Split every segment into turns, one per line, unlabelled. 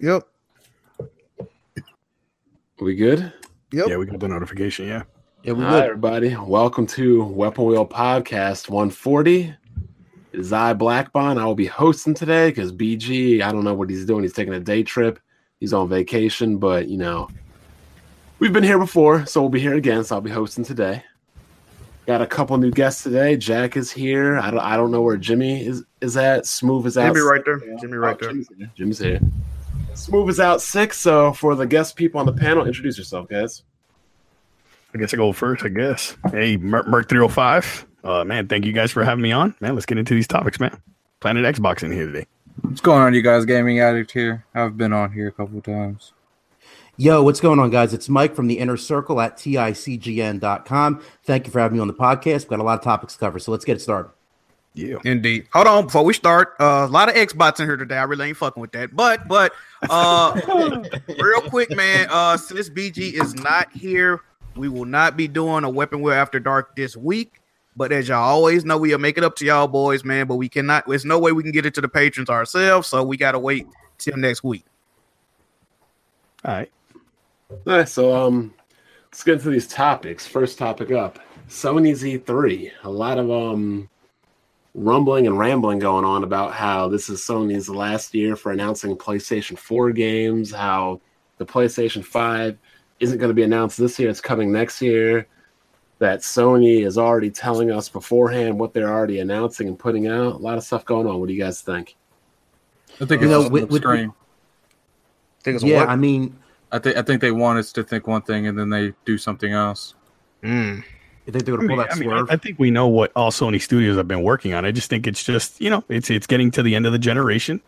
Yep.
We good?
Yep.
Yeah, we got the notification. Yeah.
Yeah, we Hi, everybody. Welcome to Weapon Wheel Podcast 140. It is I, Black Bond. I will be hosting today because BG, I don't know what he's doing. He's taking a day trip. He's on vacation, but you know, we've been here before, so we'll be here again. So I'll be hosting today. Got a couple new guests today. Jack is here. I don't, I don't know where Jimmy is, is at. Smooth is out.
Jimmy right there. Jimmy right
Oh,
there.
Jimmy's here. Jimmy's here. Smooth is out sick. So for the guest people on the panel, introduce yourself, guys.
I guess I go first, I guess. Hey, Merc, Merc 305. Uh, man, thank you guys for having me on. Man, let's get into these topics, man. Planet Xbox in here today.
What's going on, you guys? Gaming Addict here. I've been on here a couple times.
Yo, what's going on, guys? It's Mike from the Inner Circle at ticgn.com. Thank you for having me on the podcast. We've got a lot of topics to cover, so let's get it started.
Yeah.
Indeed. Hold on before we start. Uh, a lot of Xbox in here today. I really ain't fucking with that. But but uh, real quick, man. Uh, since BG is not here, we will not be doing a Weapon Wheel After Dark this week. But as y'all always know, we'll make it up to y'all boys, man. But we cannot. There's no way we can get it to the patrons ourselves. So we gotta wait till next week.
All right.
All right, so um, let's get into these topics. First topic up: Sony's E3. A lot of um, rumbling and rambling going on about how this is Sony's last year for announcing PlayStation 4 games. How the PlayStation 5 isn't going to be announced this year; it's coming next year. That Sony is already telling us beforehand what they're already announcing and putting out. A lot of stuff going on. What do you guys think?
I think
You
it's
know,
just
with-
lip
with-
screen.
Think it's a
yeah,
what?
I mean,
I think I think they want us to think one thing and then they do something else.
Mm.
I think they're
I
going to
mean,
pull that
I, mean,
swerve.
I- I think we know what all Sony studios have been working on. I just think it's just, you know, it's it's getting to the end of the generation.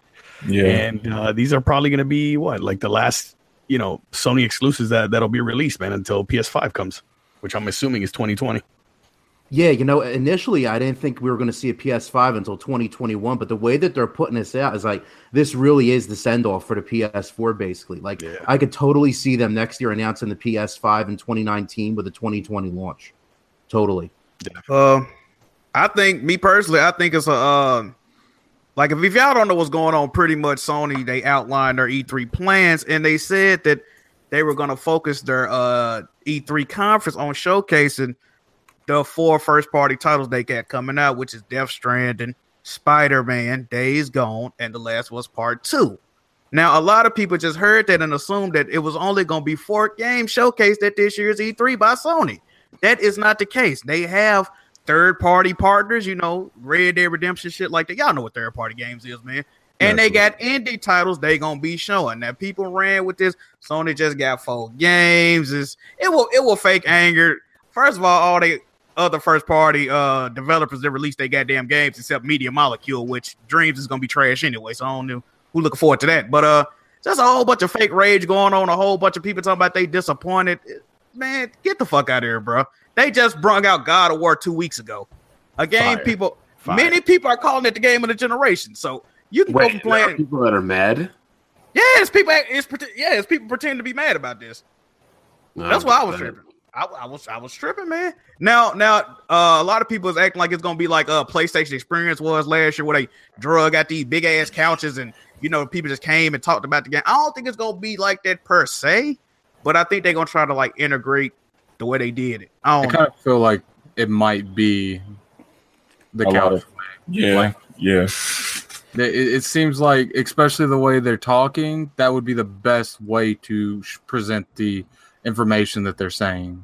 And uh, these are probably going to be what, like the last, you know, Sony exclusives that, that'll be released, man, until PS5 comes, which I'm assuming is 2020.
yeah, you know, initially I didn't think we were going to see a PS5 until 2021, but the way that they're putting this out is like this really is the send off for the PS4, basically. Like,
Yeah.
I could totally see them next year announcing the PS5 in 2019 with a 2020 launch. Totally.
Uh, I think me personally, I think it's a uh, like if, if y'all don't know what's going on, pretty much Sony they outlined their E3 plans and they said that they were going to focus their uh E3 conference on showcasing the four first party titles they got coming out, which is Death Stranding, Spider Man, Days Gone, and The Last was Part Two. Now, a lot of people just heard that and assumed that it was only going to be four games showcased at this year's E3 by Sony. That is not the case. They have third party partners, you know, Red Dead Redemption shit like that. Y'all know what third party games is, man. And they got indie titles they gonna be showing. Now people ran with this. Sony just got four games. It's, it will it will fake anger. First of all, all they other first party uh developers that release their goddamn games except Media Molecule, which Dreams is gonna be trash anyway. So I don't know who looking forward to that. But uh just a whole bunch of fake rage going on, a whole bunch of people talking about they disappointed. Man, get the fuck out of here, bro. They just brung out God of War two weeks ago. A game
Fire.
people
Fire.
many people are calling it the game of the generation. So you can go
Wait,
from
there are
playing
people that are mad.
Yes, people. act- It's pretend- yes, people pretend to be mad about this.
No,
That's why I was
but-
tripping. I, I was I was tripping, man. Now now uh, a lot of people is acting like it's gonna be like a uh, PlayStation Experience was last year, where they drug out these big ass couches and you know people just came and talked about the game. I don't think it's gonna be like that per se, but I think they're gonna try to like integrate the way they did it. I
I
don't know.
kind of feel like it might be the
A lot
couch.
of- Yeah, yeah.
It, it it seems like, especially the way they're talking, that would be the best way to sh- present the information that they're saying.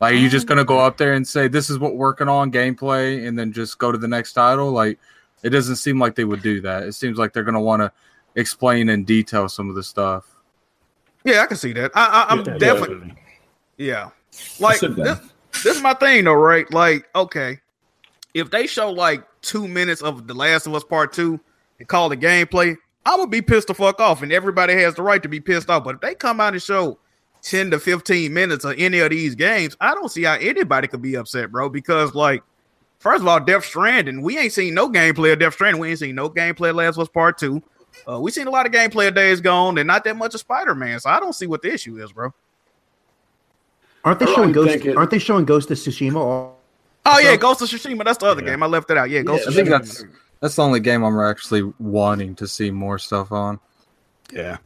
Like, are you just going to go up there and say, this is what we're working on, gameplay, and then just go to the next title? Like, it doesn't seem like they would do that. It seems like they're going to want to explain in detail some of the stuff.
Yeah, I can see that. I, I, I'm
Yeah,
definitely Yeah. Like
sit
this,
down.
this is my thing though, right? Like, okay. If they show like two minutes of The Last of Us Part Two and call the gameplay, I would be pissed the fuck off. And everybody has the right to be pissed off. But if they come out and show 10 to 15 minutes of any of these games, I don't see how anybody could be upset, bro. Because like First of all, Death Stranding. We ain't seen no gameplay of Death Stranding. We ain't seen no gameplay of Last was Part Two. Uh, we seen a lot of gameplay of Days Gone, and not that much of Spider Man. So I don't see what the issue is, bro.
Aren't they
Oh,
showing
I'm
Ghost?
thinking-
Aren't they showing Ghost of Tsushima? All-
Oh yeah,
So-
Ghost of Tsushima. That's the other
Yeah.
game. I left it out. Yeah, Ghost
I
of
think
Tsushima.
that's that's the only game I'm actually wanting to see more stuff on.
Yeah.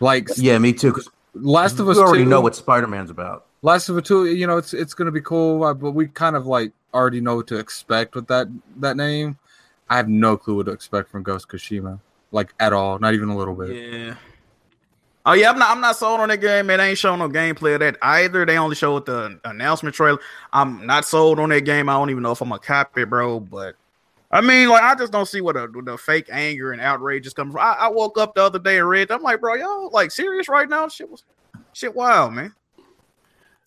Like
Yeah, me too. 'cause
Last of
we
Us
already
2,
know what Spider Man's about.
Last of Us Two, you know, it's it's gonna be cool, uh, but we kind of like already know what to expect with that that name. I have no clue what to expect from Ghost Kashima, like at all, not even a little bit.
Yeah. Oh yeah, I'm not. I'm not sold on that game. It ain't showing no gameplay of that either. They only showed the announcement trailer. I'm not sold on that game. I don't even know if I'm gonna copy it, bro. But I mean, like, I just don't see what the, the fake anger and outrage is coming from. I, I woke up the other day and read. I'm like, bro, y'all like serious right now? Shit was shit wild, man.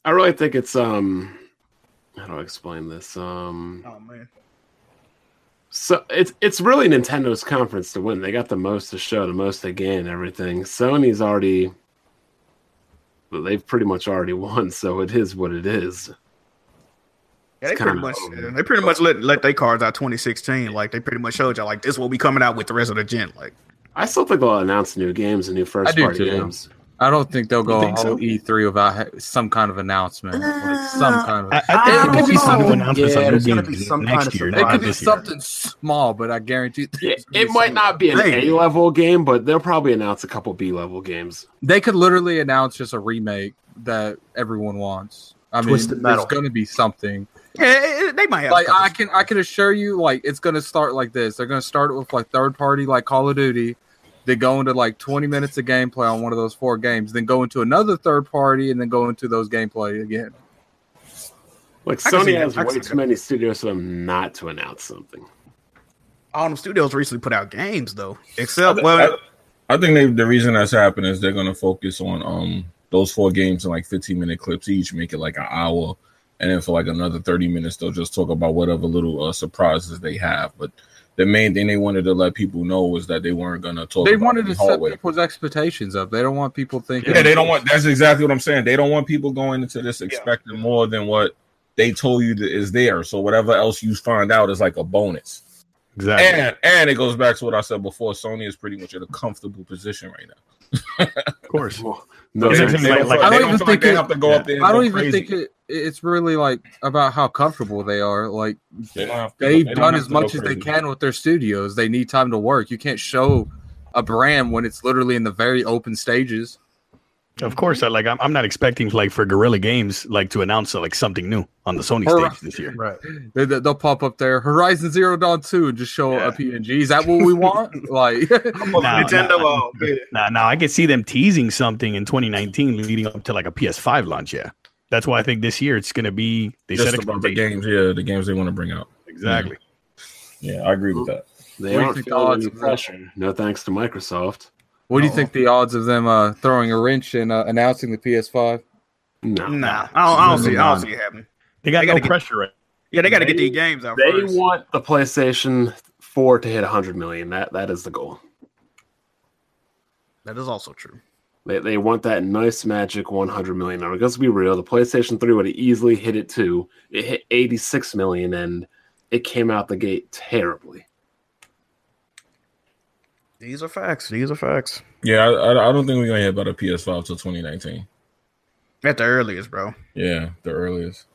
I really think it's um how do I explain this? Um
Oh man.
so it's it's really Nintendo's conference to win. They got the most to show, the most they gain, and everything. Sony's already well, they've pretty much already won, so it is what it is.
Yeah, they
It's
pretty
kinda
much
over.
yeah, they pretty much let let their cards out 2016. Like they pretty much showed y'all like this will be coming out with the rest of the gen. Like
I still think they'll announce new games and new first
do
party
too.
games.
I don't think they'll go
think
all
so?
E3 without ha- some kind of announcement. or some kind of.
I, I think
I
it could
don't
be some
know.
new announcements
Yeah,
on new
there's gonna
games
be some
next
kind of
year.
surprise.
it
Not
could be
this year.
something small, but I guarantee
It,
there's gonna
it
be
might
some-
not be an
Hey.
A level game, but they'll probably announce a couple B level games.
They could literally announce just a remake that everyone wants. I mean,
Twisted
there's
Metal.
going to be something.
yeah, it- it- they might have a
like
couple
I can I can assure you, like it's gonna start like this. They're gonna start it with like third party, like Call of Duty. They go into like twenty minutes of gameplay on one of those four games, then go into another third party, and then go into those gameplay again.
Like
I can see
Sony
that.
has
I can
way
see
too
that.
many studios for them not to announce something.
all them studios recently put out games though. Except
I-
well,
I think they, the reason that's happening is they're going to focus on um those four games in like 15 minute clips each, make it like an hour, and then for like another 30 minutes they'll just talk about whatever little uh, surprises they have. But the main thing they wanted to let people know was that they weren't going to talk.
They
about
wanted
the
to set
hardware.
people's expectations up. They don't want people thinking.
Yeah, they don't want. That's exactly what I'm saying. They don't want people going into this expecting more than what they told you that is there. So whatever else you find out is like a bonus.
Exactly.
And and it goes back to what I said before. Sony is pretty much in a comfortable position right now.
of course.
Well, no,
They
Yeah,
don't
exactly.
feel
Like-
like-
I
they
don't
don't
even
feel like
think
they
it-
have to go up there. And
I don't
go
even
crazy.
think it, it's really like about how comfortable they are. Like
They don't have to-
they've
they don't
done
have
as
to go
much as they
crazy.
can with their studios. They need time to work. You can't show a brand when it's literally in the very open stages.
Of course, I like. I'm, I'm not expecting like for Guerrilla Games like to announce uh, like something new on the Sony
Or-
stage this year.
Right.
They, they- they'll pop up there, Horizon Zero Dawn Two, and just show
Yeah.
a PNG. Is that what we want? like,
Now,
Nintendo. uh, yeah.
now, now I could see them teasing something in 2019 leading up to like a PS5 launch. Yeah, that's why I think this year it's going to be they
Just
said
about the games, yeah, the games they want to bring out.
exactly.
Yeah, I agree with that.
What
they
do you
aren't
think the
feeling
odds
any
of that-
pressure. No thanks to Microsoft.
what do you think the odds of them uh, throwing a wrench and uh, announcing the PS5?
No,
Nah, I don't, I don't see. it. I don't see it happening.
They got
They
no
gotta get-
pressure. Right?
Yeah, they got to get
They-
these games out
They
first.
want the PlayStation 4 to hit 100 million. That that is the goal.
that is also true.
They, they want that nice magic 100 million number. Because to be real, the PlayStation 3 would have easily hit it too. It hit 86 million and it came out the gate terribly.
These are facts. These are facts.
Yeah, I, I, I don't think we're gonna hear about a PS5 till 2019.
At the earliest, bro.
Yeah, the earliest.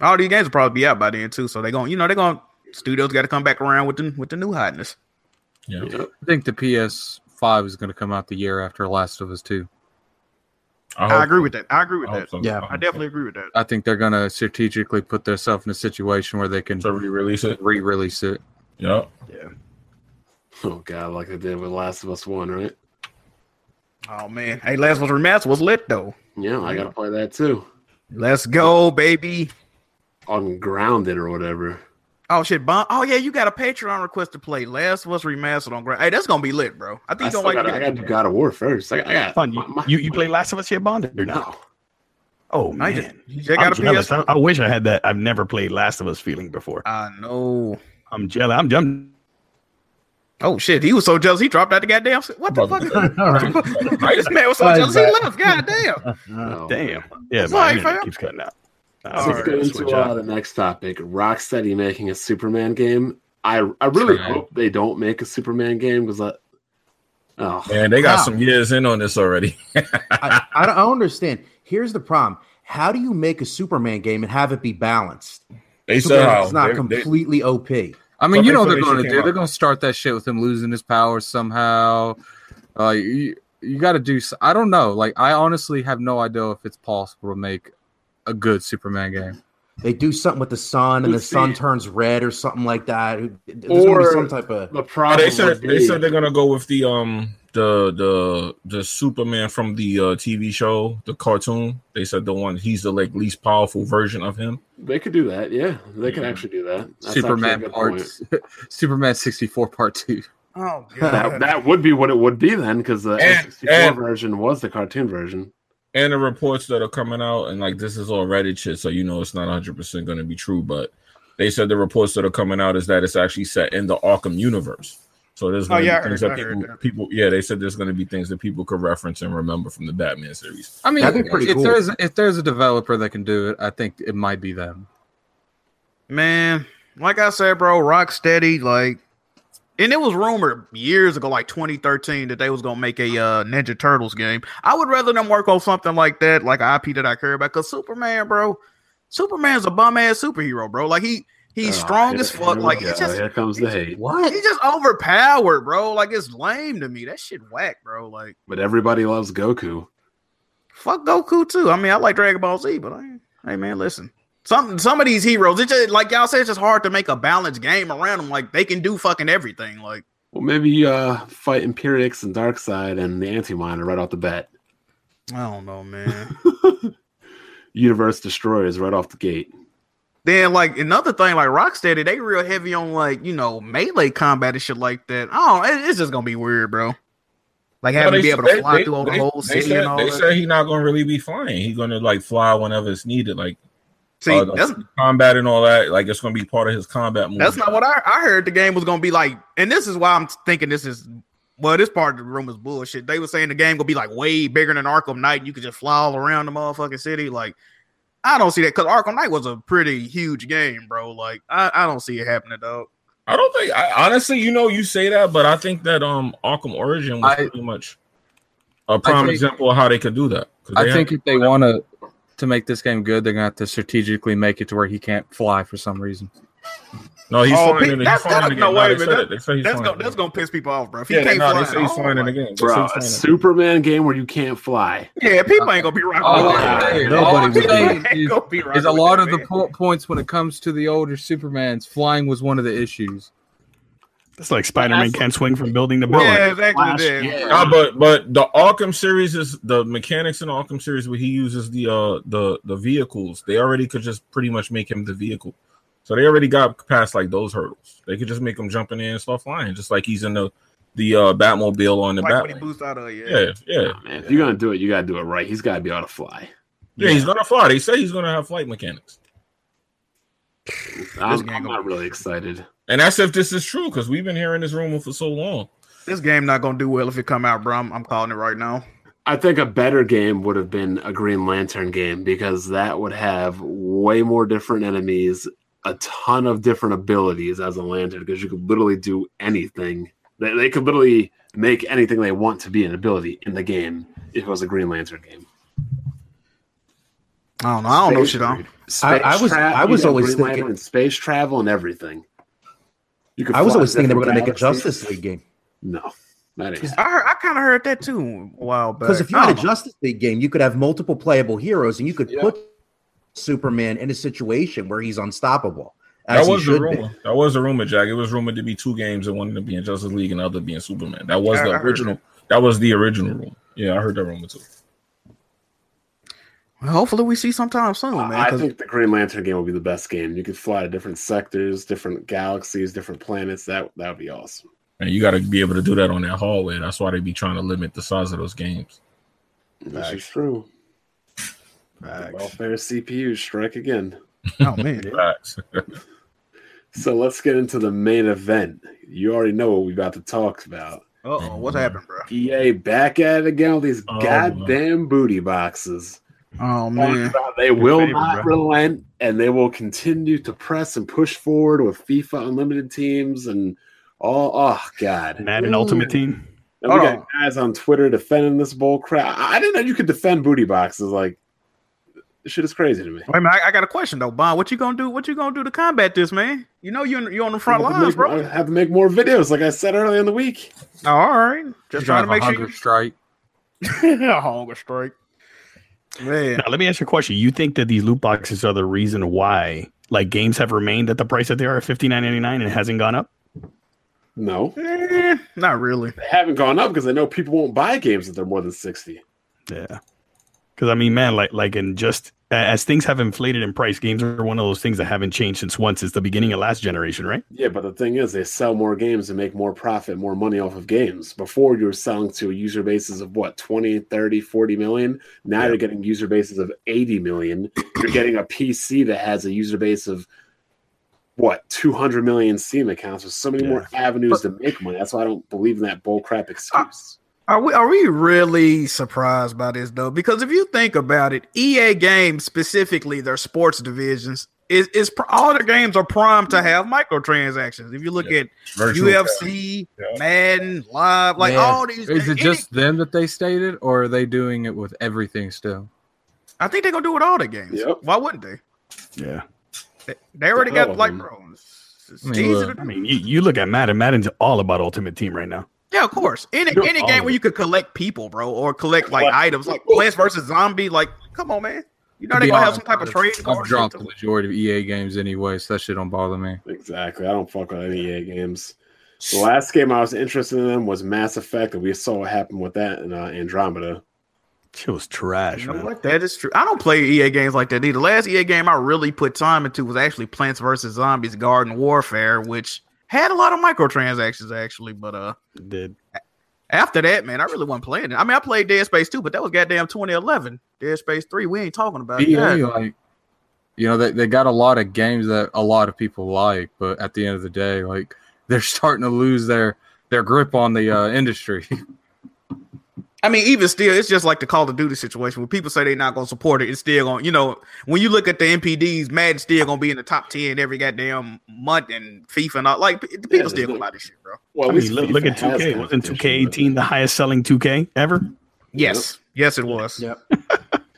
All these games will probably be out by then too. So they're going. You know, they're going. Studios got to come back around with the with the new hotness.
Yeah,
I think the PS5 is going to come out the year after Last of Us Two.
hope-
I agree with that. I agree with
I hope
that.
so.
Yeah.
hope
I definitely agree with that.
I think they're going to strategically put themselves in a situation where they can
so. to re-release it.
re-release it.
Yep.
Oh god, like they did with Last of Us One, right?
Oh man, hey, last was remastered was lit though.
Yeah, I gotta play that too.
Let's go, baby.
On grounded or whatever.
Oh shit, bon- Oh yeah, you got a Patreon request to play. Last was remastered on. Gra- hey, that's gonna be lit, bro.
I,
I think you
still
don't like.
gotta,
the
I
game.
gotta do God of War first. I, I got
Fun.
my- my-
You, you play Last of Us yet, Bond? Or not?
no.
Oh
I
man,
just they
I'm
got a
jealous.
PS.
I, I wish I had that. I've never played Last of Us feeling before.
I know.
I'm jealous. I'm, I'm
Oh shit, he was so jealous he dropped out the goddamn. se- What the fuck? Is
All right.
this man was so
Right
jealous he
back.
left. Goddamn.
Uh,
no.
damn. Yeah, my
Sorry,
internet
fam.
keeps cutting out.
So
All
I'll
Let's get
right,
figure out a switch
into uh,
out.
the next topic. Rocksteady making a Superman game. I I really
Right.
hope they don't make a Superman game because that. Oh,
Man, they got
Wow.
some years in on this already.
I, I don't I don't understand. Here's the problem. How do you make a Superman game and have it be balanced?
They
So
said
that
how
it's not
uh, they- they-
completely OP.
I mean,
So
you
they
know
put
they're
that
going to
shit came
do. They're
out.
going to start that shit with him losing his power somehow. Uh, you you got to do. s- I don't know. Like I honestly have no idea if it's possible to make a good Superman game.
They do something with the sun, and the
Let's
sun
see.
turns red or something like that. There's gonna
Or-
be some type of
The
Oh,
problem
they said
would
they
be-
said they're gonna go with the um the the the Superman from the uh, TV show, the cartoon. They said the one he's the like least powerful version of him.
they could do that. Yeah, they could
Mhm.
actually do that. That's actually a
Superman
good
part,
point.
Superman sixty four part two.
Oh
That,
god.
that would be what it would be then, because the
And-
N64
and-
version was the cartoon version.
And the reports that are coming out, and like this is all Reddit shit, so you know it's not 100 percent gonna be true. But they said the reports that are coming out is that it's actually set in the Arkham universe. So there's
Oh,
gonna
yeah, I
be things
heard-
that
I heard
people,
that.
people yeah they said there's gonna be things that people could reference and remember from the Batman series.
I mean,
That'd be pretty
if
cool.
there's if there's a developer that can do it, I think it might be them.
Man, like I said, bro, Rocksteady, like and it was rumored years ago, like 2013, that they was gonna make a uh, Ninja Turtles game. I would rather them work on something like that, like an IP that I care about. Cause Superman, bro, Superman's a bum ass superhero, bro. Like he he's
Oh,
strong
here-
as fuck.
here
Like
we
it's
go.
just
here comes the hate.
what?
he's just overpowered, bro. Like it's lame to me. That shit whack, bro. Like
But everybody loves Goku.
fuck Goku too. I mean, I like Dragon Ball Z, but I, hey man, listen. Some some of these heroes, it's just, like y'all said, it's just hard to make a balanced game around them. Like they can do fucking everything. Like
Well, maybe you, uh, fight Imperius and Darkseid and the Anti-Miner right off the bat.
I don't know, man.
Universe Destroyers right off the gate.
then like another thing, like Rocksteady, they real heavy on like you know melee combat and shit like that. Oh, it, it's just gonna be weird, bro. Like having to
No, they-
be able to
they-
fly
they-
through all the
they-
whole
they
city
said-
and all
They
that.
said he's not gonna really be flying. He's gonna like fly whenever it's needed, like
See,
uh,
that's
the combat and all that. Like it's gonna be part of his combat move.
That's not what I, I heard. The game was gonna be like, and this is why I'm thinking this is well, this part of the room is bullshit. They were saying the game gonna be like way bigger than Arkham Knight. and You could just fly all around the motherfucking city. Like, I don't see that because Arkham Knight was a pretty huge game, bro. Like, I, I don't see it happening, dog.
I don't think. I, honestly, you know, you say that, but I think that um Arkham Origin was
I-
pretty much a prime
think-
example of how they could do that. 'Cause
I
they
think
had-
if they want to to make this game good, they're gonna have to strategically make it to where he can't fly for some reason.
no, he's
Oh,
flying in the
that's- that's-
game.
no,
No,
wait
they
a
said
minute.
it. They say
That's
he's flying
gonna
in the
that's
game.
gonna piss people off, bro. If he
Yeah, they,
can't
no,
fly,
they say he's
oh
flying in
my-
the game. They say
Bro,
he's
a
flying in the game.
Superman game where you can't fly.
yeah, people ain't gonna be rocking.
Oh,
with that.
hey,
nobody would
People
be.
ain't gonna be
Is
rocking
a
with
lot
that,
of the
man.
po- points when it comes to the older Supermans, flying was one of the issues.
It's like Spider Man can't swing from building to building.
yeah, exactly.
Flash,
yeah.
yeah.
Nah, but but the Arkham series is the mechanics in the Arkham series where he uses the uh the the vehicles. They already could just pretty much make him the vehicle, so they already got past like those hurdles. They could just make him jump in there and start flying, just like he's in the the uh, Batmobile on the
Like when he
Batwing.
boosts out of yeah.
Yeah, yeah,
Nah, man, if you're gonna do it, you gotta do it right. He's gotta be able to fly.
yeah. He's gonna fly. They say he's gonna have flight mechanics,
I'm,
game
I'm
gonna
not
be-
really excited.
and that's if this is true because we've been hearing this rumor for so long.
This game not gonna do well if it come out, bro. I'm, I'm calling it right now.
I think a better game would have been a Green Lantern game because that would have way more different enemies, a ton of different abilities as a lantern because you could literally do anything. They, they could literally make anything they want to be an ability in the game if it was a Green Lantern game.
I don't know. I don't know shit on.
I- I was-
tra-
I was
you got
always
Green Lantern
thinking-
and space travel and everything. You could
I was
fly
always thinking they were going
different
to make a
galaxies.
Justice League game
No, that ain't.
I heard, I kind of heard that too a while back.
because if you
I
had a
don't know.
Justice League game, you could have multiple playable heroes, and you could
Yeah.
put Superman in a situation where he's unstoppable.
That
As he
was the
should be.
rumor. That was the rumor, Jack. It was rumored to be two games and one to be in Justice League and the other being Superman. That was
Yeah, I
the
heard
original. That was the original rumor. Yeah, I heard that rumor too.
Well, hopefully we see sometime soon, man.
I
'cause-
think the Green Lantern game will be the best game. You could fly to different sectors, different galaxies, different planets. That that would be awesome.
And you got to be able to do that on that hallway. That's why they be trying to limit the size of those games.
This is true.
Facts.
Welfare CPU strike again.
oh man,
Facts.
So let's get into the main event. You already know what we're about to talk about.
oh, what happened, bro?
EA back at it again with these
Oh, my.
goddamn booty boxes.
Oh
Talking
man,
about They will
favorite,
not
bro.
relent and they will continue to press and push forward with FIFA Unlimited teams and all. Oh, God.
Madden Ultimate Team.
And we
Hold
got guys on Twitter defending this bull crap. I I didn't know you could defend booty boxes. Like, This shit is crazy to me.
Wait a minute, I, I got a question though, Bond. What you gonna do? What you gonna do to combat this, man? You know you're you're on the front
I have to
lines,
make- I
bro.
have to make more videos, like I said earlier in the week.
all right, just trying to make sure.
hunger strike.
You... a hunger strike. Man,
Now, let me ask you a question. You think that these loot boxes are the reason why like games have remained at the price that they are at fifty nine ninety nine and it hasn't gone up?
No,
Eh, not really.
they haven't gone up because I know people won't buy games if they're more than sixty.
Yeah. Cause I mean, man, like like in just a- as things have inflated in price, games are one of those things that haven't changed since once since the beginning of last generation, right?
Yeah, but the thing is, they sell more games and make more profit, more money off of games. Before you were selling to user bases of what 20, 30, 40 million. Now you're getting user bases of 80 million. You're getting a PC that has a user base of what 200 million Steam accounts. There's so many
Yeah.
more avenues to make money. That's why I don't believe in that bullcrap excuse.
Are we are we really surprised by this though? Because if you think about it, EA games specifically their sports divisions is is pr- all their games are primed to have microtransactions. If you look
Yeah.
at
Virtual
UFC,
Yeah.
Madden, Live, like
Yeah.
all these.
Is it
any-
just them that they stated, or are they doing it with everything still?
I think they're gonna do it with all the games.
Yep.
Why wouldn't they?
Yeah.
They, they already
hell
got
with
like
them.
bro. It's, it's
I mean,
easy
look,
to do.
I mean, you, you look at Madden. Madden's all about Ultimate Team right now.
Yeah, of course. Any
You're
any
all
game
of
where
it.
you could collect people, bro, or collect like
Collect
items, like Plants versus Zombie. Like, come on, man. You know
To
they
be
gonna have some
honest,
type of trade
I've
card.
dropped
shit
the
to-
majority of EA games anyway, so that shit don't bother me.
Exactly. I don't fuck with any EA games. The last game I was interested in was Mass Effect, and we saw what happened with that in uh, Andromeda.
Shit was trash,
You know
man.
what? That is true. I don't play EA games like that either. The last EA game I really put time into was actually Plants vs. Zombies Garden Warfare, which had a lot of microtransactions actually. But uh
Did
after that, man, I really wasn't playing it. I mean, I played Dead Space 2, but that was goddamn 2011. Dead Space 3, we ain't talking about it.
EA, E like, you know, they, they got a lot of games that a lot of people like, but at the end of the day, like, they're starting to lose their their grip on the uh, industry.
I mean, even still, it's just like the Call of Duty situation. When people say they're not going to support it, it's still going. to You know, when you look at the MPDs, Madden's still going to be in the top ten every goddamn month, and FIFA and all. Like, p- the people
there's
still going
no-
to buy this shit, bro.
Well,
I
at
mean,
least
look, look
FIFA
at
has
2K. Wasn't
competition, but-
2K18 the highest selling 2K ever?
Yes, yes, it was.
Yep.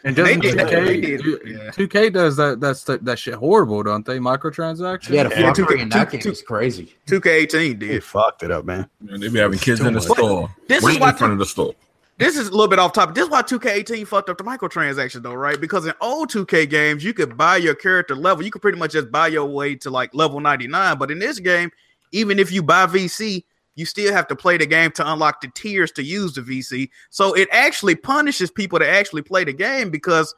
And
They
doesn't
did that. They did.
2K,
Yeah.
2K does that? That's that, that shit horrible, don't they? Microtransactions.
Yeah, the
Yeah, two-
fuckery in that
two-
game is crazy.
2K18
They
did.
fucked it up, man.
Man, they be having kids in the
much.
store.
This
right
is why
in front of the store.
This is a little bit off topic. This is why 2K18 fucked up the microtransaction though, right? Because in old 2K games, you could buy your character level. You could pretty much just buy your way to like level 99. But in this game, even if you buy VC, you still have to play the game to unlock the tiers to use the VC. So it actually punishes people that actually play the game because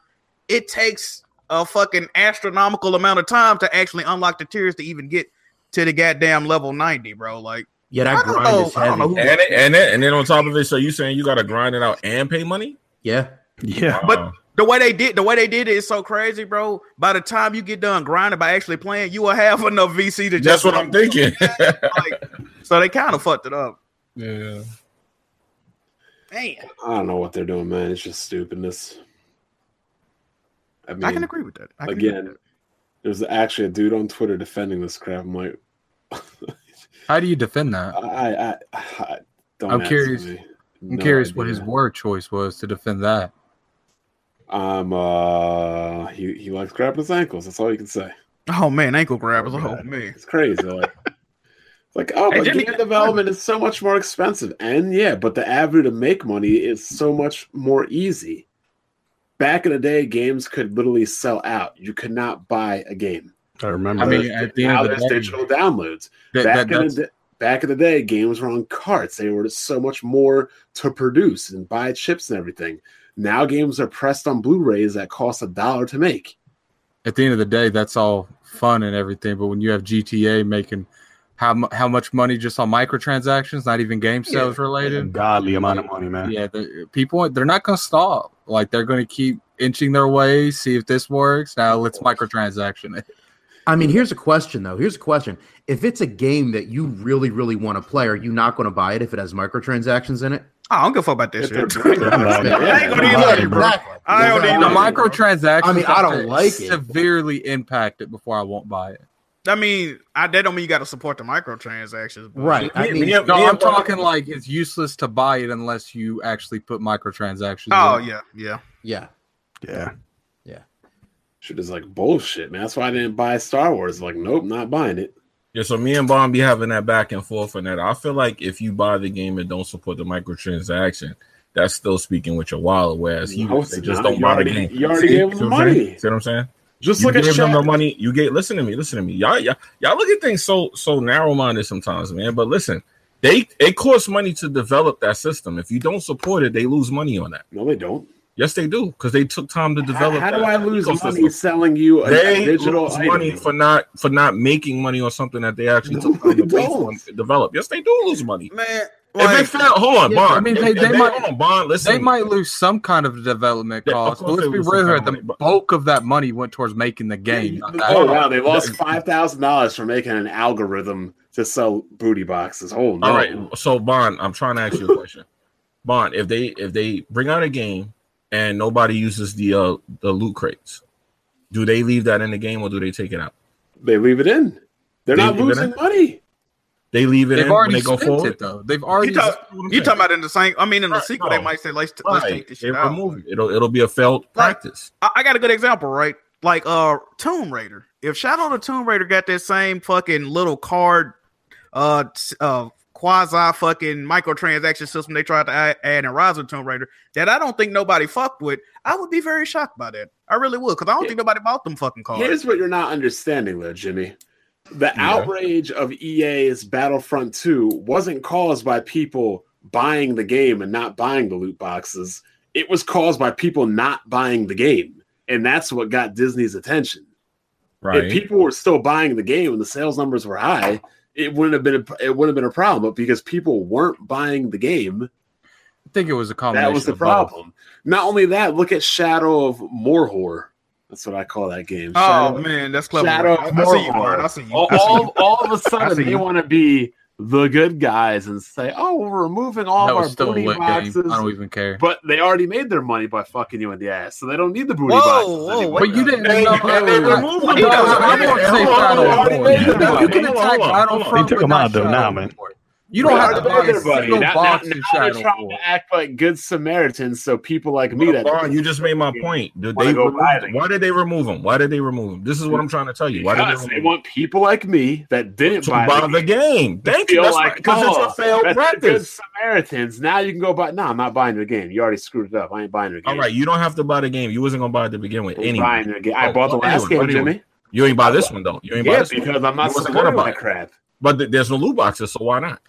it takes a fucking astronomical amount of time to actually unlock the tiers to even get to the goddamn level 90, bro. Like,
Yeah,
I
that
don't
grind
know-
is
I don't know
heavy.
who-
And it, and it, and then on top of it, so you saying you got to grind it out and pay money?
Yeah,
Yeah.
But-
Wow.
The way they did the way they did it is so crazy, bro. By the time you get done grinding by actually playing, you will have enough VC to
that's
just
what I'm thinking.
like, so they kind of fucked it up.
yeah.
Damn,
I don't know what they're doing, man. It's just stupidness. I mean,
I can agree with that. I can agree
again,
with
there's actually a dude on Twitter defending this crap. I'm like,
How do you defend that?
I, I, I, I don't.
I'm
ask
curious.
me.
I'm
No
curious what
idea.
his word choice was to defend that.
Um, uh, he he likes grabbing his ankles. That's all you can say.
that. Oh man, ankle grabbers. Oh
God.
man,
It's crazy. Like, it's like oh,
Hey,
but
didn't he
game
get-
development is so much more expensive, and yeah, but the avenue to make money is so much more easy. Back in the day, games could literally sell out. You could not buy a game.
I remember.
I
that.
mean, at the end
now
of the
there's
day,
digital downloads.
that,
back,
that,
in
that's,
the, da- back in the day, games were on carts. They were so much more to produce and buy chips and everything. Now games are pressed on Blu-rays that cost a dollar to make.
at the end of the day, that's all fun and everything. But when you have GTA making how mu- how much money just on microtransactions, not even game sales
a
related,
godly amount of money,
uh,
man.
yeah, the, people they're not gonna stop. Like they're gonna keep inching their way, see if this works. Now let's microtransaction it.
I mean, here's a question though. Here's a question: If it's a game that you really, really want to play, are you not going to buy it if it has microtransactions in it?
I don't give a fuck about this
If they're
shit.
bringing it out,
Yeah,
I ain't gonna
yeah.
even argue, bro.
Exactly.
I don't
Yeah.
need
The
no
Yeah.
micro.
microtransactions.
I mean, I
have
don't
to
like it.
Severely impact it before I won't buy it.
I mean, I, that don't mean you got to support the microtransactions, but-
Right. I
Me-
mean,
me and-
No,
me
I'm
and Bron-
talking like it's useless to buy it unless
Oh,
you actually put microtransactions.
Oh
in.
yeah, yeah.
yeah.
Yeah.
Shit is like bullshit, man. That's why I didn't buy Star Wars. Like, nope, not buying it.
Yeah, so me and Bomb be having that back and forth on that. I feel like if you buy the game and don't support the microtransaction, that's still speaking with your wallet. Whereas you
No, it's
they just
not.
don't
You
buy
already-
the game.
you already
See-
gave them
see
the
what I'm saying?
money.
See what I'm saying?
Just
you
look at
give them
Shaq.
the money. You get. Listen to me. Listen to me. Y'all, y'all, y'all look at things so so narrow minded sometimes, man. But listen, they it costs money to develop that system. If you don't support it, they lose money on that.
No, they don't.
Yes, they do because they took time to
How,
develop.
how do
that
I lose
ecosystem.
money selling you a
They
digital
lose
item?
money for not for not making money on something that they actually took time
they
to pay for
don't.
and to develop. Yes, they do lose money.
man.
if they
Like,
fail, hold on,
Yeah,
Bond.
I
mean,
If-
they-
if
they might-
hold on, Bond. Listen,
They might lose some kind of development
Yeah, of
cost, but
course
let's
they
be
lose some
real here.
kind of
The
money, but-
bulk of that money went towards making the game. not that.
Oh wow, they lost five thousand dollars for making an algorithm to sell booty boxes. Oh no!
All right, so Bond, I'm trying to ask you a question. Bond, if they if they bring out a game and nobody uses the uh the loot crates, do they leave that in the game or do they take it out?
They leave it in. They're
They
not
leave it
losing
in?
money.
They leave it
They've
in when
already
they go
spent
forward.
it though. They've already.
You talk- you talking about in the same? I mean, in the
Right,
sequel,
no.
they might say, "Let's let's
Right.
take this
They
shit out."
remove it. It'll it'll be a failed
Right.
practice.
I, I got a good example, right? Like uh Tomb Raider. If Shadow of the Tomb Raider got that same fucking little card, uh, s- uh quasi fucking microtransaction system they tried to add, add in Rise of the Tomb Raider that I don't think nobody fucked with, I would be very shocked by that. I really would, because I don't think nobody bought them fucking cards.
Here's what you're not understanding, though, Jimmy. The
Oh. Yeah.
outrage of EA's Battlefront 2 wasn't caused by people buying the game and not buying the loot boxes. It was caused by people not buying the game. And that's what got Disney's attention.
Right.
If people were still buying the game and the sales numbers were high, it wouldn't have been a, it wouldn't have been a problem. But because people weren't buying the game,
I think it was a combination.
that was the
of both.
problem. Not only that, look at Shadow of Morhor. That's what I call that game.
Oh
Shadow-
man, that's clever.
Shadow
I, I see
Morrow.
you, Bart. I see you.
all, all, all of a
I see
sudden they
you.
want to be the good guys and say, "Oh, we're removing all
That
of our
was still a
booty
lit
boxes,"
game. I don't even care.
but they already made their money by fucking you in the ass, so they don't need the booty
Whoa,
boxes
whoa,
anymore.
But you didn't.
They-
no,
they- they
no,
removed
no,
them.
no, I'm
They
gonna say
removed
Battle
them.
Front.
They took
You can
them
attack
out.
Battlefront,
took
They
but
them
not
out, though,
Shadow
nah, man.
Report. You don't have to
Everybody-
buy a
everybody.
single
Now-
box
now,
in
now they're
Shadow
trying
Report.
to act like good Samaritans, so people like me that
LeBron, you just made my point. Did they
Wanna go
remove-
buy the-
why did they remove him? Why did they remove him? This is what I'm trying to tell you. Why did they,
Because
remove
they,
him?
want people like me that didn't
to
buy,
buy
the
the
game
game?
to
Thank you.
feel
That's
like
because
oh,
it's a failed
that's the good
practice.
Samaritans. Now you can go buy. No, I'm not buying your game. You already screwed it up. I ain't buying your game.
All right, you don't have to buy the game. You wasn't gonna buy it to begin with.
I'm
Anyway,
buying your game. I
Oh,
bought the
well,
last
anyway,
game,
anyway.
Jimmy.
you ain't buy this one though. You ain't buy
Yeah,
this one.
because I'm not
You wasn't
supporting
gonna buy
that
it.
crap.
But th- there's no loot boxes, so why not?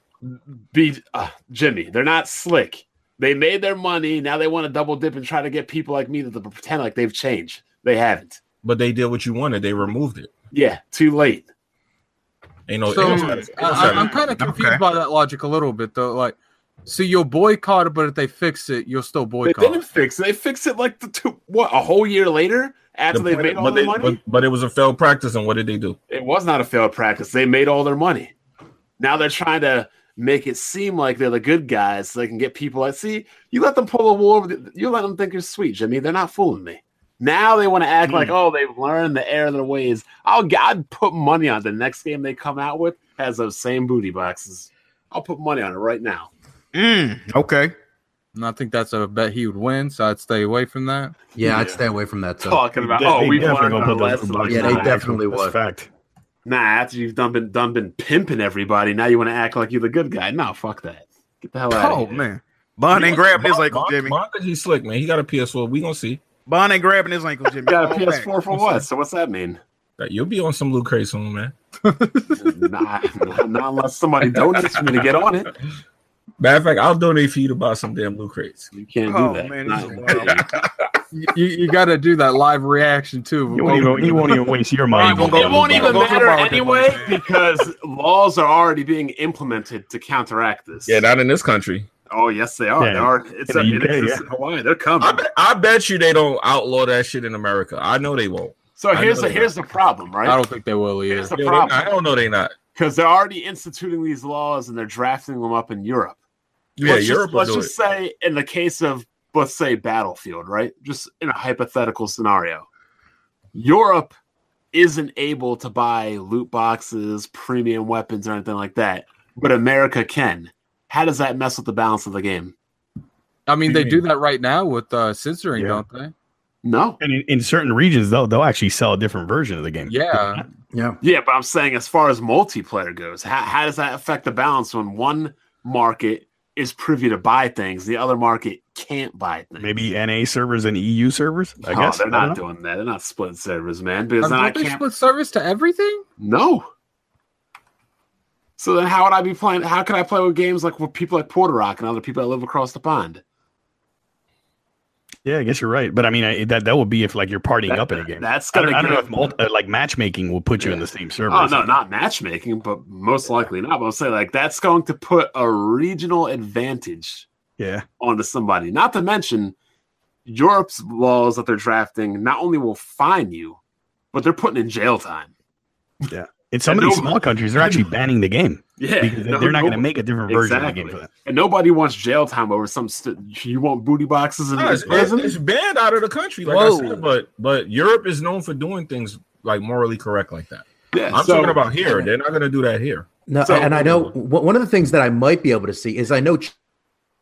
Be uh, Jimmy. They're not slick. They made their money. Now they want to double dip and try to get people like me to pretend like they've changed. They haven't.
But they did what you wanted. They removed it.
Yeah, too late.
Ain't no.
So um,
ain't no satis- ain't no
I, am
satis-
kind of confused
Okay.
by that logic a little bit though. Like, so you'll boycott it, but if they fix it, you'll still
They
boycott.
didn't fix it. They fixed it like the two, what a whole year later after
the
they
point-
made all
but,
their
they-
money.
but, but it was a failed practice, and what did they do?
it was not a failed practice. They made all their money. Now they're trying to make it seem like they're the good guys so they can get people like, see, you let them pull a wool over the, you let them think you're sweet, Jimmy. They're not fooling me. Now they want to act
Hmm.
like, oh, they've learned the error of their ways. I'll g- I'd put money on the next game they come out with has those same booty boxes. I'll put money on it right now.
Mm, okay.
And I think that's a bet he would win, so I'd stay away from that.
Yeah, I'd
Yeah.
stay away from that. So.
Talking about,
They-
oh,
they
we've
definitely
learned
gonna
our
put those
lesson.
blocks
Yeah,
in
they
the
nah,
actual-
definitely
that's
would.
Fact.
nah, after you've done been, done been pimping everybody, now you want to act like you're the good guy. No, fuck that. Get the hell out
Oh
of here.
man, Bond ain't grabbing his ankle,
Bond-
Jimmy.
Bond, he's slick, man. He got a PS4. We gonna see
Bond ain't grabbing his ankle, Jimmy.
got a
Fall back.
PS4 for what? So what's that mean?
that you'll be on some loot crate soon, man.
nah, not, not unless somebody donates for me to get on it.
Matter of fact, I'll donate for you to buy some damn loot crates.
You can't
Oh,
do that.
man,
Not-
this is wild.
You, you, got to do that live reaction too.
You won't even you won't even waste your money.
Bond gonna go-
it won't even
Go to the
matter
bar with that
anyway
one.
because laws are already being implemented to counteract this.
Yeah, not in this country.
oh yes, they are.
Yeah.
They are. It's,
In the
it
UK,
exists in Hawaii. They're coming.
I bet, I bet you they don't outlaw that shit in America. I know they won't.
so
I
here's
know
the here's the problem,
I
right?
don't think they will either.
Here's the
Yo, they
problem.
not. I don't know they not.
Because they're already instituting these laws and they're drafting them up in Europe.
Yeah,
let's
Europe
Just, let's
will do
just say, in the case of, let's say, Battlefield, right? Just in a hypothetical scenario, Europe isn't able to buy loot boxes, premium weapons, or anything like that, but America can. How does that mess with the balance of the game?
I mean,
What do
they
you
do
mean?
that right now with uh, censoring,
Yeah.
don't they?
No.
And in, in certain regions, though, they'll actually sell a different version of the game.
Yeah.
Yeah.
Yeah, but I'm saying as far as multiplayer goes, how, how does that affect the balance when one market is privy to buy things, the other market can't buy things?
Maybe NA servers and EU servers. I
Oh,
guess
they're
I
not
don't know.
doing that. They're not splitting servers, man.
Don't
Because then I
they
can't.
split service to everything?
No. So then, how would I be playing? How could I play with games like with people like Porter Rock and other people that live across the pond?
Yeah, I guess you're right. But I mean, I, that that would be if like you're partying
That-
up in a game.
That's
I
gonna.
don't, I don't know
give-
if multi, uh, like matchmaking will put you in the same server.
Oh no, not matchmaking, but most likely not. But I'll say like that's going to put a regional advantage
Yeah.
onto somebody. Not to mention Europe's laws that they're drafting not only will fine you, but they're putting in jail time.
In some
And
of these
no-
small countries, they're actually banning the game
Yeah,
because they're not going to make a different version of the game for that.
And nobody wants jail time over some. St- you want booty boxes and
No, it's, it's-
prison?
it's banned out of the country, like
Whoa.
I said. But but Europe is known for doing things like morally correct like that.
Yeah,
I'm
so-
talking about here. They're not gonna do that here.
No,
So-
and I know w- one of the things that I might be able to see is I know Ch-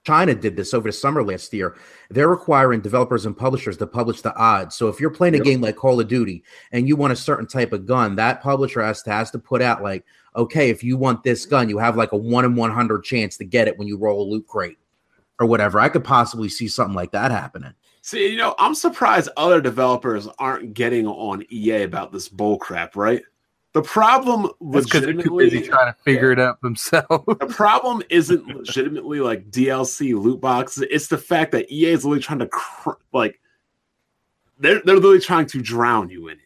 China did this over the summer last year. They're requiring developers and publishers to publish the odds. So if you're playing a game like Call of Duty and you want a certain type of gun, that publisher has to has to put out like, okay, if you want this gun, you have like a one in one hundred chance to get it when you roll a loot crate or whatever. I could possibly see something like that happening.
See, you know, I'm surprised other developers aren't getting on EA about this bull crap, right? The problem
That's because they're too busy
legitimately
trying to figure it out themselves.
the problem isn't legitimately like DLC loot boxes. It's the fact that EA is literally trying to cr- like they're they're literally trying to drown you in it.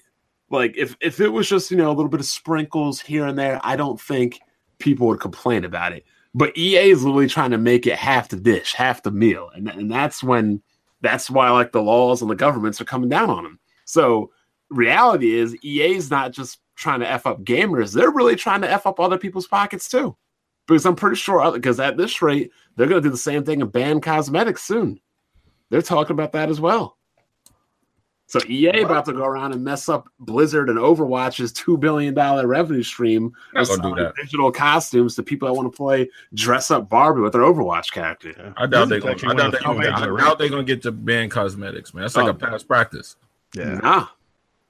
Like if if it was just you know a little bit of sprinkles here and there, I don't think people would complain about it. But EA is literally trying to make it half the dish, half the meal, and and that's when that's why like the laws and the governments are coming down on them. So reality is EA's not just trying to f up gamers; they're really trying to f up other people's pockets too because I'm pretty sure because at this rate they're going to do the same thing and ban cosmetics soon. They're talking about that as well. So EA about to go around and mess up Blizzard and Overwatch's two billion dollar revenue stream
Not
of
gonna do
selling
that.
digital costumes to people that want to play dress up Barbie with their Overwatch character.
I doubt they're
Blizzard's actually
gonna. I
one of the
doubt they're gonna.
few
I
major, right?
doubt they're gonna get to ban cosmetics, man. That's like
Oh.
a past practice.
Yeah.
Nah.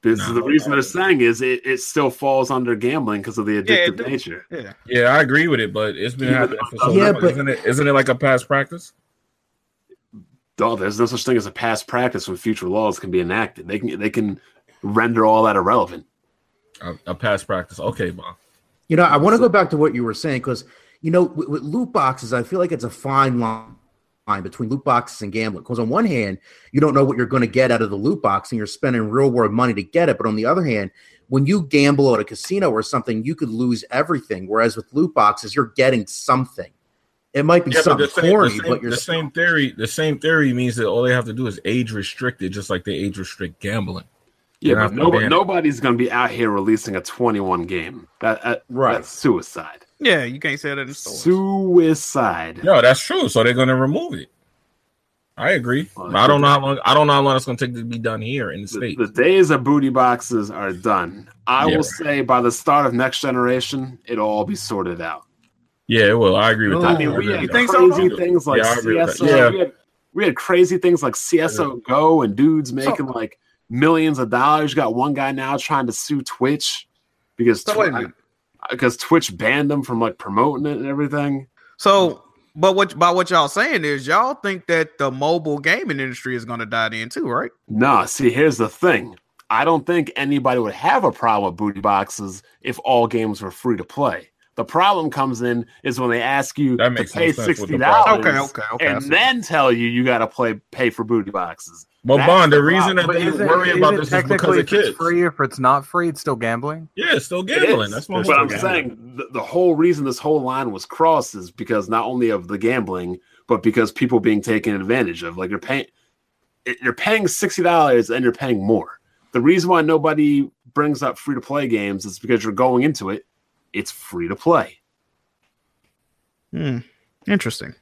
This is
Nah.
the reason they're saying is it, it still falls under gambling because of the
Yeah, it
addictive
do.
nature.
Yeah.
Yeah, I agree with it, but it's been
Yeah,
happening for so
yeah,
long.
but-
isn't it? Isn't it like a past practice?
Duh, there's no such thing as a past practice when future laws can be enacted. They can they can render all that irrelevant.
A, a past practice. Okay, mom.
You know, I want to go back to what you were saying because you know with, with loot boxes, I feel like it's a fine line line between loot boxes and gambling. Because on one hand, you don't know what you're going to get out of the loot box, and you're spending real world money to get it. But on the other hand, when you gamble at a casino or something, you could lose everything. Whereas with loot boxes, you're getting something. It might be
Yeah, but
something
the same,
corny,
the same,
but you're
the same theory. The same theory means that all they have to do is age restricted, just like they age restrict gambling.
Yeah,
You're
but
not gonna
nobody,
ban it.
nobody's going to be out here releasing a 21 game. That, that-
Right.
That's suicide.
Yeah, you can't say that in stores.
Suicide.
No, that's true. So they're going to remove it. I agree.
Well,
But I don't know how long. I don't know how long it's going to take to be done here in the
The,
state.
the days of booty boxes are done. I will
Yeah, right.
say by the start of next generation, it'll all be sorted out.
Yeah, well, Oh, I agree with
I
that.
mean, we
I
had
agree with
think
crazy
so?
that.
things like
Yeah, I agree with that.
CSO.
Yeah.
We, had, we had crazy things like CSO Go and dudes making like millions of dollars. You got one guy now trying to sue Twitch because
So wait a minute.
because Twitch banned them from like promoting it and everything.
So, but what by what y'all saying is y'all think that the mobile gaming industry is going to die then too, right?
No, see, here's the thing. I don't think anybody would have a problem with booty boxes if all games were free to play. The problem comes in is when they ask you
That
to
makes no
pay
sense with
sixty
the
dollars,
box.
Okay, okay, okay. I
and
see.
then tell you you got to play pay for booty boxes.
But
That's
Bond, the
the
reason that
problem.
they
is it-
worry
is
about
it
this is because
technically
of
if it's
kids.
free or if it's not free, it's still gambling.
Yeah, it's still
It
gambling.
is.
That's what I'm
but
saying.
I'm saying the, the whole reason this whole line was crossed is because not only of the gambling, but because people being taken advantage of. Like you're paying, it- you're paying sixty dollars and you're paying more. The reason why nobody brings up free to play games is because you're going into it, it's free to play.
Hmm. Interesting.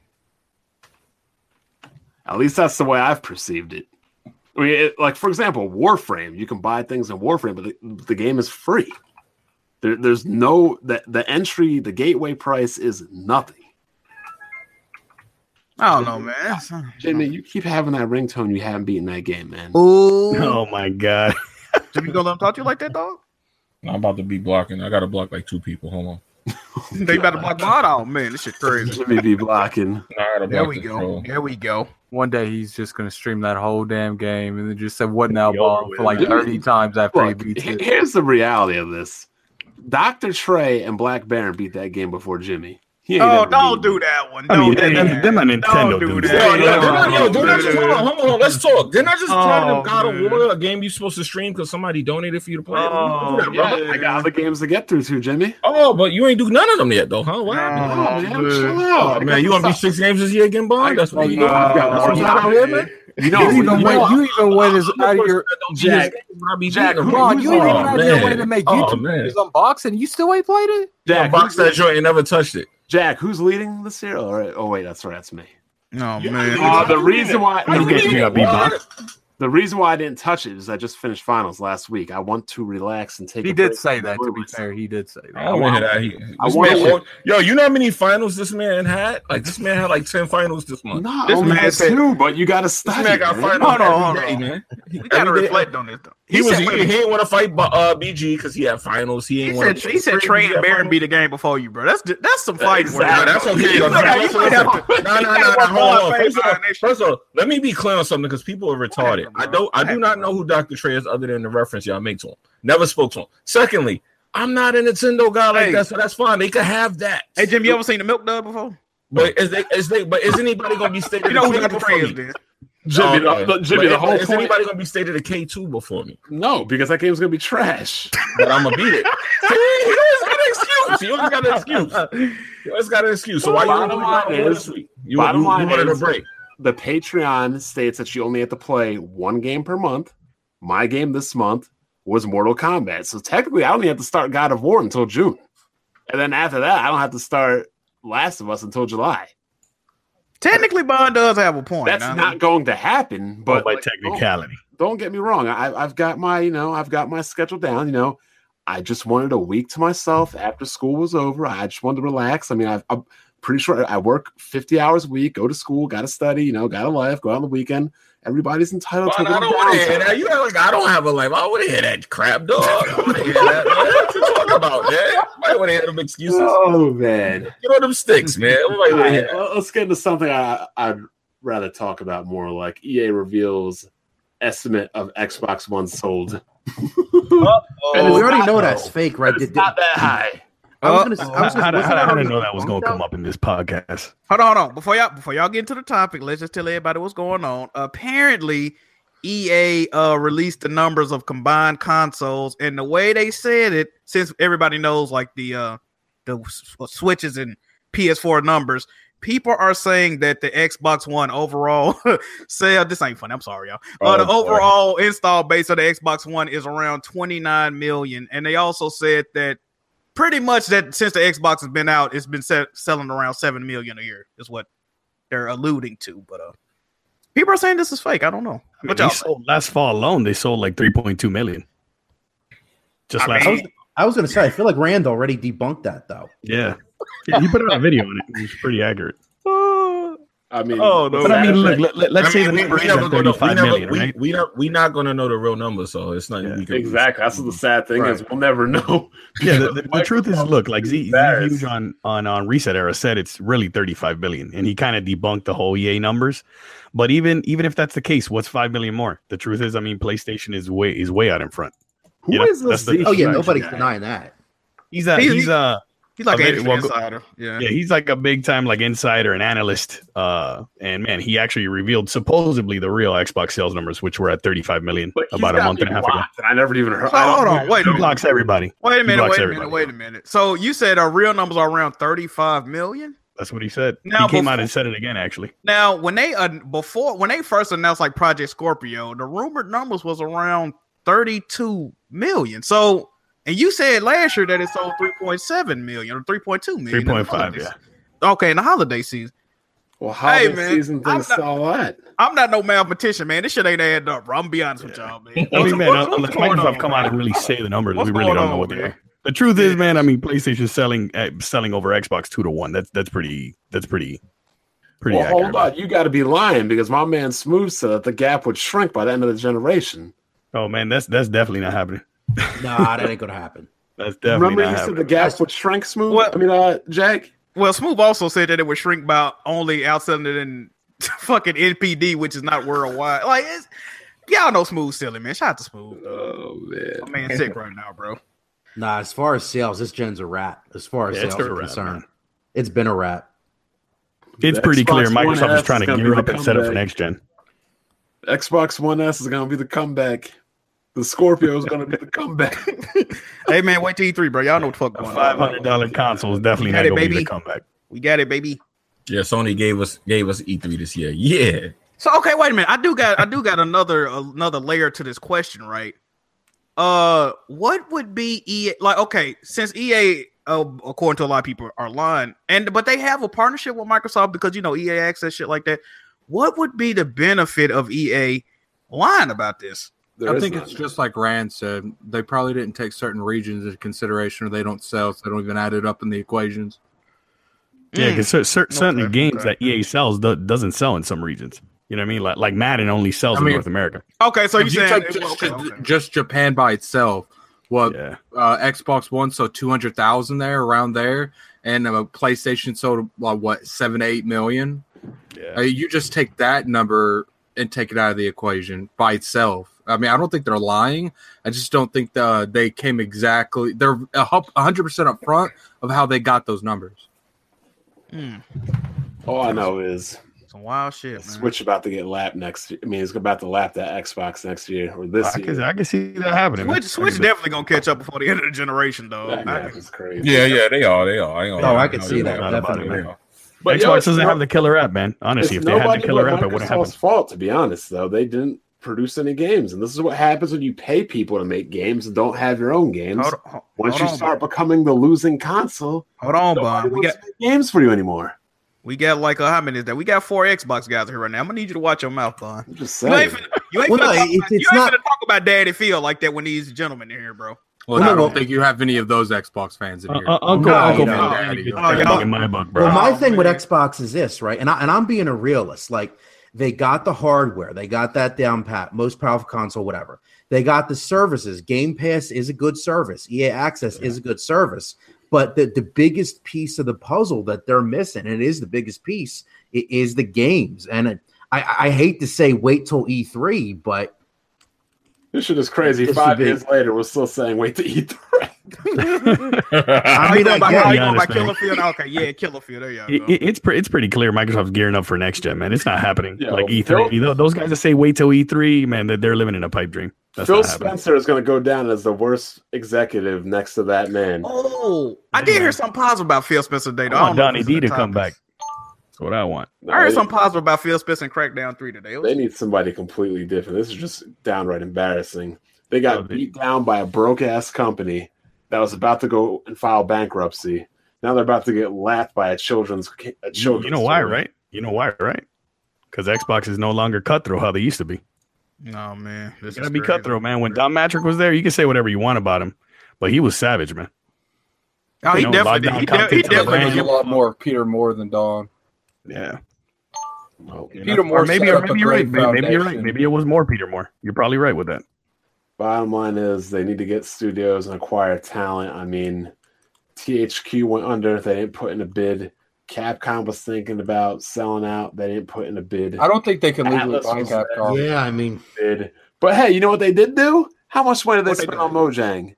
At least that's the way I've perceived it. I mean, it, like for example, Warframe. You can buy things in Warframe, but the, the game is free. There, there's no the, the entry, the gateway price is nothing.
I don't know, man.
Jimmy, you keep having that ringtone. You haven't beaten that game, man.
Ooh.
Oh my god.
Jimmy, you gonna let him talk to you like that, dog?
I'm about to be blocking. I got to block like two people. Hold on.
They better block Mod out, man. This shit crazy.
Jimmy be blocking.
I gotta
There
block
we
this
go.
troll.
There we go.
One day he's just gonna stream that whole damn game and then just say what now
Be over
ball
with,
for like
man.
thirty times after
Look,
he beats
he-
it.
here's the reality of this: Doctor Trey and Black Baron beat that game before Jimmy. He ain't
Oh,
never
don't
beaten
do that one.
I
Don't
mean,
do
them,
that.
them, them are Nintendo
Don't do
dudes.
that.
Yo, yo,
Yeah,
didn't I- yo, didn't I just-
yeah.
hold on, hold on, hold on, let's talk. Didn't I just
Oh,
platinum God of
man.
War, a game you supposed to stream because somebody donated for you to play? it?
Oh,
Don't do that, brother.
I got other games to get through to Jimmy.
Oh, but you ain't do none of them yet, though, huh? What happened?
Oh,
Oh,
man,
dude.
chill
Oh,
out. I
man,
got
you gonna be
this-
six games this year again, Bond? That's what you
Oh, I've got
That's what
one.
you got out here, man.
You
You
know,
even
you
went
know,
you even went as out of your
Jack, Jack,
Ron, you ain't even
Oh,
out your way
man.
to make
Oh,
YouTube
man.
videos unboxing. You still ain't played it?
Jack,
box
who's,
that joint and never touched it.
Jack, who's leading this year? All right. Oh wait, that's right, that's me.
No, Oh, man.
Uh, the reason why
You get- you got beat, Bond.
the reason why I didn't touch it is I just finished finals last week. I want to relax and take.
He
a
did
break
say
and
that to
enjoy
be
myself.
fair. He did say
I
that.
don't want to hear that. He-
I
this
want
man
it.
won- Yo, you know how many finals this man had? Like this man had like ten finals this month.
No,
This
only
man
had
said-
two, but you got to study.
This man got
man.
finals
Hold on,
every
hold
day,
on.
man.
We gotta
Every day-
reflect on this though.
He, was
said,
he, he didn't want to fight uh, BG because he had finals. He
He
didn't want
said,
to.
he said Trey and Baron beat the game before you, bro. That's that's some fight.
Exactly.
words.
Nah, that's okay.
You
though.
might have-
That's
you might
what
have
I'm
to-
saying. Nah, nah,
you
nah,
gotta
nah.
work on
Hold on.
our face
First of all,
on this
first of all, let me be clear on something because people are retarded.
Whatever,
I don't. I do
Whatever,
not
bro.
know who Doctor Trey is other than the reference y'all make to him. Never spoke to him. Secondly, I'm not a Nintendo guy like
Hey.
that, so that's fine. They could have that.
Hey Jim, you ever seen the Milk Dub before?
but is they? Is they? But is anybody gonna be stated?
You know who
a K
Dr. Trey
before
is,
me?
then.
Jimmy,
Oh, okay.
the, the- Jimmy,
But
the
is-
whole
Is
point.
anybody gonna be stated a K two before me?
No, because that game's gonna be trash.
But I'm gonna beat it. See, you always got an excuse. You always got an excuse. You always got an excuse. So why you
Bottom line
you-
is-
you,
bottom
you,
line
you wanted a
is-
break?
the Patreon states that you only have to play one game per month. My game this month was Mortal Kombat, so technically I only have to start God of War until June, and then after that I don't have to start Last of Us until July.
Technically, Bond does have a point.
That's
I mean,
not going to happen. But
But by
like,
technicality.
don't get me wrong. I, I've got my, you know, I've got my schedule down. You know, I just wanted a week to myself after school was over. I just wanted to relax. I mean, I've, I'm pretty sure I work 50 hours a week, go to school, got to study, you know, got a life, go out on the weekend. Everybody's entitled
Fine,
to a
I
little
don't want to hear
downtime.
that. You know, like, I don't have a life. I want to hear that crap, dog. I want to hear that. Man. What you talking about, man? I want to hear them excuses.
Oh man!
Get on them sticks, man. Nobody
All
wanna
right,
hear that.
well, let's get into something I, I'd rather talk about more, like EA reveals estimate of Xbox One sold.
And we
it's
already
not-
know that's fake, right?
It's
Did-
not that high.
I was gonna. s- I
How,
was
how, how,
gonna. wasn't
how,
that
did I
already-
know that was gonna come up in this podcast?
Hold on, hold on. Before y'all before y'all get into the topic, let's just tell everybody what's going on. Apparently, EA uh released the numbers of combined consoles, and the way they said it, since everybody knows like the uh the s- switches and PS4 numbers, people are saying that the Xbox One overall sale. This ain't funny. I'm sorry, y'all. uh, the
Oh, boy.
overall install base of the Xbox One is around 29 million, and they also said that pretty much that since the Xbox has been out, it's been se- selling around seven million a year. Is what they're alluding to. But uh, people are saying this is fake. I don't know.
I mean,
What
they
y'all
sold, last fall alone, they sold like 3.2 million. Just
I
last
mean-
week.
I was gonna say. I feel like Rand already debunked that though.
Yeah. yeah. You put out a video on it. It's pretty accurate.
I mean,
Oh, no.
what's
But I
that
mean,
effect?
look, let, let, us
I
say the
mean,
number
we,
is
we never
at
gonna, we
35
never,
million,
we,
right?
we not, we not gonna know the real number, so it's not
Yeah,
we can
Exactly. That's the sad thing is we'll never know.
Yeah, the, the, the truth is, look, like Z, Z
Embarrassed.
Huge on, on on Reset Era said it's really 35 billion, and he kind of debunked the whole EA numbers. But even even if that's the case, what's five million more? The truth is, I mean, PlayStation is way is way out in front.
Who
You know,
is
that's
this?
the-
Z-
Oh yeah,
Huge
nobody's
guy?
denying that.
He's a
He's-
he's, a
He's like
I mean,
an
well, go-
insider. Yeah.
yeah, he's like a big time like insider and analyst. Uh, and man, he actually revealed supposedly the real Xbox sales numbers, which were at 35 million
But he's
about a
got
month
me
and a half ago.
blocked, and I never even heard.
So,
I don't-
hold on. Wait a
He
minute.
blocks everybody.
Wait a minute.
blocks
Wait a
everybody.
minute. Wait a minute. So you said our real numbers are around 35 million.
That's what he said.
Now
he came out
before-
and said it again, actually.
Now, when they uh, before when they first announced like Project Scorpio, the rumored numbers was around 32 million. So, and you said last year that it sold 3.7 million or 3.2 million. in the
3.5,
holiday
yeah.
se- Okay, in the holiday season.
Well, how
Hey,
this
man,
season
I'm
things
not-
saw that?
I'm not no mathematician, man. This shit ain't adding up, bro. I'm gonna be honest with y'all, man.
I mean, man, uh,
What's- what's
unless
going
Microsoft
on,
come out
man?
and really say the numbers,
What's
we really
going
don't know
on,
what they
man?
are. The truth
Yeah.
is, eh, man, I mean, PlayStation selling uh, selling over Xbox two to one. That's that's pretty. That's pretty. Pretty
well,
accurate.
hold on, you got to be lying because my man Smooth said that the gap would shrink by the end of the generation.
Oh man, that's that's definitely not happening.
Nah, that ain't gonna happen.
That's definitely
Remember,
not
you said the
happening.
gap would shrink, Smooth.
What-
I mean, uh, Jack.
Well, Smooth also said that it would shrink by only outside than fucking NPD, which is not worldwide. Like, it's, y'all know Smooth silly man. Shout out to Smooth.
Oh man,
My man sick right now, bro.
Nah, as far as sales, this gen's a wrap. As far as
Yeah, it's
sales
a
are
wrap,
concerned,
man.
it's been a wrap.
It's
The
pretty
Xbox
clear
One
Microsoft
S
is trying to
gonna
gear
be
up
the
and set up for
comeback.
next gen.
Xbox One S is gonna be the comeback. The Scorpio is gonna be the comeback.
Hey man, wait till E3, bro. Y'all know what the fuck going
Five
on.
hundred dollar console is definitely
Got
not
it,
going to be
baby.
the comeback.
We got it, baby.
Yeah, Sony gave us gave us E3 this year. Yeah.
So okay, wait a minute. I do got I do got another another layer to this question, right? Uh, what would be EA like? Okay, since EA, uh, according to a lot of people, are lying, and but they have a partnership with Microsoft because you know EA access shit like that. What would be the benefit of EA lying about this?
There
I
is
think
none.
it's just like Rand said. They probably didn't take certain regions into consideration, or they don't sell, so they don't even add it up in the equations.
Mm.
Mm.
Yeah, because certain
Okay,
games
okay.
that EA sells do- doesn't sell in some regions. You know what I mean? Like like Madden only sells
I
in
mean-
North America.
Okay, so you
if you
saying
take
well,
just,
okay, okay.
just Japan by itself, well,
Yeah,
uh, Xbox One sold two hundred thousand there, around there, and uh, PlayStation sold like what seven to eight million. Uh,
yeah.
you just take that number and take it out of the equation by itself. I mean, I don't think they're lying. I just don't think the, they came exactly. They're a hundred percent upfront of how they got those numbers.
Mm,
all I know is
some wild shit, man.
Switch about to get lapped next. year. I mean, it's about to lap that Xbox next year or this
I can,
year.
I can see that happening.
Switch,
I
Switch
can-
definitely gonna catch up before the end of the generation, though.
That
I-
gap is crazy.
Yeah, yeah, they are. They are. I ain't gonna
Oh,
lie.
I can see
They
that,
are.
definitely.
They are.
But
Xbox
yo, it's
doesn't
no-
have the killer app, man.
it's
Honestly, if they had
nobody
the killer
but
app, it wouldn't happen.
Microsoft's fault, to be honest. Though they didn't produce any games, and this is what happens when you pay people to make games and don't have your own games.
Hold on,
Once
hold
you
on,
start becoming the losing console,
Bond. hold on,
nobody
Bond. We
wants
got
to make games for you anymore.
We got like uh, how many is that? We got four Xbox guys here right now. I'm gonna need you to watch your mouth, Don.
I'm just
You ain't
saying.
finna, you ain't
Well, no,
finna, talk,
it's-
about, you
it's
ain't
not-
finna talk about Daddy Phil like that when these gentlemen are here, bro.
Well,
I
no,
don't think you have any of those Xbox fans in
Uh,
here.
uh, Uncle,
No,
Uncle,
no.
Phil
Daddy,
ain't getting
no.
that
Oh,
bug
yeah.
in my book, bro.
Well, my
Oh,
thing with
man.
Xbox is this, right? And I and I'm being a realist. Like they got the hardware, they got that down pat, most powerful console, whatever. They got the services. Game Pass is a good service. EA Access is a good service. But the, the biggest piece of the puzzle that they're missing, and it is the biggest piece, it is the games. And it, I, I hate to say wait till E3, but
This shit is crazy.
This
Five
should be-
years later, we're still saying wait to eat. The
How
I
you
mean,
going
I
by,
guess-
how you
Yeah,
going by
understand.
Killer Field? Okay, yeah, Killer Field. There you
It,
go.
it, it's pre- it's pretty clear Microsoft's gearing up for next gen, man. It's not happening.
Yeah,
like E
well,
E3,
Phil-
tho- those guys that say wait till E3, man, they're, they're living in a pipe dream. That's
Phil
not happening.
Spencer is going to go down as the worst executive next to that man.
oh, I did hear some positive about Phil Spencer today. Though.
I
I
want
don't know if
Donnie D
this is the
to come back.
topic.
That's what I want.
No,
I heard
they-
some positive about Phil Spencer and Crackdown Three today. It was-
They need somebody completely different. This is just downright embarrassing. They got
Oh, they-
beat down by a broke ass company that was about to go and file bankruptcy. Now they're about to get laughed by a children's ca- a
You,
children's.
you know why,
story.
right? You know why, right? Because Xbox is no longer cutthroat how they used to be.
No man, this
It's gonna
is
be
crazy.
cutthroat, man. When Don Matrick was there, you can say whatever you want about him, but he was savage, man.
Oh, he
You know,
definitely did.
lockdown
He, de- he
content to the
definitely
brand.
did.
a lot more of Peter Moore than Don.
Yeah.
Oh,
Peter Moore
or maybe,
set
or
up a
maybe you're
great
right. Maybe, maybe you're right.
foundation.
Maybe it was more Peter Moore. You're probably right with that.
Bottom line is they need to get studios and acquire talent. I mean, THQ went under. They didn't put in a bid. Capcom was thinking about selling out. They didn't put in a bid.
I don't think they can legally
Atlas
buy
was
Capcom.
yeah, I mean,
Bid. But hey, you know what they did do? How much money did they
What they
spend
did?
on Mojang?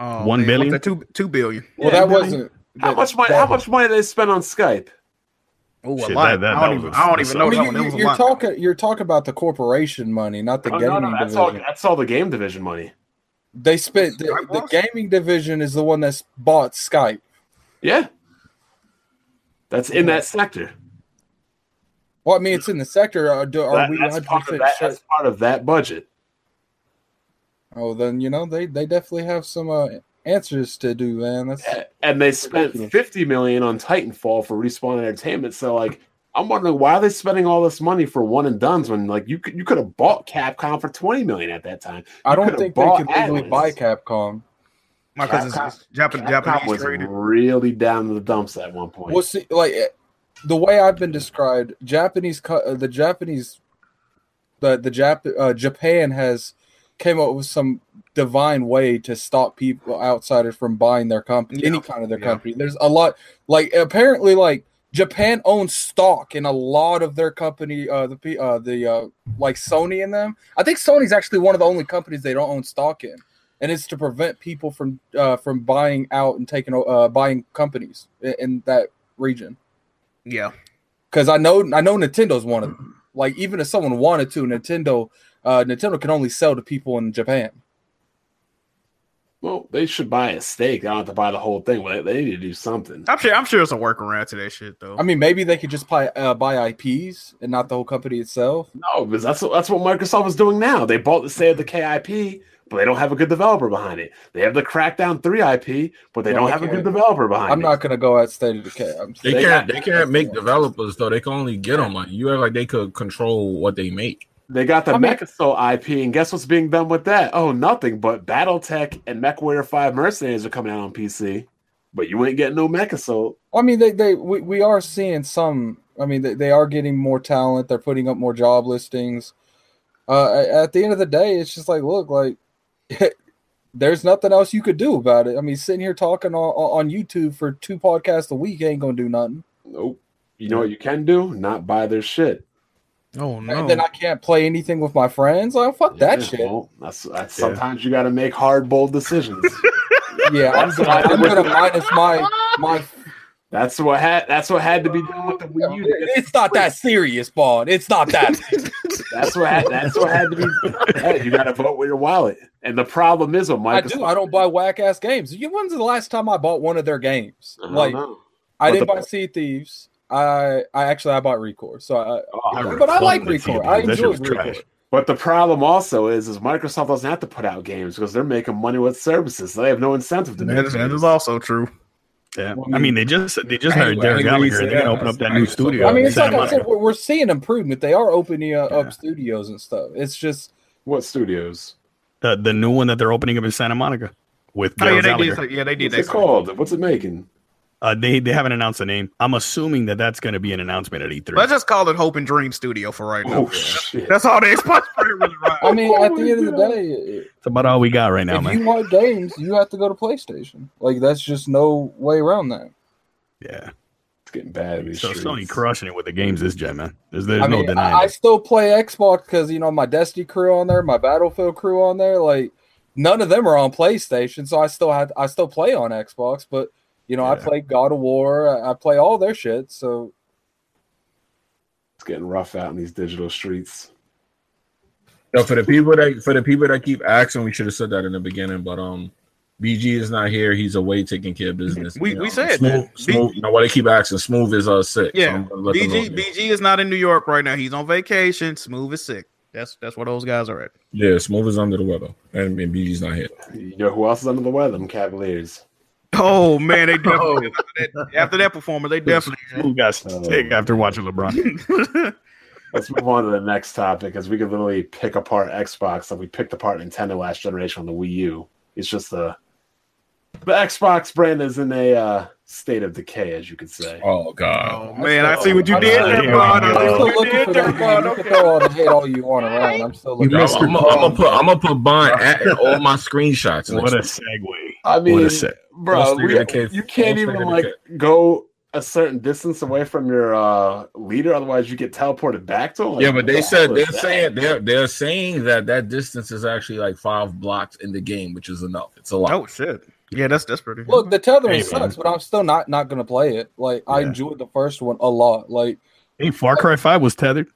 Oh,
One
man,
billion?
what's that, Two two billion.
Well,
Yeah,
that
Billy.
wasn't.
How
that-
much money?
that-
How much money did they spend on Skype?
Oh, a
Shit,
lot.
that- that-
I don't
that was
even.
a-
I don't even know
I
No,
that
mean,
one. It was a
you, you're
lot.
talking. You're talking about the corporation money, not the
Oh,
gaming
no, no, that's
division.
all. That's all the game division money.
They spent the,
Skype
the
was?
gaming division is the one that's bought Skype.
Yeah, that's in that sector.
Well, I mean, it's in the sector. Are, do, are
That-
we
that's,
100
part of
percent
that,
sure?
that's part of that budget.
Oh, then you know they they definitely have some uh, answers to do, man. That's
A- And they spent
Ridiculous.
fifty million on Titanfall for Respawn Entertainment. So, like, I'm wondering why are they spending all this money for one and duns when, like, you could you could have bought Capcom for twenty million at that time.
I don't
could've
think they
bought
can legally
Atlas.
buy Capcom.
My cousin's
Capcom-
Japan,
Capcom
Japanese
was
traded.
really down in the dumps at one point.
Well, see, like eh, the way I've been described, Japanese cu- uh, the Japanese the the Jap- uh, Japan has came up with some divine way to stop people outsiders from buying their company any kind of their
Yeah.
company. There's a lot like apparently like Japan owns stock in a lot of their company uh the pe- uh the uh like Sony in them. I think Sony's actually one of the only companies they don't own stock in. And it's to prevent people from uh, from buying out and taking o- uh, buying companies in, in that region.
Yeah.
Because I know I know Nintendo's one of them. Like even if someone wanted to, Nintendo uh, Nintendo can only sell to people in Japan.
Well, they should buy a stake. They don't have to buy the whole thing, but they need to do something.
I'm sure. I'm sure it's a workaround to that shit though.
I mean, maybe they could just buy uh, buy IPs and not the whole company itself.
No, because Oh, that's what, that's what Microsoft is doing now. They bought the say of the KIP, but they don't have a good developer behind it. They have the Crackdown 3 IP, but they
Yeah,
don't
they
have a good
can't.
developer behind
I'm
it.
not gonna go at State of Decay. I'm
They
They
can't.
got-
They can't make developers though. They can only get them. Like you have like they could control what they make.
They got the
I mean-
Mechasoul IP, and guess what's being done with that? Oh, nothing. But BattleTech and MechWarrior 5 Mercenaries are coming out on PC, but you ain't getting no Mechasoul.
I mean, they they we, we are seeing some. I mean, they, they are getting more talent. They're putting up more job listings. Uh, a- at the end of the day, it's just like, look, like there's nothing else you could do about it. I mean, sitting here talking on on YouTube for two podcasts a week ain't gonna do nothing.
Nope. You know what you can do? Not buy their shit.
oh
And then I can't play anything with my friends. Like, fuck that
Yeah,
shit.
well, that's, that's sometimes you got to make hard, bold decisions.
Yeah, I'm
That's
gonna,
what I
I'm
would
gonna
do.
minus my my.
that's what had that's what had to be done with the Wii U. to get
It's not that serious, Bond. It's not that.
That's what had, that's what had to be. Hey, you got to vote with your wallet. And the problem is with
I
Microsoft.
do. I don't buy whack ass games. You when's the last time I bought one of their games?
I don't
Like
know.
I
But
didn't
the-
buy Sea Thieves. I I actually I bought Recore. So I,
Oh, I
but I like
fucking Sea
Recore. I
Thieves. That shit
enjoy
was
Recore.
trash.
But the problem also is, is Microsoft doesn't have to put out games because they're making money with services. So they have no incentive to
that,
make
is, that
games.
is also true.
Yeah. I mean, they just they just hired
Anyway,
Derek
I agree
Gallagher.
with
They're gonna
that.
open up that
I
new
agree.
studio.
I mean,
in
it's like
Santa
I said,
Monica.
we're, we're seeing improvement. They are opening uh, up studios and stuff. It's just
What studios?
the the new one that they're opening up in Santa Monica with
Oh, yeah,
Derek
they
Gallagher.
did. some- Yeah, they did.
What's
that.
it called? What's it making?
Uh, they they haven't announced a name. I'm assuming that that's going to be an announcement at E E3.
Let's just call it Hope and Dream Studio for right now.
Oh shit!
That's all the Xbox really right.
I mean, at the end of the
God.
day,
That's about all we got right now,
if
man.
you want games, you have to go to PlayStation. Like that's just no way around that.
Yeah.
It's getting bad. in These
So
streets.
Sony crushing it with the games this gen, man. There's, there's
I
no
mean,
denying.
I, I
it.
still play Xbox because you know my Destiny crew on there, my Battlefield crew on there. Like none of them are on PlayStation, so I still had I still play on Xbox. But you know, I
Yeah.
play God of War, I, I play all their shit. So
It's getting rough out in these digital streets.
No, for the people that for the people that keep asking, we should have said that in the beginning. But um, BG is not here. He's away taking care of business.
We- we said
smooth,
that.
Smooth, you know why they keep asking? Smooth is uh sick. so
Yeah,
I'm gonna let them
BG
know.
BG is not in New York right now. He's on vacation. Smooth is sick. That's that's where those guys are at.
Yeah, Smooth is under the weather, and, and BG's not here.
You know who else is under the weather? Them Cavaliers.
Oh man, they definitely after, that, after that performance, they definitely.
Who got
Oh.
sick after watching LeBron?
Let's move on to the next topic because we could literally pick apart Xbox like we picked apart Nintendo last generation on the Wii U. It's just the the Xbox brand is in a uh, state of decay, as you could say.
Oh God.
Oh man, I see what you
I'm
did
still-
there,
Oh,
Bron.
I'm
I see
still
what you
looking
did
for
there,
that
Bron.
game. You can
Okay.
throw all the hate all you want around. I'm still looking.
You
I'm
missed
for
your
gonna
it.
put I'm gonna put Bond at all my screenshots.
what a
next
segue.
I
What
mean,
a sec.
bro,
Don't stay
we-
in the cave.
you can't
Don't
even
stay in the
like go a certain distance away from your uh, leader, otherwise you get teleported back to him. Like,
yeah, but they
what
said
was
they're
that?
saying they're they're saying that that distance is actually like five blocks in the game, which is enough. It's a lot.
Oh shit. Yeah, that's that's pretty.
Look, the tethering
Hey, man.
sucks, but I'm still not not gonna play it. Like I
Yeah.
enjoyed the first one a lot. Like
Hey, Far Cry Five was tethered.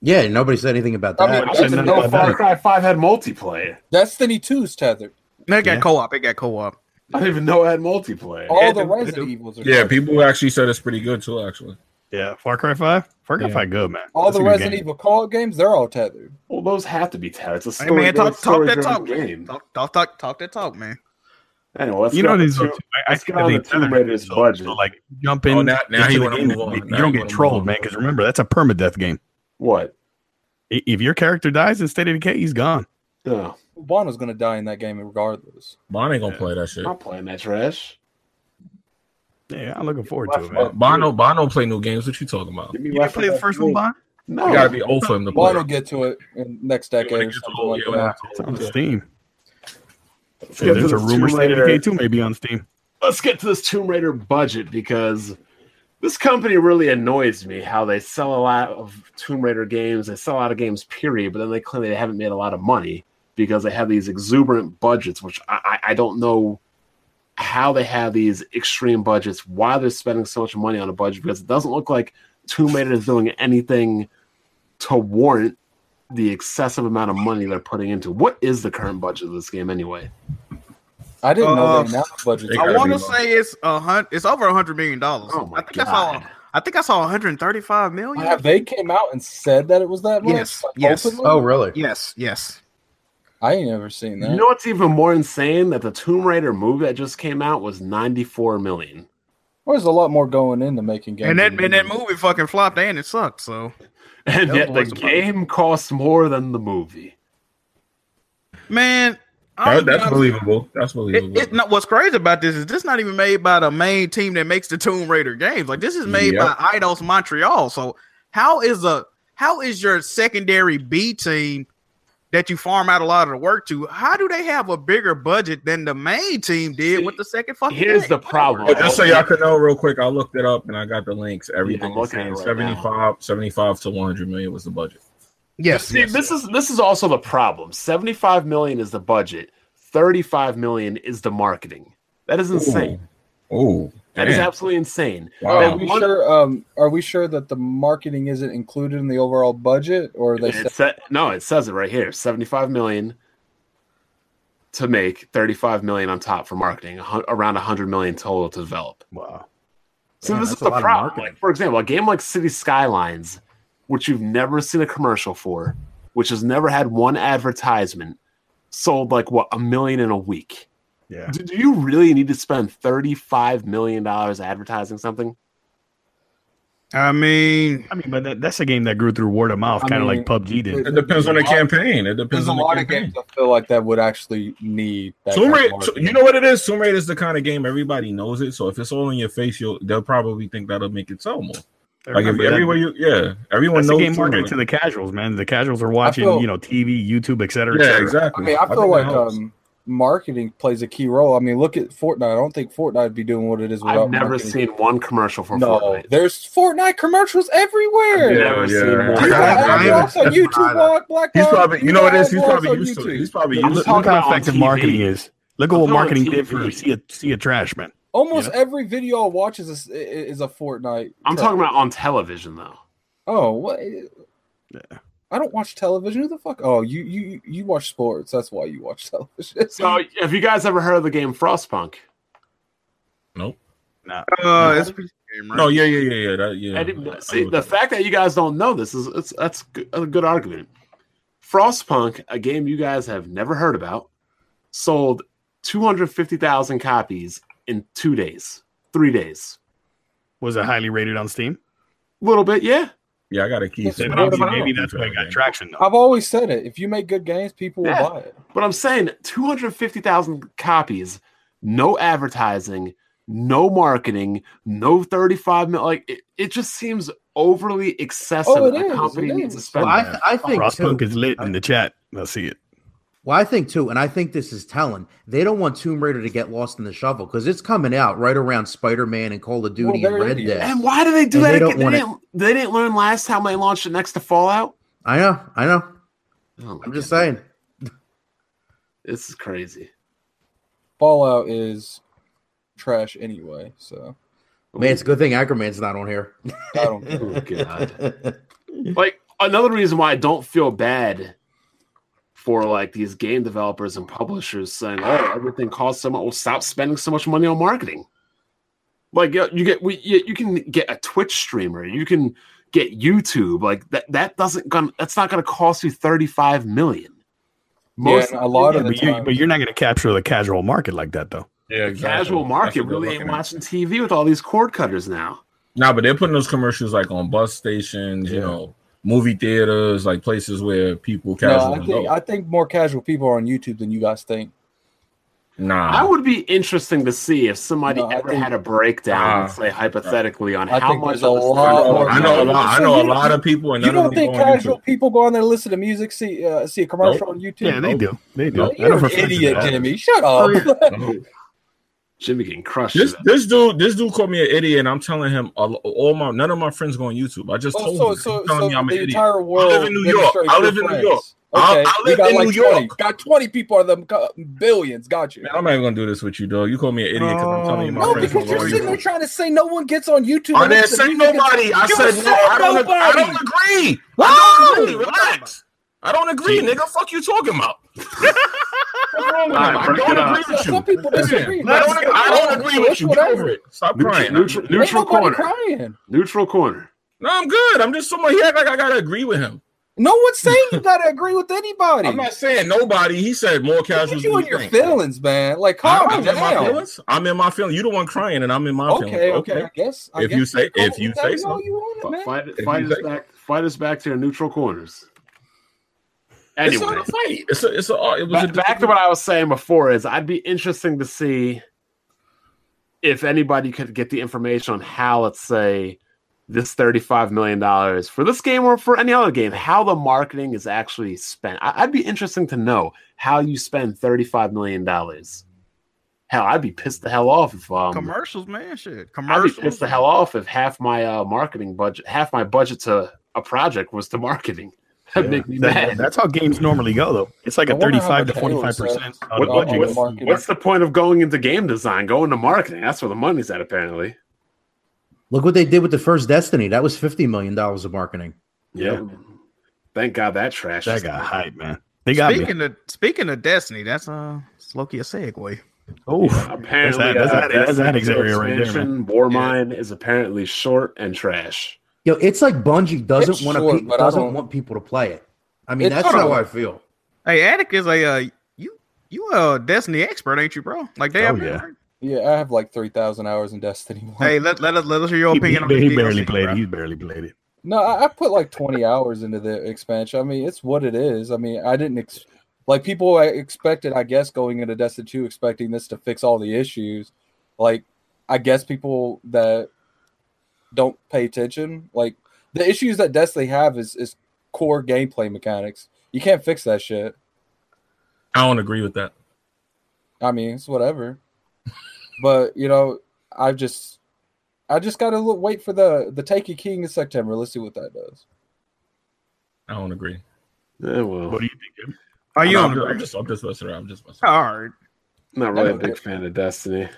Yeah, nobody said anything about
I
that.
mean,
I didn't know Far Cry Five had multiplayer.
Destiny 2's tethered.
They got
Yeah.
co-op. They got co-op.
I didn't even know it had multiplayer.
Oh.
All the
they do, they
Resident
do.
Evils are
Yeah,
tethered.
people actually said it's pretty good too. Actually,
Yeah, Far Cry Five. Far Cry
Yeah.
Five, good man.
all
That's
the
a good
Resident
game.
Evil co-op games, they're all tethered.
Well, those have to be tethered. It's a
Hey
story.
man, talk talk that
story-driven
talk, man.
game.
Talk talk talk talk that talk, man.
Anyway, let's
You
go
know
to
these.
two-
are- I, I
let's
think
get
that
on
they
the Tomb
tethered
Raider's
so,
budget.
So like jump in.
Oh, now- now
into
he
the
wanna
game,
move on.
You
Now
don't
he
get
wanna move
trolled,
on.
man. Because remember, that's a permadeath game.
what?
I- If your character dies in State of Decay, he's gone.
No,
Bono's gonna die in that game regardless.
Bond ain't gonna play that shit.
I'm not playing that trash.
Yeah, I'm looking forward to it.
Uh,
Man.
Bono, Bono play new games. What you talking about? You
You didn't play the first one, Bond?
gotta be old for him to play.
Bond will get to it in next
You wanna
decade or
get the
something
whole-
like
yeah,
that.
It's on Steam.
Let's
Yeah,
get to
there's a
this
rumor
Tomb
State of
Raider-
Decay 2 may be on Steam.
let's get to this Tomb Raider budget because this company really annoys me how they sell a lot of Tomb Raider games. They sell a lot of games, period, but then they claim they haven't made a lot of money because they have these exuberant budgets, which I, I I don't know how they have these extreme budgets, why they're spending so much money on a budget, because it doesn't look like Tomb Raider is doing anything to warrant the excessive amount of money they're putting into. What is the current budget of this game anyway?
I didn't know
Uh,
they announced budget.
they
I
gotta
want to
be low.
say it's a hundred. It's over a hundred million dollars.
Oh my
I think I saw.
God.
I think I saw one hundred thirty-five million.
Have they came out and said that it was that much?
Yes,
Like,
yes.
openly?
Oh, really?
Yes, yes.
I ain't never seen that.
You know what's even more insane? That the Tomb Raider movie that just came out was 94 million.
There's a lot more going into making games.
and that
than
and that
movies.
movie fucking flopped and it sucked. So
And
That
yet the
was worth the money.
game costs more than the movie.
man, I'm
That- that's
not-
believable. That's believable.
It, it, no, what's crazy about this is this not even made by the main team that makes the Tomb Raider games. Like this is made
Yep.
by Idos Montreal. So how is the how is your secondary B team that you farm out a lot of the work to? How do they have a bigger budget than the main team did with the second fucking?
Here's
game?
the problem.
But just so y'all can know real quick, I looked it up and I got the links. Everything
Yeah, I'm
is
looking at
saying
it right
75, 75 to 100 million was the budget.
Yes,
See, this is this is also the problem. 75 million is the budget. 35 million is the marketing. That is insane.
Oh,
That is absolutely insane.
Are
Oh,
wow.
we
One-
sure? Um, are we sure that the marketing isn't included in the overall budget, or are they?
It sa- no, it says it right here. 75 million to make, 35 million on top for marketing, a hun- around 100 million total to develop.
Wow.
So
Damn,
this is
that's a
the
lot of
problem.
marketing.
Like, for example, a game like City Skylines, which you've never seen a commercial for, which has never had one advertisement, sold like what a million in a week.
Yeah.
Do, do you really need to spend thirty-five million dollars advertising something?
I mean,
I mean, but that, that's a game that grew through word of mouth,
I
kind of
mean,
like PUBG did.
It depends on the campaign. It
There's
depends
a
on the
lot of
campaign.
games I feel like that would actually need. That
Tomb
kind of
Raider,
marketing.
you know what it is? Tomb Raider is the kind of game everybody knows it. So if it's all in your face, you'll they'll probably think that'll make it sell more.
I
Like if
remember that-
everywhere you, yeah, everyone
that's the
knows
game
Tomb
marketed
Raider.
to the casuals, man. The casuals are watching,
feel-
you know, TV, YouTube, et cetera, et
yeah,
cetera.
I
exactly.
mean, I feel
think
like
that helps.
um, marketing plays a key role. I mean, look at Fortnite. I don't think Fortnite would be doing what it is without.
I've never
marketing.
seen one commercial for
No,
Fortnite.
there's Fortnite commercials everywhere.
I've
Yeah,
never
yeah.
seen
You
one.
I
got
haven't- I
Black Ops on YouTube, Black- Black
He's
Ops,
probably, you know what it is? He's
Black Ops
probably
on
used to it.
YouTube.
He's probably
I'm
used
Look
to
talking
look
it.
how
about on
effective
TV.
marketing is. Look at
I'm
what
talking about
marketing did for
TV.
see a see a trash man.
Almost
Yeah.
every video I watch is a, s- i- i- is a Fortnite.
I'm
trailer.
talking about on television though.
Oh, what? I don't watch television. Who the fuck? Oh, you you you watch sports. That's why you watch television.
So, have you guys ever heard of the game Frostpunk?
uh, it's a PC game, right?
No, yeah, yeah, yeah, yeah. That, yeah.
I didn't-
I
see,
know
the
what
fact that you guys don't know this is it's, that's g- a good argument. Frostpunk, a game you guys have never heard about, sold 250,000 copies in two days, three days.
Was it highly rated on Steam?
A little bit, yeah.
Yeah, I got a key.
That's
set.
what
Maybe,
about-
maybe that's why it got traction though.
I've always said it. If you make good games, people will
Yeah.
buy it.
But I'm saying 250,000 copies, no advertising, no marketing, no 35 mil. Like, it, it just seems overly excessive.
Oh, it
that
is,
A company
it
needs to
is.
spend
Well, I,
that.
I think too,
Frostpunk is lit in the chat. I see it.
Well, I think too, and I think this is telling. They don't want Tomb Raider to get lost in the shuffle because it's coming out right around Spider Man and Call of Duty
they're
and Red
idiots.
Dead.
And why do they do
And
that
they don't
again? They,
wanna-
didn't, they didn't learn last time they launched it next to Fallout.
I know, I know.
Oh my
I'm just
God,
saying.
This is crazy.
Fallout is trash anyway, so
Man, it's a good thing Ackerman's not on here.
I don't. care.
Oh, God. like another reason why I don't feel bad for like these game developers and publishers saying, "Oh, everything costs so much. Well, stop spending so much money on marketing." Like you, you get, we, you, you can get a Twitch streamer, you can get YouTube. Like that, that doesn't gonna, that's not gonna cost you thirty five million.
Yeah,
Most
and a lot of the
But, you,
time,
but you're not going to capture the casual market like that though.
Yeah,
the casual market really ain't watching TV with all these cord cutters now.
Nah, but they're putting those commercials like on bus stations, you
Yeah.
know, movie theaters, like places where people
no,
casually
I think
go.
I think more casual people are on YouTube than you guys think.
Nah.
I would be interesting to see if somebody
No, I
ever
think-
had a breakdown,
Ah.
say hypothetically, on
I
how
think
much
there's a
of this-
lot more-
I know a lot. I know a
Oh, So you-
lot of people, and
You
none of
don't
them
think
go on
casual people go on there, listen to music, see uh, see a commercial on YouTube?
Yeah, they do. They do.
No,
I
you're
never
an
offended
idiot,
at all.
Jimmy. Shut up.
YouTube.
Jimmy getting crushed.
This
today.
this dude this dude called me an idiot, and I'm telling him all, all my none of my friends go on YouTube. I just
Oh,
told
so,
him,
so,
He's telling
so
me I'm an
the
idiot.
entire world.
live in New York.
demonstrates
I live
your
in New
friends.
York. I-
Okay,
I
we
live
got
in
like
New
20.
York.
Got twenty people out of them co- billions. Got you.
Man, I'm not even gonna do this with you, dog. You call me an idiot because I'm telling you my
No,
friends
because
don't
you're
go on
sitting there
YouTube.
trying to say no one gets on YouTube.
I
and
didn't
listens to
say
music.
nobody. I
You
said
said
no. I don't. ag- I
nobody.
don't agree. I
Whoa!
don't agree. Relax.
I don't agree, nigga. Fuck you talking about.
All right,
I
break
don't
it up.
agree with
Some
you.
people disagree.
I
That's
don't, I don't agree with you. Get
Whatever.
over it. Stop
Neutral,
crying.
neutral,
Ain't
neutral
nobody
corner.
crying.
Neutral corner.
No, I'm good. I'm just someone. He act like I gotta agree with him.
No one's saying you gotta agree with anybody.
I'm not saying nobody. He said more
Look at
casuals.
you
than
and your
think.
feelings, man. Like,
I'm
calm
in my
down.
feelings. I'm in my feelings. You the one crying, and I'm in my feelings.
Okay, okay. I guess. I
If
guess
you say,
call
if
it
you
whatever
say
you
so.
want it,
Fi-
man.
Fight,
If
fight
you
us
say-
back. Fight us back to your neutral corners.
It's
Anyway,
not a fight. It's a. It's a. uh, It was
ba-
a
back to what I was saying before is I'd be interesting to see if anybody could get the information on how, let's say, this $35 million for this game or for any other game, how the marketing is actually spent. I- I'd be interesting to know how you spend $35 million. Hell, I'd be pissed the hell off if um,
commercials, man. Shit,
I'd be
commercials.
pissed the hell off if half my uh, marketing budget, half my budget to a project was to marketing. That'd make me
That-
mad.
that's how games normally go, though. It's like
I
a
wonder how
thirty-five to
much Halo
forty-five percent.
sells.
What- what-
on the
what's,
market.
what's the point of going into game design? Go into marketing. That's where the money's at, apparently.
Look what they did with the first Destiny. That was fifty million dollars of marketing.
Yeah. Thank God that trash.
That
is-
got hype, man. They got me.
speaking of speaking of Destiny, that's uh, it's Loki a segue.
Oof.
Apparently,
That's that- that's
uh,
that- that's that
Destiny
area right there,
expansion, Warmine is apparently short and trash.
Yo, it's like Bungie
It's
doesn't want
short,
to
but I don't-
doesn't want people to play it. I mean,
It's-
that's
hold
how
on.
I feel.
Hey, Attic is a uh, you you a Destiny expert, ain't you, bro? Like, damn.
Oh, yeah.
Yeah, I have like three thousand hours in Destiny.
Hey, let, let us let us hear your
He,
opinion. on
he-
this
he barely
DLC,
played
bro.
it. He barely played it.
No, I, I put like 20 hours into the expansion. I mean, it's what it is. I mean, I didn't ex- like people I expected, I guess, going into Destiny 2, expecting this to fix all the issues. Like, I guess people that don't pay attention, like the issues that Destiny have is is core gameplay mechanics. You can't fix that shit.
I don't agree with that.
I mean, it's whatever. but you know, I just, I just gotta look, wait for the the Taiki King in September. Let's see what that does.
I don't agree.
Eh, well,
What do you think? Jim?
Are you
I'm,
on?
just,
bro?
I'm just. I'm just messing around. I'm just messing. Around.
All right.
not really a
No,
big
it-
fan of Destiny.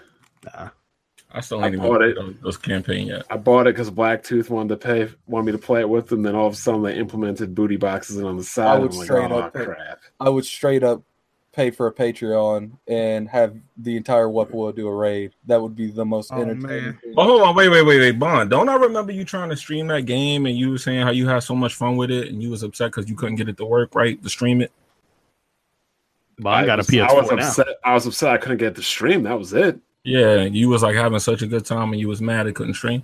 I still
I
ain't
bought
even
it.
those, those campaign yet.
I bought it because Blacktooth wanted to pay, wanted me to play it with them. Then all of a sudden, they implemented booty boxes and on the side.
would
I'm like,
straight
oh
up pick-
crap!
I would straight up pay for a Patreon and have the entire Wepwa do a raid. That would be the most
Oh,
entertaining.
man.
thing.
Oh, hold on, wait, wait, wait, wait, Bond. Don't I remember you trying to stream that game and you were saying how you had so much fun with it and you was upset because you couldn't get it to work right to stream it?
Well, I got a
was- I was
PS4 now.
upset. I was upset. I couldn't get the stream. That was it.
Yeah, you was like having such a good time and you was mad it couldn't stream.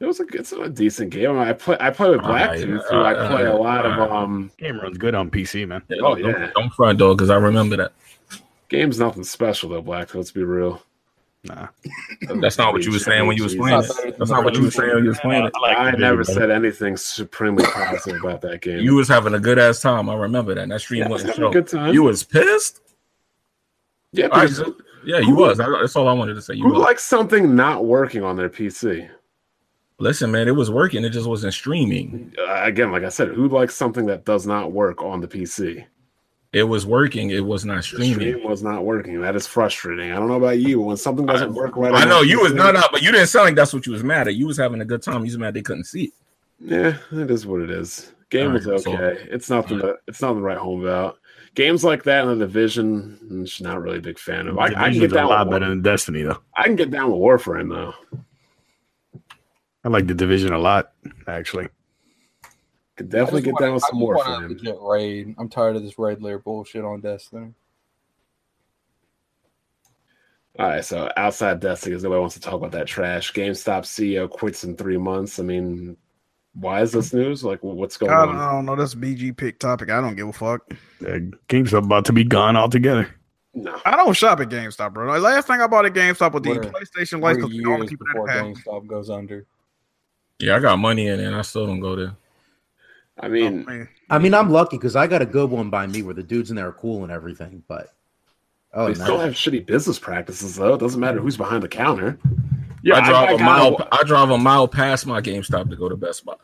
It was a it's a decent game. I play I play with
Alright,
Blacktooth, who I play a lot of
alright.
um
Game runs good on PC, man.
Yeah,
Oh,
don't- don't-
yeah.
Don't front dog because I remember that.
games. Nothing special though. Blacktooth. Let's be real.
Nah.
That's not what you were saying when you was
Jesus.
playing
It's not better than
it. That's not what you were saying when you was playing it.
I
the
never
video
said anything supremely positive about that game.
You was having a good ass time. I remember that. and That stream
yeah, I was
wasn't
having a
show.
good time.
You was pissed.
yeah,
I-
because
yeah,
Who-
you was. I- That's all I wanted to say. You
who
was.
likes something not working on their PC?
Listen, man, it was working. It just wasn't streaming.
Uh, again, like I said, who likes something that does not work on the PC?
It was working. It was not
The stream
streaming.
was not working. That is frustrating. I don't know about you. When something doesn't work right,
I
on
know
my
you was
PC,
not up, but you didn't sound like that's what you was mad at. You was having a good time. You was mad they couldn't see it.
Yeah, it is what it is. Game
Alright,
was okay.
so-
it's nothing. To, it's nothing to write home about. Games like that in the division, mm, just not really a big fan of. I, I can
Division's
get
a
down.
lot
with
better
War-
than Destiny, though.
I can get down with Warframe though.
I like the division a lot, actually.
Could
I
definitely
just
get
want-
down with
I
some
just want a
Warframe.
legit raid. I'm tired of this raid layer bullshit on Destiny.
All right, so outside Destiny, because nobody wants to talk about that trash. GameStop CEO quits in three months. I mean, why is this news? Like, wh- what's going
I don't, I
on?
don't know. That's a BG pick topic. I don't give a fuck.
The game's about to be gone altogether.
No.
I don't shop at GameStop, bro. The last thing I bought at GaMstop was the
Word.
PlayStation Lights
Three
because all the
years
people that
before
had it.
GameStop goes under.
Yeah, I got money in it, and I still don't go there.
I
Oh,
mean,
man.
I mean, I'm lucky because I got a good one by me where the dudes in there are cool and everything. But oh,
they
nice.
still have shitty business practices though. It doesn't matter who's behind the counter.
I drive
a
a mile. I drive a mile past my GameStop to go to Best Buy.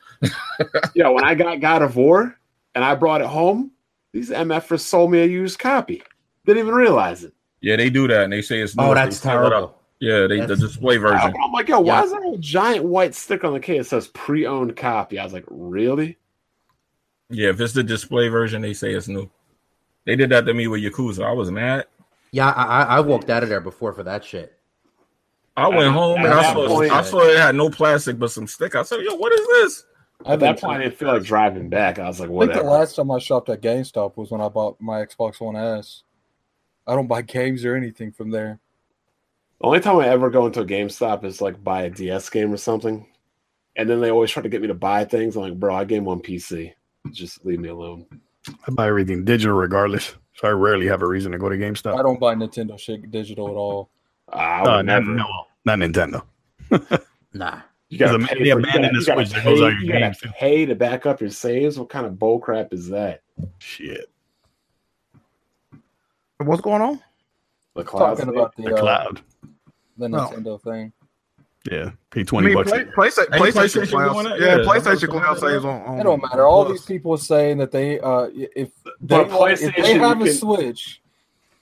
Yeah, when I got God of War and I brought it home, these MFers sold me a used copy. Didn't even realize it.
Yeah, they do that, and they say it's new.
oh,
They
that's
seal it up.
terrible.
Yeah, they
That's-
the display version.
I'm like, yo, why
Yeah.
is there a giant white sticker on the case that says pre-owned copy? I was like, really?
Yeah, if it's the display version, they say it's new. They did that to me with Yakuza. I was mad.
Yeah, I, I, I walked out of there before for that shit.
I went home and
At
I
that
saw
point-
I saw it had no plastic but some stick. I said, "Yo, what is this?"
At that
think-
point, I didn't feel like driving back. I was like,
I think the
whatever.
last time I shopped at GameStop was when I bought my Xbox One S. I don't buy games or anything from there.
The only time I ever go into a GameStop is like buy a DS game or something. And then they always try to get me to buy things. I'm like, bro, I game on PC. Just leave me alone.
I buy everything digital regardless. So I rarely have a reason to go to GameStop.
I don't buy Nintendo shit digital at all.
I would
Uh, not,
never.
no, not Nintendo.
Nah.
You gotta
Because
pay
they
for- you
abandoned
gotta-
the
you gotta
Switch that goes
pay-
on your
you gotta
games, too.
Pay to back up your saves. What kind of bull crap is that?
Shit.
What's going on?
The cloud's
Talking about the,
The
uh,
cloud.
the
No.
Nintendo thing.
Yeah. Pay
I
20
mean,
bucks.
play, PlayStation,
Ain't
PlayStation
PlayStation
Cloud.
doing that?
Yeah,
Yeah,
PlayStation
that's what
Cloud
I'm saying.
saves on. on
It don't matter. All
Plus.
these people saying that they uh if they,
But
like- if they
PlayStation,
have
you
a
can-
Switch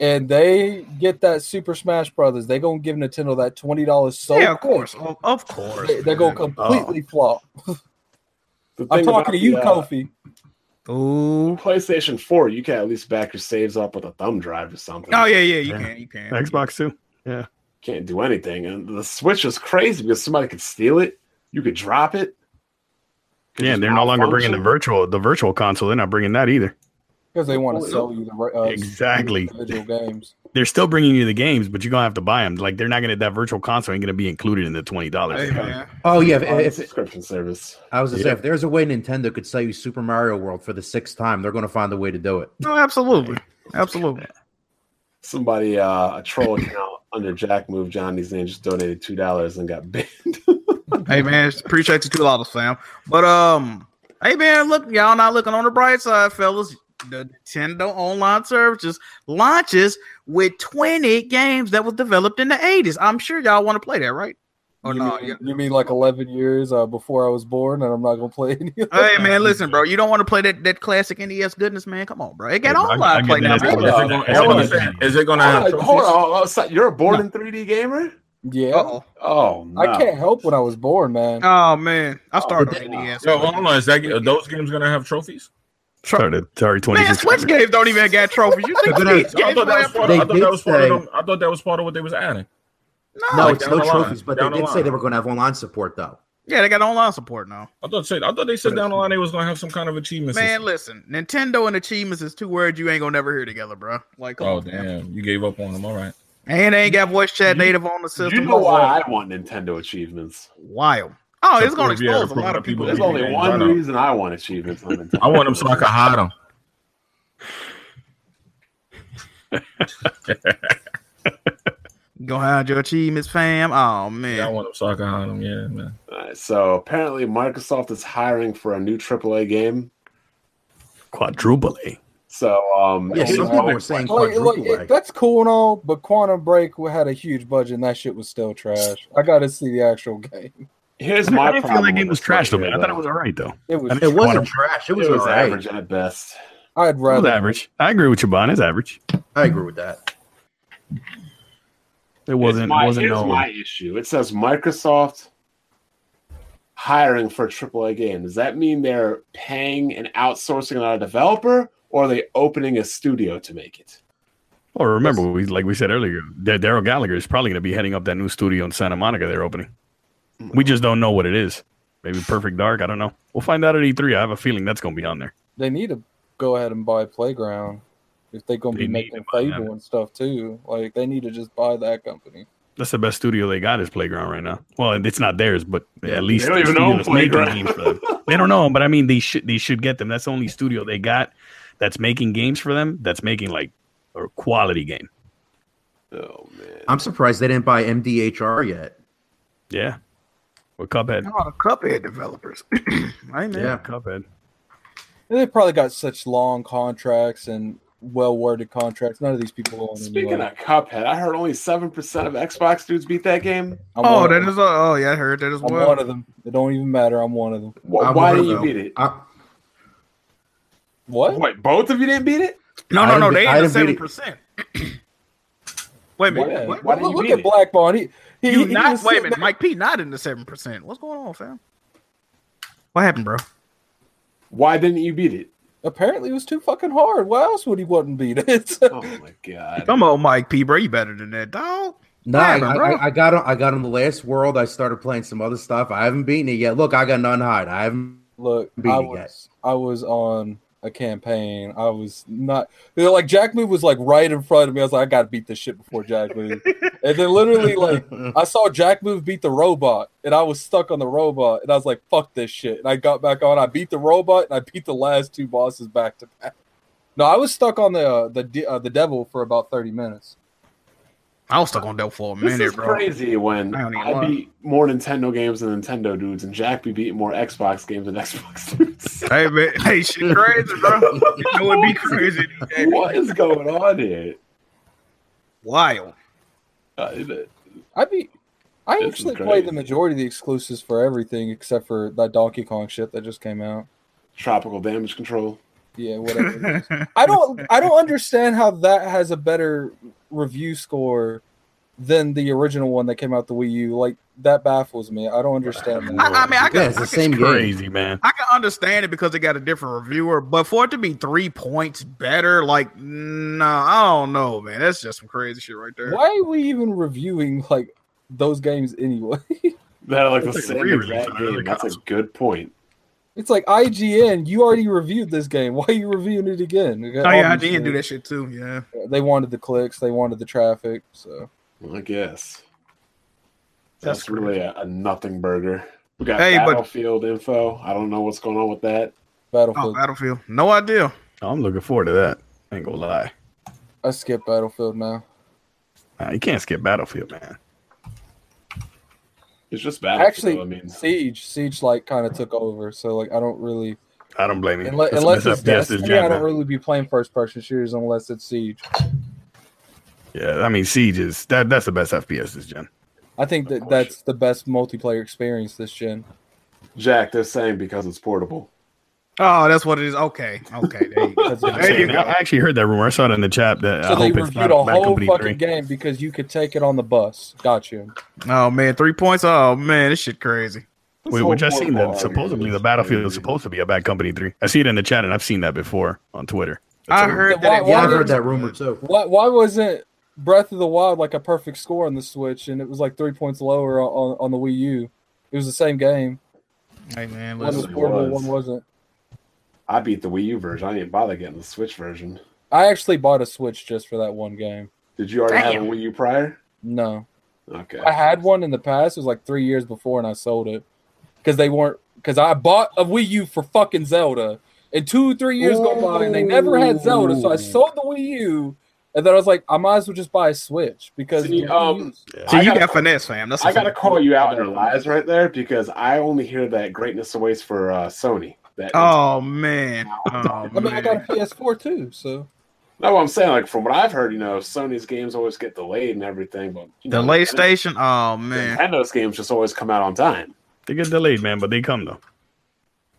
and they get that Super Smash Brothers, they gonna give Nintendo that twenty dollars so
yeah, of
quick.
course, of, of course.
They, they go
man.
completely flop.
the
I'm
thing
talking to
about
you,
the, uh,
Kofi.
Ooh.
PlayStation 4, you can at least back your saves up with a thumb drive or something.
Oh yeah, yeah, you
Yeah.
can, you can.
Xbox too.
Can't do anything. And the Switch is crazy because somebody could steal it. You could drop it. Could
Yeah,
just
and they're no longer bringing the
malfunction.
virtual the virtual console. They're not bringing that either.
Because they want to
Well,
sell you the uh,
exactly.
individual games.
They're still bringing you the games, but you're gonna have to buy them. Like they're not gonna that virtual console ain't gonna be included in the twenty dollars.
Hey, man.
Oh yeah.
On
If, if,
subscription service.
I was gonna say,
Yeah.
if there's a way Nintendo could sell you Super Mario World for the sixth time, they're gonna find a way to do it.
No, absolutely, absolutely.
Somebody, uh, a troll account under Jack Move Johnny's name just donated $2 and got banned.
hey man, appreciate you two dollars, Sam. But um, hey man, look, y'all not looking on the bright side, fellas. The Nintendo online services launches with 20 games that was developed in the 80s. I'm sure y'all want to play that, right? Or
you,
Oh, no?
mean,
yeah.
you mean like 11 years uh, before I was born, and I'm not gonna play any. of
Hey man, listen, bro. You don't want to play that, that classic NES goodness, man. Come on, bro. It got
Hey, bro, I- I
online
get
play
the
now.
NES
man.
Hold on,
Is it gonna-
hold
is it gonna-
on.
Is it gonna
I'm
have?
like,
trophies?
hold on, oh, so you're a born in 3D gamer?
Yeah,
Uh-oh.
Oh, no.
I can't help when I was born, man.
Oh man, I started
Oh,
on E NES.
Yo, hold on. Is that are those games gonna have trophies?
Started Atari twenty
Man,
six.
Switch games don't even got trophies. You think
They're gonna-
these
I
games
thought that was
have
part. Of,
They
I thought
did
that was part
say-
of them. I thought that was part of what they was adding.
No,
like
it's
down
no
the line,
trophies, but they
down the
did say they
line.
were gonna have online support though.
Yeah, they got online support now.
I thought. said- I thought they said down the line they was gonna have some kind of achievement.
Man,
system.
listen, Nintendo and achievements is two words you ain't gonna never hear together, bro. Like, come
Oh
on, man.
damn! You gave up on them. All right.
and they ain't got voice chat native on the
You
system.
know why I want Nintendo achievements?
Wild. Oh, it's gonna
Prove you had
expose a
prove
lot of
that people
people.
There's
beat
only
games. I
one
know.
reason I want achievements on Nintendo.
I want them so I can hide them.
Go hide your achievements, fam. Oh
Yeah, I
man.
want them so I can hide them. Yeah, man.
Alright, so apparently Microsoft is hiring for a new AAA game.
Quadruple A.
So um,
Yeah,
Yeah, some
no.
people were saying
Oh,
Like, like,
quadruple.
it-
A.
that's cool and all, but Quantum Break w- had a huge budget, and that shit was still trash. I got to see the actual game.
here's
I
my
didn't feel
problem
that
with
game was
this
trash though,
right
man.
here,
I thought it
though.
was all right though.
It was.
I
It
didn't-
wasn't trash. It was,
It was
alright.
average at best.
I'd
It was
rather.
average. I agree with you, Bon. It's average.
I agree with that.
It wasn't
Here's my,
wasn't
here's
no
my issue. It says Microsoft hiring for a AAA game. Does that mean they're paying and outsourcing another developer, or are they opening a studio to make it?
Well, remember, we like we said earlier, that Daryl Gallagher is probably going to be heading up that new studio in Santa Monica they're opening. We just don't know what it is. Maybe Perfect Dark. I don't know. We'll find out at E3. I have a feeling that's going to be on there.
They need to go ahead and buy Playground if they're gonna
They
be
need
making
to buy
Fable and stuff too. Like they need to just buy that company.
That's the best studio they got is Playground right now. Well, and it's not theirs, but at least
don't
the
even
studio
own
that's making
Playground.
games for them. They don't know, but I mean, they should they should get them. That's the only studio they got that's making games for them. That's making like a quality game.
Oh man.
I'm surprised they didn't buy MDHR yet.
Yeah. With Cuphead.
No, the Cuphead developers. I man.
Yeah.
Cuphead.
They probably got such long contracts and well worded contracts. None of these people. own any
Speaking
money.
of Cuphead, I heard only seven percent of Xbox dudes beat that game.
I'm
Oh,
one
that
of them.
is. A, oh, yeah, I heard that as
I'm
well.
one of them. It don't even matter. I'm one of them.
Why,
I
why
wonder,
didn't you
though.
beat it?
I,
What?
Wait, both of you didn't beat it?
No,
I
no,
didn't
no.
be-
They
I
ain't
didn't
seven
beat
percent. Wait a minute.
Why-
what?
why didn't
look
you
look
beat
at
it?
Black Bond. He, he,
you
he
not
was
wait a
sitting
minute,
there-
Mike P not in the seven percent. What's going on, fam? What happened, bro?
Why didn't you beat it?
Apparently, it was too fucking hard. Why else would he wouldn't beat it?
Oh my god.
Come on, Mike P, bro. You better than that, dog.
no,
What
I,
happened, bro?
I, I got on. I got on the last world. I started playing some other stuff. I haven't beaten it yet. Look, I got none hide. I haven't.
Look,
Beat
I
it,
was I was on a campaign. I was not you know, like Jack Move was like right in front of me. I was like, I gotta beat this shit before Jack Move. and then literally like I saw Jack Move beat the robot and I was stuck on the robot and I was like, fuck this shit. And I got back on, I beat the robot and I beat the last two bosses back to back. No, I was stuck on the uh, the de- uh, the devil for about thirty minutes.
I was stuck on Del for a
This
minute,
is
bro.
crazy when
I don't even
I,
lie.
beat more Nintendo games than Nintendo dudes, and Jack be beating more Xbox games than Xbox dudes.
Hey man, hey shit crazy, bro. It would be crazy. Hey,
what is going on here?
Wild.
Uh, the-
I beat I
This is
actually played the
crazy.
majority of the exclusives for everything except for that Donkey Kong shit that just came out.
tropical damage control.
Yeah, whatever. it is. I don't I don't understand how that has a better review score than the original one that came out the Wii U. Like that baffles me. I don't understand
I,
that.
I mean, I can,
Yeah, it's
I can-
the same game.
Crazy, man.
I can understand it because it got a different reviewer, but for it to be three points better, like, nah, I don't know, man. That's just some crazy shit right there.
Why are we even reviewing like those games anyway?
That like the
It's like
same
re-release
exact
on
game.
another
That's a
console.
good point.
It's like IGN. You already reviewed this game. Why are you reviewing it again?
Oh yeah, I did do that shit too. Yeah,
They wanted the clicks. They wanted the traffic. So
Well, I guess
That's
that's, really a, a nothing burger. We got
Hey, but-
battlefield info. I don't know what's going on with that.
oh
Battlefield.
Battlefield, no idea.
I'm looking forward to that. ain't gonna lie.
I skip Battlefield now.
Uh, you can't skip Battlefield, man.
It's just battlefield.
Actually,
I mean,
Siege, Siege, like kind of took over. So like, I don't really.
I don't blame you.
Unless,
That's-
unless
that's
it's
FPS is
Destiny, I don't
genre.
really be playing first person shooters unless it's Siege.
Yeah, I mean Siege is that that's the best FPS this gen.
I think that
course.
that's the best multiplayer experience this gen.
Jack, they're saying because it's portable.
Oh, that's what it is. Okay, okay, there you go.
That's what I'm
There you
saying.
go.
I actually heard that rumor. I saw it in the chat that
So
I
they
hope it's
reviewed
not
a
Bad
whole
Company
fucking
3.
game because you could take it on the bus. Got you.
Oh man, three points. Oh man, this shit crazy.
This
Wait,
whole
which I seen
portable
that
argument
supposedly
is
the Battlefield is
crazy.
supposed to be a Bad Company 3. I see it in the chat and I've seen that before on Twitter.
I
a-
heard
Why-
that. it
Yeah, I
was-
heard that rumor too.
Why, why wasn't Breath of the Wild like a perfect score on the Switch and it was like three points lower on, on the Wii U? It was the same game.
Hey man,
One
listen.
was
it
portable,
was.
one wasn't.
I beat the Wii U version. I didn't bother getting the Switch version.
I actually bought a Switch just for that one game.
Did you already have
Damn.
a Wii U prior?
No.
Okay.
I had one in the past. It was like three years before, and I sold it because they weren't. Because I bought a Wii U for fucking Zelda, and two, three years go by, and they never had Zelda. So I
Ooh.
sold the Wii U, and then I was like, I might as well just buy a Switch because
See,
the Wii
um,
U's-
See,
I
you
gotta-
got finesse, fam. That's
I gotta call you out in your lies right there because I only hear that greatness awaits for uh, Sony. That
Oh man. Oh
I mean, I got a
man.
PS4 too, so
no, I'm saying like from what I've heard, you know, Sony's games always get delayed and everything, but you
The
know,
lay
Nintendo-
station. Oh man.
Nintendo's games just always come out on time.
They get delayed, man, but they come though.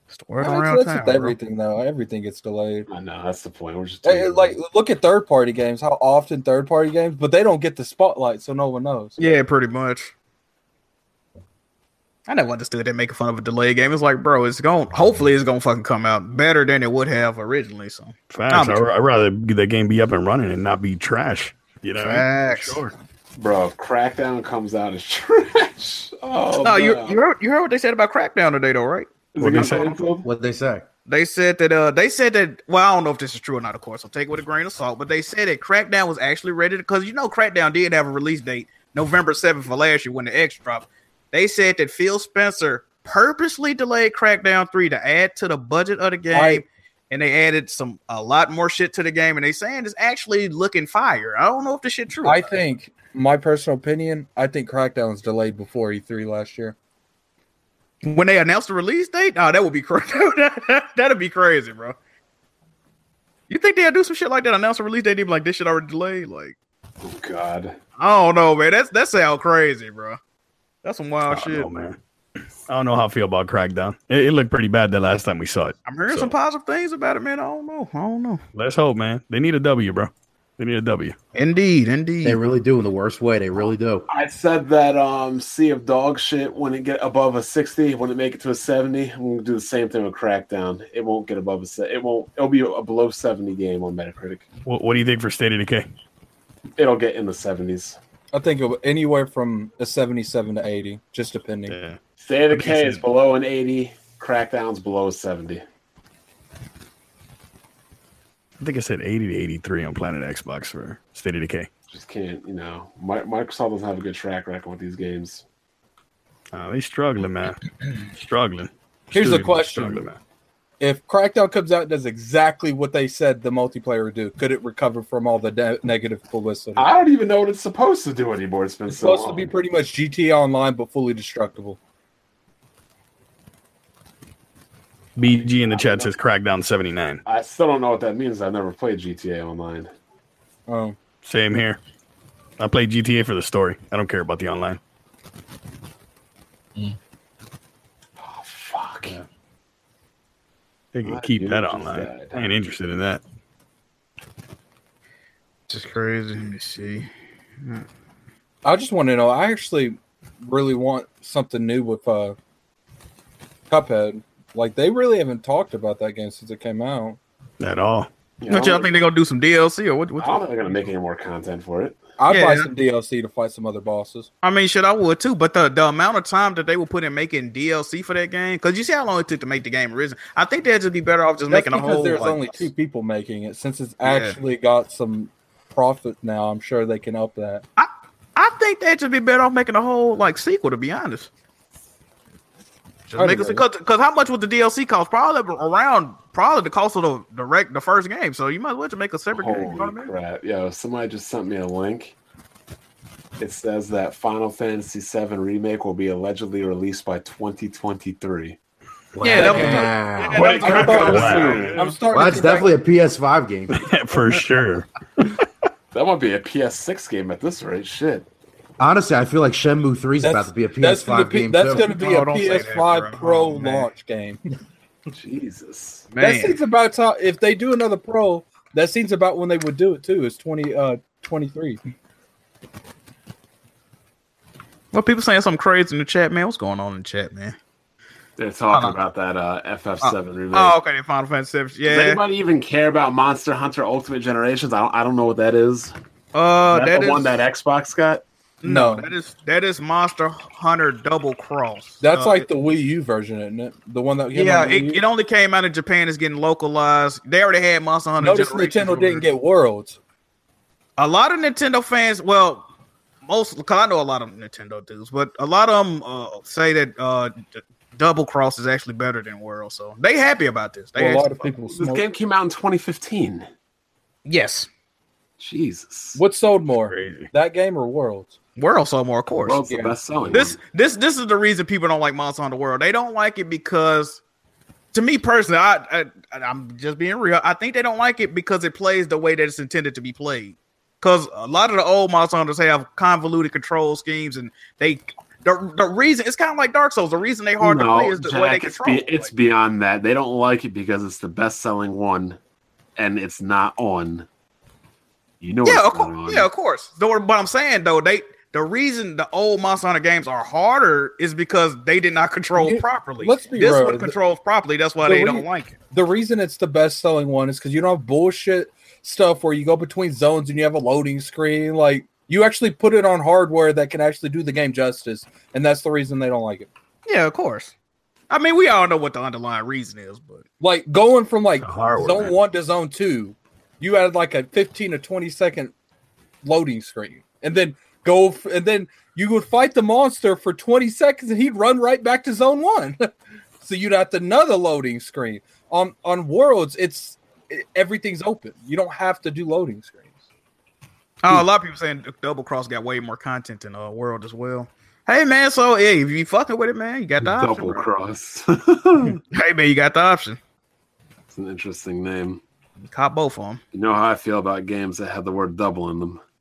It's the world
I mean,
around
that's
town.
with
bro.
everything though. Everything gets delayed.
I know that's the point. We're just
Hey, Like, look at third party games. How often third party games, but they don't get the spotlight, so no one knows.
Yeah, pretty much. I never understood that making fun of a delay game. It's like, bro, it's going. to Hopefully, it's gonna fucking come out better than it would have originally. So
Facts.
I'm-
I'd I'd rather the game be up and running and not be trash. You know, what I mean?
Facts. Oh,
Sure.
bro, if Crackdown comes out as trash. Oh,
Oh, you
no.
you heard, you heard what they said about Crackdown today, though, right?
Is it
What'd
gonna
you say?
come out on time?
What they say?
They said that uh they said that well I don't know if this is true or not of course I'll take it with a grain of salt but they said that Crackdown was actually ready because you know Crackdown did have a release date November seventh for last year when the X dropped. They said that Phil Spencer purposely delayed Crackdown three to add to the budget of the game
I-
and they added some a lot more shit to the game, and they saying it's actually looking fire. I don't know if this shit true. or
I
not.
think my personal opinion, I think Crackdown was delayed before E3 last year.
when they announced the release date, oh, that would be crazy. That'd be crazy, bro. You think they'll do some shit like that? Announce a release date, they be like, "This shit already delayed." Like,
Oh God.
I don't know, man. That's that sound crazy, bro. That's some
I
wild
don't
shit,
know, man. I don't know how I feel about Crackdown. It, it looked pretty bad the last time we saw it.
I'm hearing
So-
some positive things about it, man. I don't know. I don't know.
Let's hope, man. They need a W, bro. They need a W.
Indeed, indeed.
They really do in the worst way. They really do.
I said that um sea of dog shit when it get above a sixty, when it make it to a seventy, I'm gonna do the same thing with Crackdown. It won't get above a se- it won't it'll be a below seventy game on Metacritic.
What, what do you think for State of Decay?
It'll get in the seventies.
I think it was anywhere from a 77 to 80, just depending.
Yeah.
State of
Let me
Decay
see.
is below an eighty, Crackdown's below a seventy.
I think I said 80 to 83 on Planet Xbox for State of Decay.
Just can't, you know. Mi- Microsoft doesn't have a good track record with these games.
Uh, they struggling, man. struggling.
Here's the
Studios are
question.
struggling, man.
If Crackdown comes out and does exactly what they said the multiplayer would do, could it recover from all the de- negative publicity?
I don't even know what it's supposed to do anymore. It's been
it's
so
supposed to
long.
be pretty much GTA Online, but fully destructible.
BG in the chat says Crackdown 79.
I still don't know what that means. I've never played GTA Online.
Um,
Same here. I play GTA for the story. I don't care about the online.
Oh fuck!
They can
Why
keep
do
that
you
online.
decide?
I ain't interested in that.
This is crazy. Let me see.
I just want to know. I actually really want something new with uh, Cuphead. Like they really haven't talked about that game since it came out.
At all.
You know,
What y'all think they're gonna do some DLC or what?
I
Um,
what
don't think they're gonna make any more content for it.
I'd buy
Yeah.
some DLC to fight some other bosses.
I mean, shit, I would too. But the, the amount of time that they will put in making DLC for that game, because you see how long it took to make the game original. I think they'd just be better off just
That's
making a
because
whole.
there's
like-
only two people making it. Since it's
Yeah.
actually got some profit now, I'm sure they can up that.
I think they'd just be better off making a whole like sequel. To be honest, just
I'd
make us
agree.
because because how much would the DLC cost? Probably around probably the cost of the the, rec, the first game. So you might as well just make a separate game. You know
Holy
what I mean?
crap! Yo, somebody just sent me a link. It says that Final Fantasy VII remake will be allegedly released by 2023.
Yeah, that was-
Wow.
Yeah, that was-
I'm, starting-
Wow.
I'm starting.
Well,
to
that's
think
definitely a PS5 game.
for sure.
That might be a PS6 game at this rate. Shit.
Honestly, I feel like Shenmue 3 is about to be a PS5
that's gonna be,
game.
that's
too. Oh,
gonna be
No,
a
don't say that,
PS5
bro.
Pro
Oh, man.
launch game.
Jesus.
That seems about time. If they do another Pro, that seems about when they would do it too. Is 20 uh 23.
Well, people saying something crazy in the chat, man. What's going on in the chat, man?
They're talking
Uh-huh.
about that uh, FF7 remake.
Oh, okay, then Final Fantasy Seven.
Does
Yeah,
anybody even care about Monster Hunter Ultimate Generations? I don't. I don't know what that is.
uh,
That's
that
the
is
one that Xbox got.
no,
No.
that is that is Monster Hunter Double Cross.
That's
Uh,
like the Wii U version, isn't it? The one that came
yeah,
on the Wii U?
it, it only came out in Japan. It's getting localized. They already had Monster Hunter.
Notice
Generations
Nintendo
over
didn't
there.
get Worlds.
a lot of Nintendo fans. Well, most because I know a lot of Nintendo dudes, but a lot of them uh, say that uh, D- Double Cross is actually better than World. So they happy about this. They uh,
Well, a lot
actually-
of people
This
smoked.
game came out in 2015.
yes,
Jesus.
What sold more,
Crazy.
that game or Worlds?
World saw more, of course.
World's
yeah.
the best selling.
this
one.
this this is the reason people don't like Monster Hunter World. They don't like it because, to me personally, I, I I'm just being real. I think they don't like it because it plays the way that it's intended to be played. Because a lot of the old Monster Hunters have convoluted control schemes, and they the the reason it's kind of like Dark Souls. The reason they hard to play
No,
is the way they
Jack, it's,
control.
be, it's
Like,
beyond that. They don't like it because it's the best selling one, and it's not on. You know,
yeah,
it's
of
not on.
course. Yeah, of course. Though, but I'm saying though they. The reason the old Monster Hunter games are harder is because they did not control
You-
properly.
let's be
this
real.
one controls properly. That's why
the
they
re-
don't like it.
The reason it's the best selling one is because you don't have bullshit stuff where you go between zones and you have a loading screen. Like you actually put it on hardware that can actually do the game justice, and that's the reason they don't like it.
Yeah, of course. I mean, we all know what the underlying reason is, but
Like going from like
The
Oh.
hardware,
zone
man.
one to zone two, you had like a fifteen to twenty second loading screen, and then go f- and then you would fight the monster for twenty seconds, and he'd run right back to zone one. So you'd have another loading screen. On on Worlds, it's it, everything's open. You don't have to do loading screens.
Oh, a lot of people saying Double Cross got way more content in uh, World as well. Hey man, so yeah, if you fucking with it, man, you got the option.
Double
bro.
Cross.
Hey man, you got the option.
It's an interesting name.
Cop both of them.
You know how I feel about games that have the word double in them.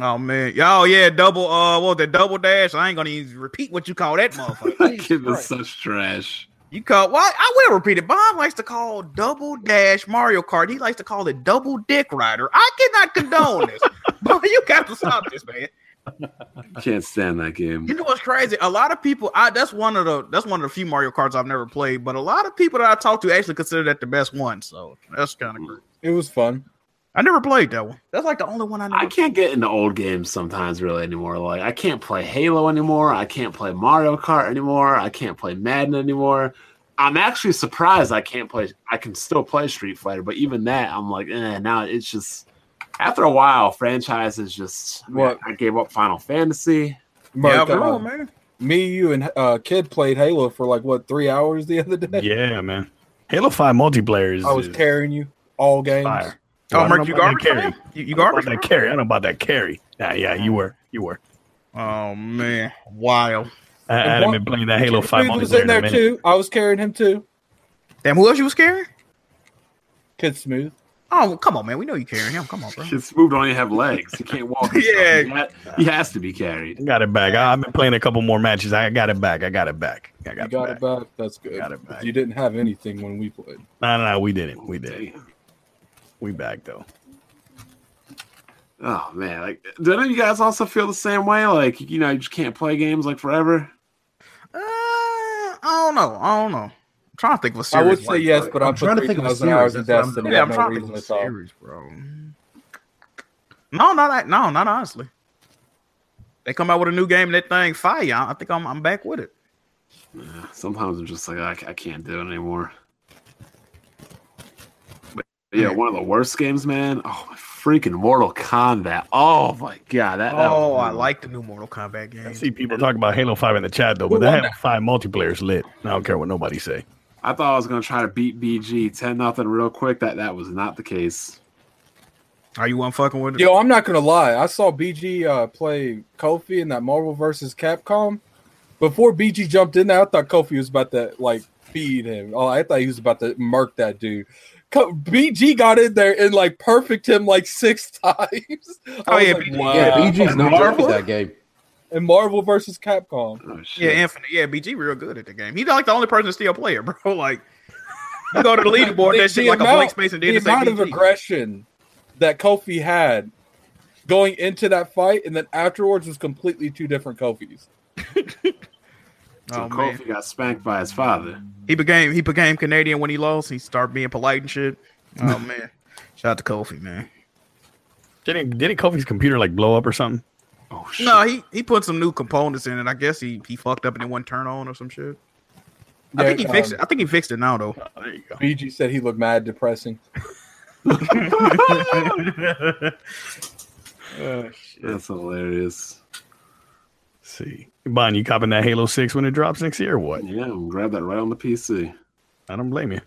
Oh man, oh yeah, double. Uh, what was that double dash? I ain't gonna even repeat what you call that motherfucker.
That game is such trash.
you call why? I will repeat it. Bob likes to call double dash Mario Kart. He likes to call it double dick rider. I cannot condone this. Bro, you got to stop this, man.
I can't stand that
You
game.
know what's crazy? A lot of people. I that's one of the that's one of the few Mario Karts I've never played. But a lot of people that I talk to actually consider that the best one. So that's kind
Mm.
of great.
It was fun.
I never played that one. That's like the only one I never.
I can't get into old games sometimes really anymore. Like I can't play Halo anymore. I can't play Mario Kart anymore. I can't play Madden anymore. I'm actually surprised I can't play. I can still play Street Fighter, but even that, I'm like, eh. Now it's just after a while, franchises just. I mean,
What?
I gave up Final Fantasy.
But,
yeah,
uh,
bro, man.
me, you, and uh, Kid played Halo for like what three hours the other day.
yeah, man. Halo Five multiplayer is
I was
is
carrying you all games.
fire. Well, I
Oh,
don't
Merc,
know
you
about
garbage.
that carry.
man? You, you
I don't know about
garbage.
that
bro?
carry. I don't know about that carry. Nah, yeah, you were, you were.
Oh man, wild.
I, I
And
haven't
one-
been playing that Halo Five
Kid was
multiplayer
in
in a
there
minute.
too. I was carrying him too.
Damn, who else you was carrying?
Kid Smooth.
Oh, come on, man. We know you carrying him. Come on, bro.
It's moved on. You have legs. You can't walk. and stuff.
Yeah.
he, ha- he has to be carried.
I Got it back. I, I've been playing a couple more matches. I got it back. I got it back. I got,
you got
it back.
it back. That's good.
Got it back.
You didn't have anything when we played.
No, no, no. We didn't. We didn't.
Damn.
We back though.
Oh man, like do any of you guys also feel the same way? Like you know, you just can't play games like forever.
Uh, I don't know. I don't know. I'm trying to think of a
I
serious.
would say
one,
yes,
bro.
but I
I'm
put
trying to think of a
3,000 hours in
series. That's
Destiny.
what I'm doing.
I
Yeah,
have
I'm
no
trying to
reason
think of a
to talk.
series, bro. No, not that. No, not honestly. They come out with a new game and that thing fire. I I think I'm I'm back with it.
Sometimes I'm just like I, I can't do it anymore. But yeah, one of the worst games, man. Oh my freaking Mortal Kombat. Oh my god, that. that
Oh,
was-
I like the new Mortal Kombat
I
game.
see people talk about Halo Five in the chat though, but that Halo Five multiplayer is lit. I don't care what nobody say.
I thought I was gonna try to beat BG ten nothing real quick. That that was not the case.
Are you one fucking with it?
Yo, I'm not gonna lie. I saw BG uh, play Kofi in that Marvel versus Capcom. Before BG jumped in there, I thought Kofi was about to like feed him. Oh, I thought he was about to murk that dude. Co- BG got in there and like perfect him like six times.
Oh,
I was
yeah,
like,
BG.
wow.
Yeah, BG's not good
Uh, Marvel?
at that game.
And Marvel versus Capcom.
Oh shit.
Yeah, Infinite. Yeah, BG real good at the game. He's like the only person to still play it, bro. Like you go to the leaderboard, that shit like a blank space, and then
the
it's
amount
like
of
BG.
aggression that Kofi had going into that fight and then afterwards was completely two different Kofis.
So
Oh, man.
Kofi got spanked by his father.
He became he became Canadian when he lost. He started being polite and shit. Oh man, shout out to Kofi, man.
Didn't didn't Kofi's computer like blow up or something?
Oh shit.
No, he he put some new components in it. I guess he he fucked up and it wouldn't turn on or some shit. I think he
Yeah,
fixed
um,
it. I think he fixed it now though.
Oh, there you go.
BG said he looked mad depressing. Uh,
That's hilarious.
see, Bon, you copping that Halo Six when it drops next year or what?
Yeah, I'm gonna grab that right on the PC.
I don't blame you.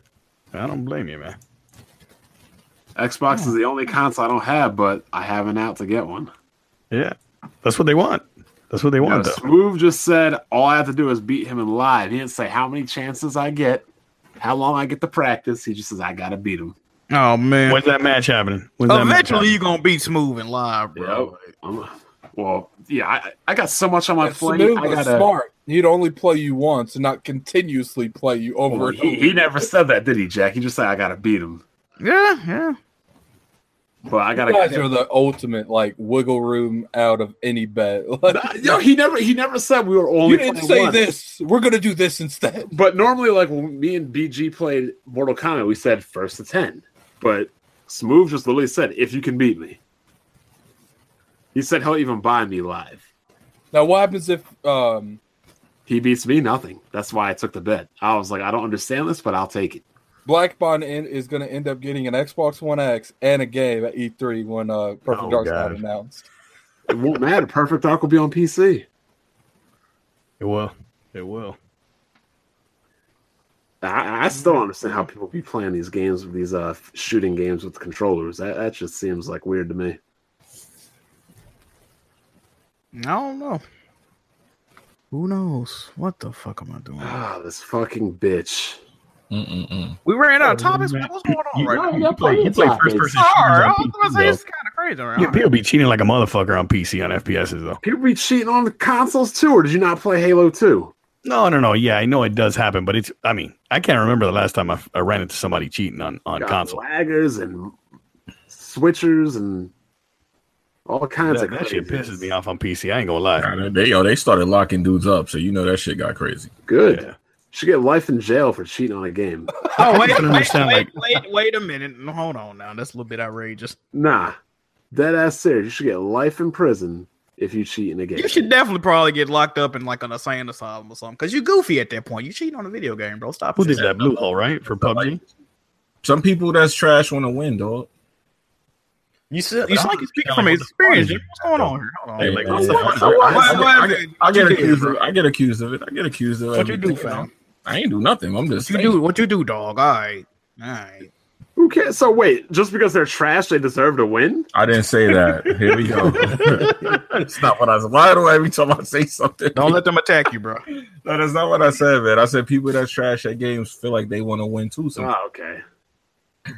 I don't blame you, man.
Xbox is the only console I don't have, but I have an out to get one.
Yeah, that's what they want. That's what they
Now,
want. though.
Smooth just said all I have to do is beat him in live. He didn't say how many chances I get, how long I get to practice. He just says I gotta beat him.
Oh man.
When's that match happening? When's that match
Eventually you're gonna beat smooth and live, bro.
I'm- well, yeah, I, I got so much on my
If
plate.
Smoove
I
was
gotta.
smart, he'd only play you once and not continuously play you over
Well,
and
he,
over.
he never said that, did he, Jack? He just said I gotta beat him.
Yeah, yeah.
But I
You guys
gotta.
are the ultimate like wiggle room out of any bet. Like,
uh, Yo, he never he never said we were only.
you didn't
playing
say
once.
this. We're gonna do this instead.
But normally, like when me and BG played Mortal Kombat, we said first to ten. But Smooth just literally said, "If you can beat me," he said he'll even buy me live.
Now, what happens if um
He beats me nothing. That's why I took the bet. I was like, I don't understand this, but I'll take it.
Black Bond in, is gonna end up getting an Xbox One X and a game
E
at E3 when uh Perfect
Oh,
Dark's not
God.
announced?
It won't matter. Perfect Dark will be on PC.
It will. It will.
I, I still don't understand how people be playing these games, these uh, shooting games with controllers. That, that just seems like weird to me.
I don't know. Who knows? What the fuck am I doing?
Ah, this fucking bitch.
Mm-mm-mm.
We ran out of topics, man. What's going on
You
right
know,
now?
you play- you play
first
first-person
person
Sorry, I was
shooters
gonna
on
say
PC,
it's kind of crazy
though. Yeah,
around. here.
people be cheating like a motherfucker on PC on FPSs though.
People be cheating on the consoles too, or did you not play Halo 2?
No, no, no. Yeah, I know it does happen, but it's. I mean, I can't remember the last time I, I ran into somebody cheating on on
Got
console.
Laggers and switchers and all kinds
That,
of
that shit
craziness.
pisses me off on PC. I ain't gonna lie.
Nah, They yo, they started locking dudes up, so you know that shit got crazy.
Good.
Yeah.
Should get life in jail for cheating on a game.
Oh wait,
can
wait,
understand,
wait, wait, wait a minute. No, Hold on now. That's a little bit outrageous.
Nah, dead ass serious. You should get life in prison if you cheat in a game.
You should definitely probably get locked up in like an insane asylum or something because you goofy at that point. You cheating on a video game, bro. Stop.
Who
it.
did that? Blue Hole, right? For PUBG.
Some people that's trash want to win, dog.
You said you
But I'm
sound like you're
just
speaking
telling you
from
what the
experience.
fuck is
What's going on here? Hold on.
Hey, like,
Oh, what?
I-
Oh,
I-
what?
I get- I get
What you
accused.
did,
Of, I get accused of it. I get accused of it.
What you do,
everything,
fam?
know? I ain't do nothing. I'm just
What you
saying.
do? What you do, dog? All right, all right.
Who cares? So wait, just because they're trash, they deserve to win?
I didn't say that. Here we go. That's not what I said. Why do I every time I say something?
Don't let them attack you, bro.
No, that's not what I said, man. I said people that trash at games feel like they want to win too, so,
Oh, okay.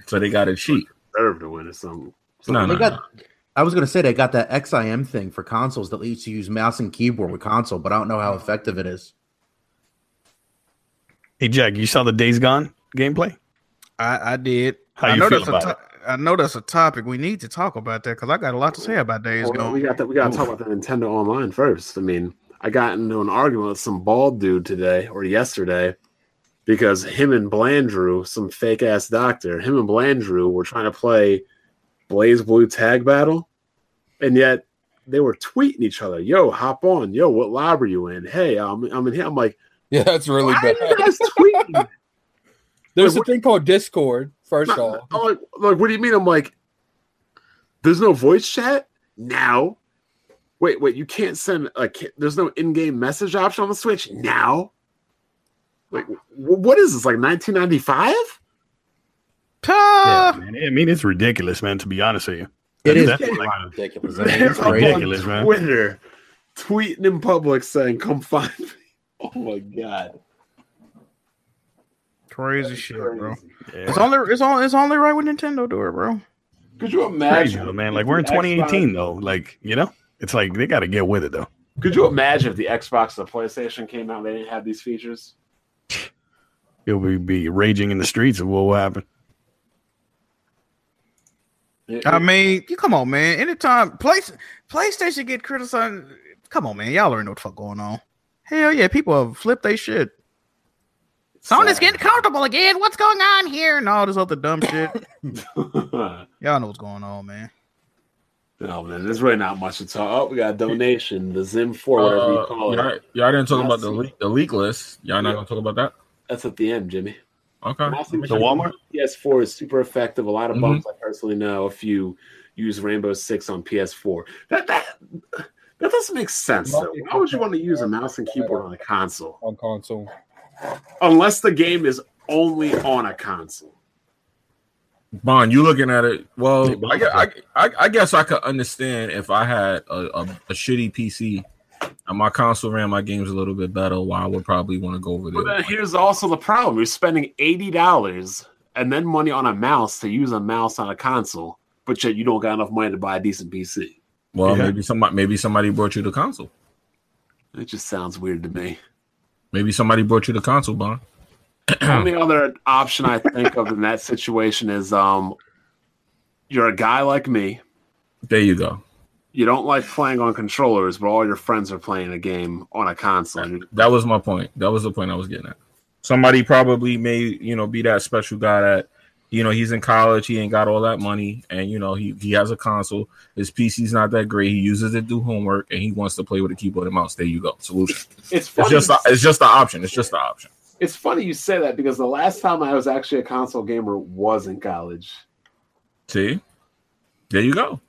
so they got to cheat.
Deserve to win or something.
No,
They
no,
got.
no.
I was gonna say they got that XIM thing for consoles that lets you use mouse and keyboard with console, but I don't know how effective it is.
Hey Jack, you saw the Days Gone gameplay?
I, I did.
How
I
you
know
feel
that's
about
a to- I know that's a topic we need to talk about that because I got a lot to say about days
Hold on,
gone.
we got that. We got to talk about the Nintendo Online first. I mean, I got into an argument with some bald dude today or yesterday because him and Blandrew, some fake ass doctor, him and Blandrew were trying to play Blaze Blue Tag Battle, and yet they were tweeting each other, "Yo, hop on! Yo, what lab are you in? Hey, I'm I'm in here." I'm like,
Yeah, that's really
"Why are
bad.
you guys tweeting?"
There's
Wait,
a
what-
thing called Discord. First
No,
off,
I'm like, like, what do you mean? I'm like, there's no voice chat now. Wait, wait, you can't send a. ca- There's no in-game message option on the Switch now. Like, wh- what is this? Like 1995?
Ah!
yeah, man. I mean, it's ridiculous, man. To be honest with you,
It is
That-
ridiculous. I mean,
They're
it's
up on
crazy.
ridiculous, man.
Twitter, tweeting in public saying, "Come find me." Oh my god!
Crazy shit, bro.
Crazy.
It's
yeah.
only it's only it's only right when Nintendo do it, bro.
Could you
crazy,
imagine,
though, man.
if
Like we're in
the Xbox-
2018 though. Like you know, it's like they got to get with it though.
Could you imagine if the Xbox, the PlayStation came out, and they didn't have these features?
It'll be, be raging in the streets of what will happen.
It-
Um,
I mean, you come on, man. Anytime play, PlayStation get criticized, come on, man. Y'all already know what the fuck going on. Hell yeah, people have flipped their shit. Sony's getting comfortable again. What's going on here? And all this other dumb shit. Y'all know what's going on, man.
No, man, there's really not much to talk. Oh, we got a donation, the Zim Four, whatever you
Uh,
call it.
y'all, y'all didn't talk
I
about the
see.
leak, the leak list. Y'all not
Yeah.
gonna talk about that?
That's at the end, Jimmy.
Okay.
And I think
The Walmart. Mm-hmm.
PS4 is super effective. A lot of bumps I personally know if you use Rainbow Six on PS4. That that that doesn't make sense. Though. Why would you want to use a mouse and keyboard on a console
on console.
unless the game is only on a console?
Bond, you looking at it? Well,
Yeah,
I, gue- I, I, I guess I could understand if I had a, a, a shitty PC and my console ran my games a little bit better. Why I would probably want to go over
But then
there.
here's also the problem: you're spending eighty dollars and then money on a mouse to use a mouse on a console, but yet you don't got enough money to buy a decent PC.
Well,
Yeah.
maybe somebody maybe somebody brought you the console.
It just sounds weird to me.
Maybe somebody brought you the console, Bond.
only other option I think of in that situation is um, you're a guy like me.
There you go.
You don't like playing on controllers, but all your friends are playing a game on a console. You're-
That was my point. That was the point I was getting at. Somebody probably may, you know, be that special guy that, you know, he's in college, he ain't got all that money, and you know, he he has a console. His PC's not that great. He uses it to do homework, and he wants to play with a keyboard and mouse. There you go. Solution.
It's
It's
funny.
just a, it's just the option. It's just the option.
it's funny you say that because the last time I was actually a console gamer was in college.
See, there you go.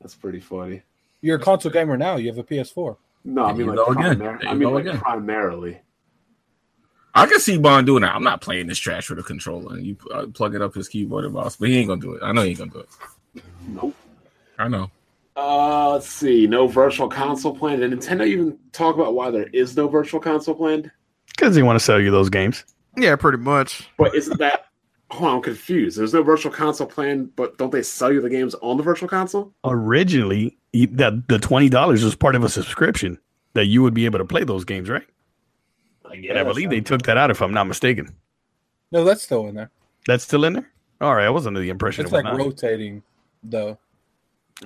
That's pretty funny.
You're a console gamer now. You have a PS4.
No, I
There
mean
you
like
go again.
primar-
There
I
you
mean
go
like
again.
primarily.
I can see Bond doing that. I'm not playing this trash with a controller. And you uh, plug it up his keyboard and mouse, but he ain't gonna do it. I know he ain't gonna do it.
Nope.
I know.
Uh, let's see. No virtual console planned. Did Nintendo even talk about why there is no virtual console planned?
because they want to sell you those games.
Yeah, pretty much.
But isn't that? Hold on, I'm confused. There's no virtual console planned, but don't they sell you the games on the virtual console?
Originally, you- that the twenty dollars was part of a subscription that you would be able to play those games, right? And I believe they took that out, if I'm not mistaken.
No, that's still in there.
That's still in there. All right, I was under the impression
It's
it was
like
not.
rotating though,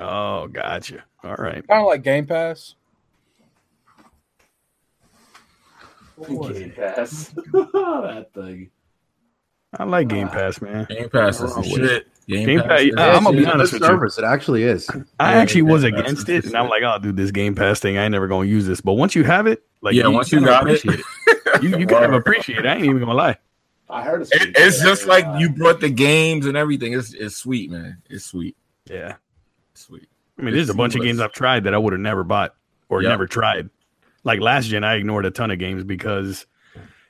oh, gotcha. All right.
kind of like Game Pass.
Game Pass. that thing.
I
Uh,
like Game Pass, man.
Game Pass is the
Wrong with
shit. Game,
Game
Pass.
Pass-
is-
uh, I'm gonna be
It's a
honest with you.
service. It actually is.
I
Yeah,
actually was
Game Pass
against
is
it,
the
and I'm
shit.
like, oh, dude, this Game Pass thing, I ain't never gonna use this. But once you have it, like,
Yeah, once you
kind of
got it.
appreciate you, you kind of appreciate it. I ain't even gonna lie.
I heard it's.
It- it's just like you brought the games and everything. It's it's sweet, man. It's sweet.
Yeah,
It's sweet.
I mean, there's a bunch of games I've tried that I would have never bought or
Yeah.
never tried. Like last gen, I ignored a ton of games because,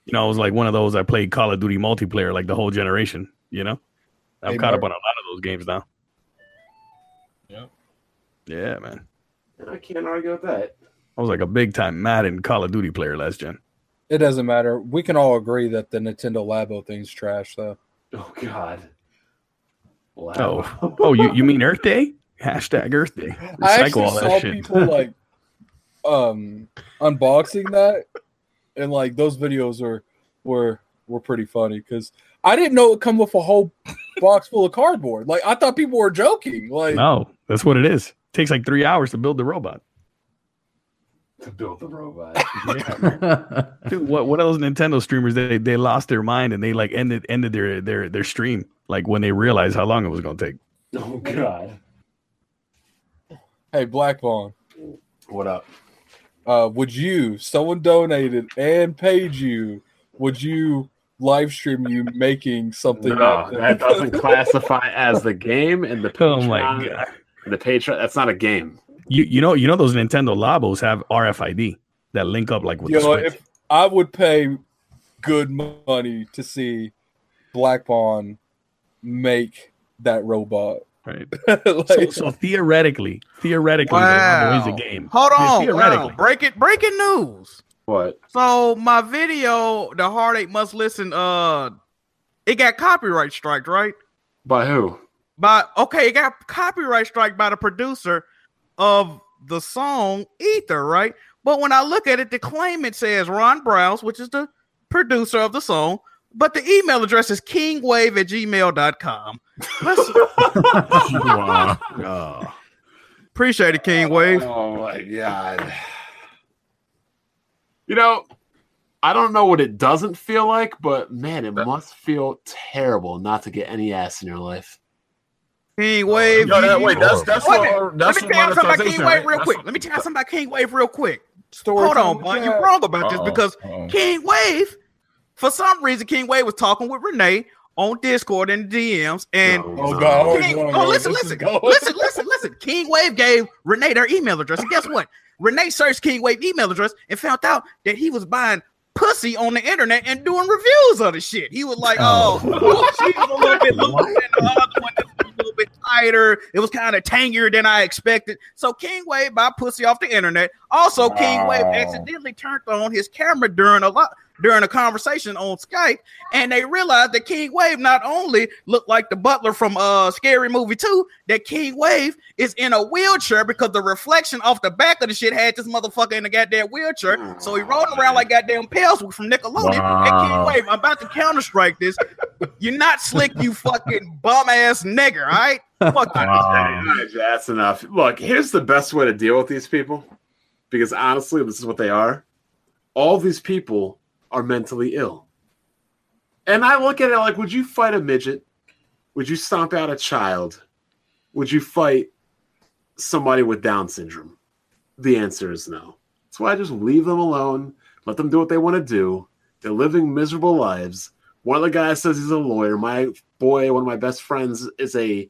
you know, I was like one of those I played Call of Duty multiplayer like the whole generation. You know, I'm
Hey,
caught up on
Mark.
a lot of those games now.
Yep.
Yeah, man.
I can't argue with that.
I was like a big time Madden Call of Duty player last gen.
It doesn't matter. We can all agree that the Nintendo Labo thing's trash, though.
Oh God. Wow.
Oh, oh, you, you mean Earth Day? Hashtag Earth Day.
I
Recycle
actually
all
saw
that shit.
people like um unboxing that, and like those videos were were were pretty funny because I didn't know it come with a whole box full of cardboard. Like I thought people were joking. Like
No, that's what it is. takes like three hours to build the robot.
to build the robot.
Dude, what what else Nintendo streamers they they lost their mind and they like ended ended their their their stream like when they realized how long it was gonna take.
oh God.
hey, Black Vaughn,
What up?
uh, would you? Someone donated and paid you. Would you live stream you making something?
No,
like
that doesn't classify as the game, and the
Oh,
Patreon, the Patreon. That's not a game.
uh, You you know you know those Nintendo Labos have RFID that link up like with
You
the
know,
Switch.
if I would pay good money to see Black Bond make that robot.
right. So,
Like,
so theoretically, theoretically, the Labo is a game.
Hold
Yeah,
on.
theoretically.
wow. Break it. Breaking news.
What?
So my video, the heartache must listen. Uh, it got copyright striked, right?
By who?
By okay, it got copyright strike by the producer of the song Ether, right? But when I look at it, the claimant says Ron Browse, which is the producer of the song, but the email address is kingwave at gmail.com. Let's
Wow.
Oh.
appreciate it, Kingwave.
Oh my god. You know, I don't know what it doesn't feel like, but man, it must feel terrible not to get any ass in your life.
Kingwave.
Yo, that,
you-
wait, that's that's
Wait a
what,
minute.
that's
Let me tell you something about
monetization,
Kingwave
right?
real
That's
quick.
what-
Let me tell you something about Kingwave real quick.
story
Hold on,
time
Bun.
with
You're
that.
wrong about this
Uh-oh,
because
uh-oh.
King Wave, for some reason, King Wave was talking with Renee on Discord and DMs. And
Oh god, I always
King,
wanna know
oh,
where
listen,
this is
listen,
going.
listen, listen, listen. King Wave gave Renee their email address. And guess what? Renee searched King Wave email address and found out that he was buying pussy on the internet and doing reviews of the shit. He was like, oh, well, she was a little bit looser than the other one. This was a little bit tighter. It was kind of tangier than I expected. So King Wave bought pussy off the internet. Also, King Wave
Wow.
accidentally turned on his camera during a lot during a conversation on Skype, and they realized that King Wave not only looked like the butler from uh Scary Movie 2, that King Wave is in a wheelchair because the reflection off the back of the shit had this motherfucker in a goddamn wheelchair. So he rolling around like goddamn Pels from Nickelodeon.
Wow.
And King Wave, I'm about to counter strike this. You're not slick, you fucking bum ass nigger, all right? Fuck you.
Wow.
That's enough. Look, here's the best way to deal with these people because honestly, this is what they are. All these people are mentally ill. And I look at it like, would you fight a midget? Would you stomp out a child? Would you fight somebody with Down syndrome? The answer is no. That's why I just leave them alone, let them do what they want to do. They're living miserable lives. One of the guys says he's a lawyer. My boy, one of my best friends, is a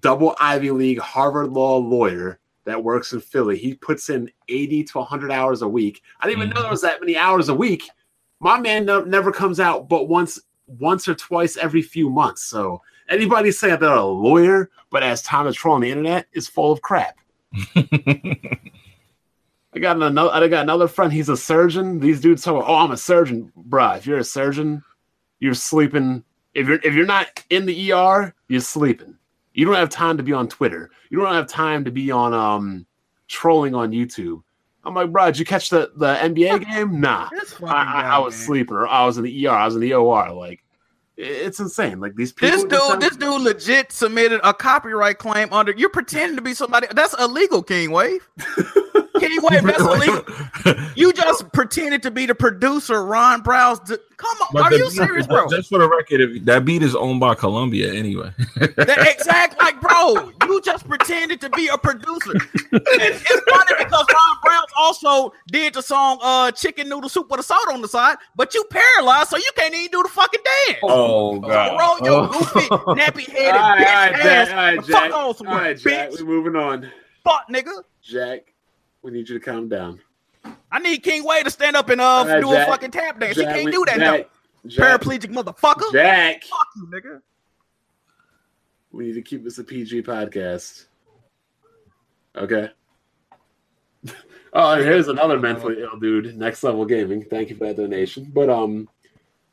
double Ivy League Harvard law lawyer that works in Philly. He puts in 80 to 100 hours a week. I didn't even know there was that many hours a week. my man no, never comes out but once once or twice every few months. So anybody saying they're a lawyer, but as Thomas Troll on the internet is full of crap. I got another. I got another friend. He's a surgeon. These dudes talk. About, oh, I'm a surgeon, bruh. If you're a surgeon, you're sleeping. If you're if you're not in the ER, you're sleeping. You don't have time to be on Twitter. You don't have time to be on um trolling on YouTube. I'm like, bro, did you catch the, the NBA game? Nah,
This fucking
I, I,
guy,
I was
man.
sleeping. Or I was in the ER. I was in the OR. Like, i- it's insane. Like these people.
This dude,
just-
this dude legit submitted a copyright claim under. You're pretending to be somebody. That's illegal, King Wave. King Wave, that's illegal. You just pretended to be the producer, Ron Browse. d- Come on, are
the
you
beat-
serious, bro?
Just for the record, if, that beat is owned by Columbia anyway.
That exact like, bro. You just pretended to be a producer. And it's funny because Ron Brown also did the song uh "Chicken Noodle Soup" with a salt on the side, but you paralyzed, so you can't even do the fucking dance.
oh god!
Bro, your goofy, nappy
All
headed
right, all
bitch
right, Jack.
ass.
All right,
Fuck
Jack.
on
All
some
right, Jack.
bitch.
We're moving on.
Fuck, nigga.
Jack, we need you to calm down.
I need King Way to stand up and uh
All right,
do a
Jack.
fucking tap dance.
Jack,
he
we-
can't do that
Jack,
though.
Jack,
Paraplegic motherfucker.
Jack,
Fuck you, nigga.
we need to keep this a PG podcast. Okay. oh, and here's another mentally
Uh-huh.
ill dude. Next level gaming. Thank you for that donation. But um,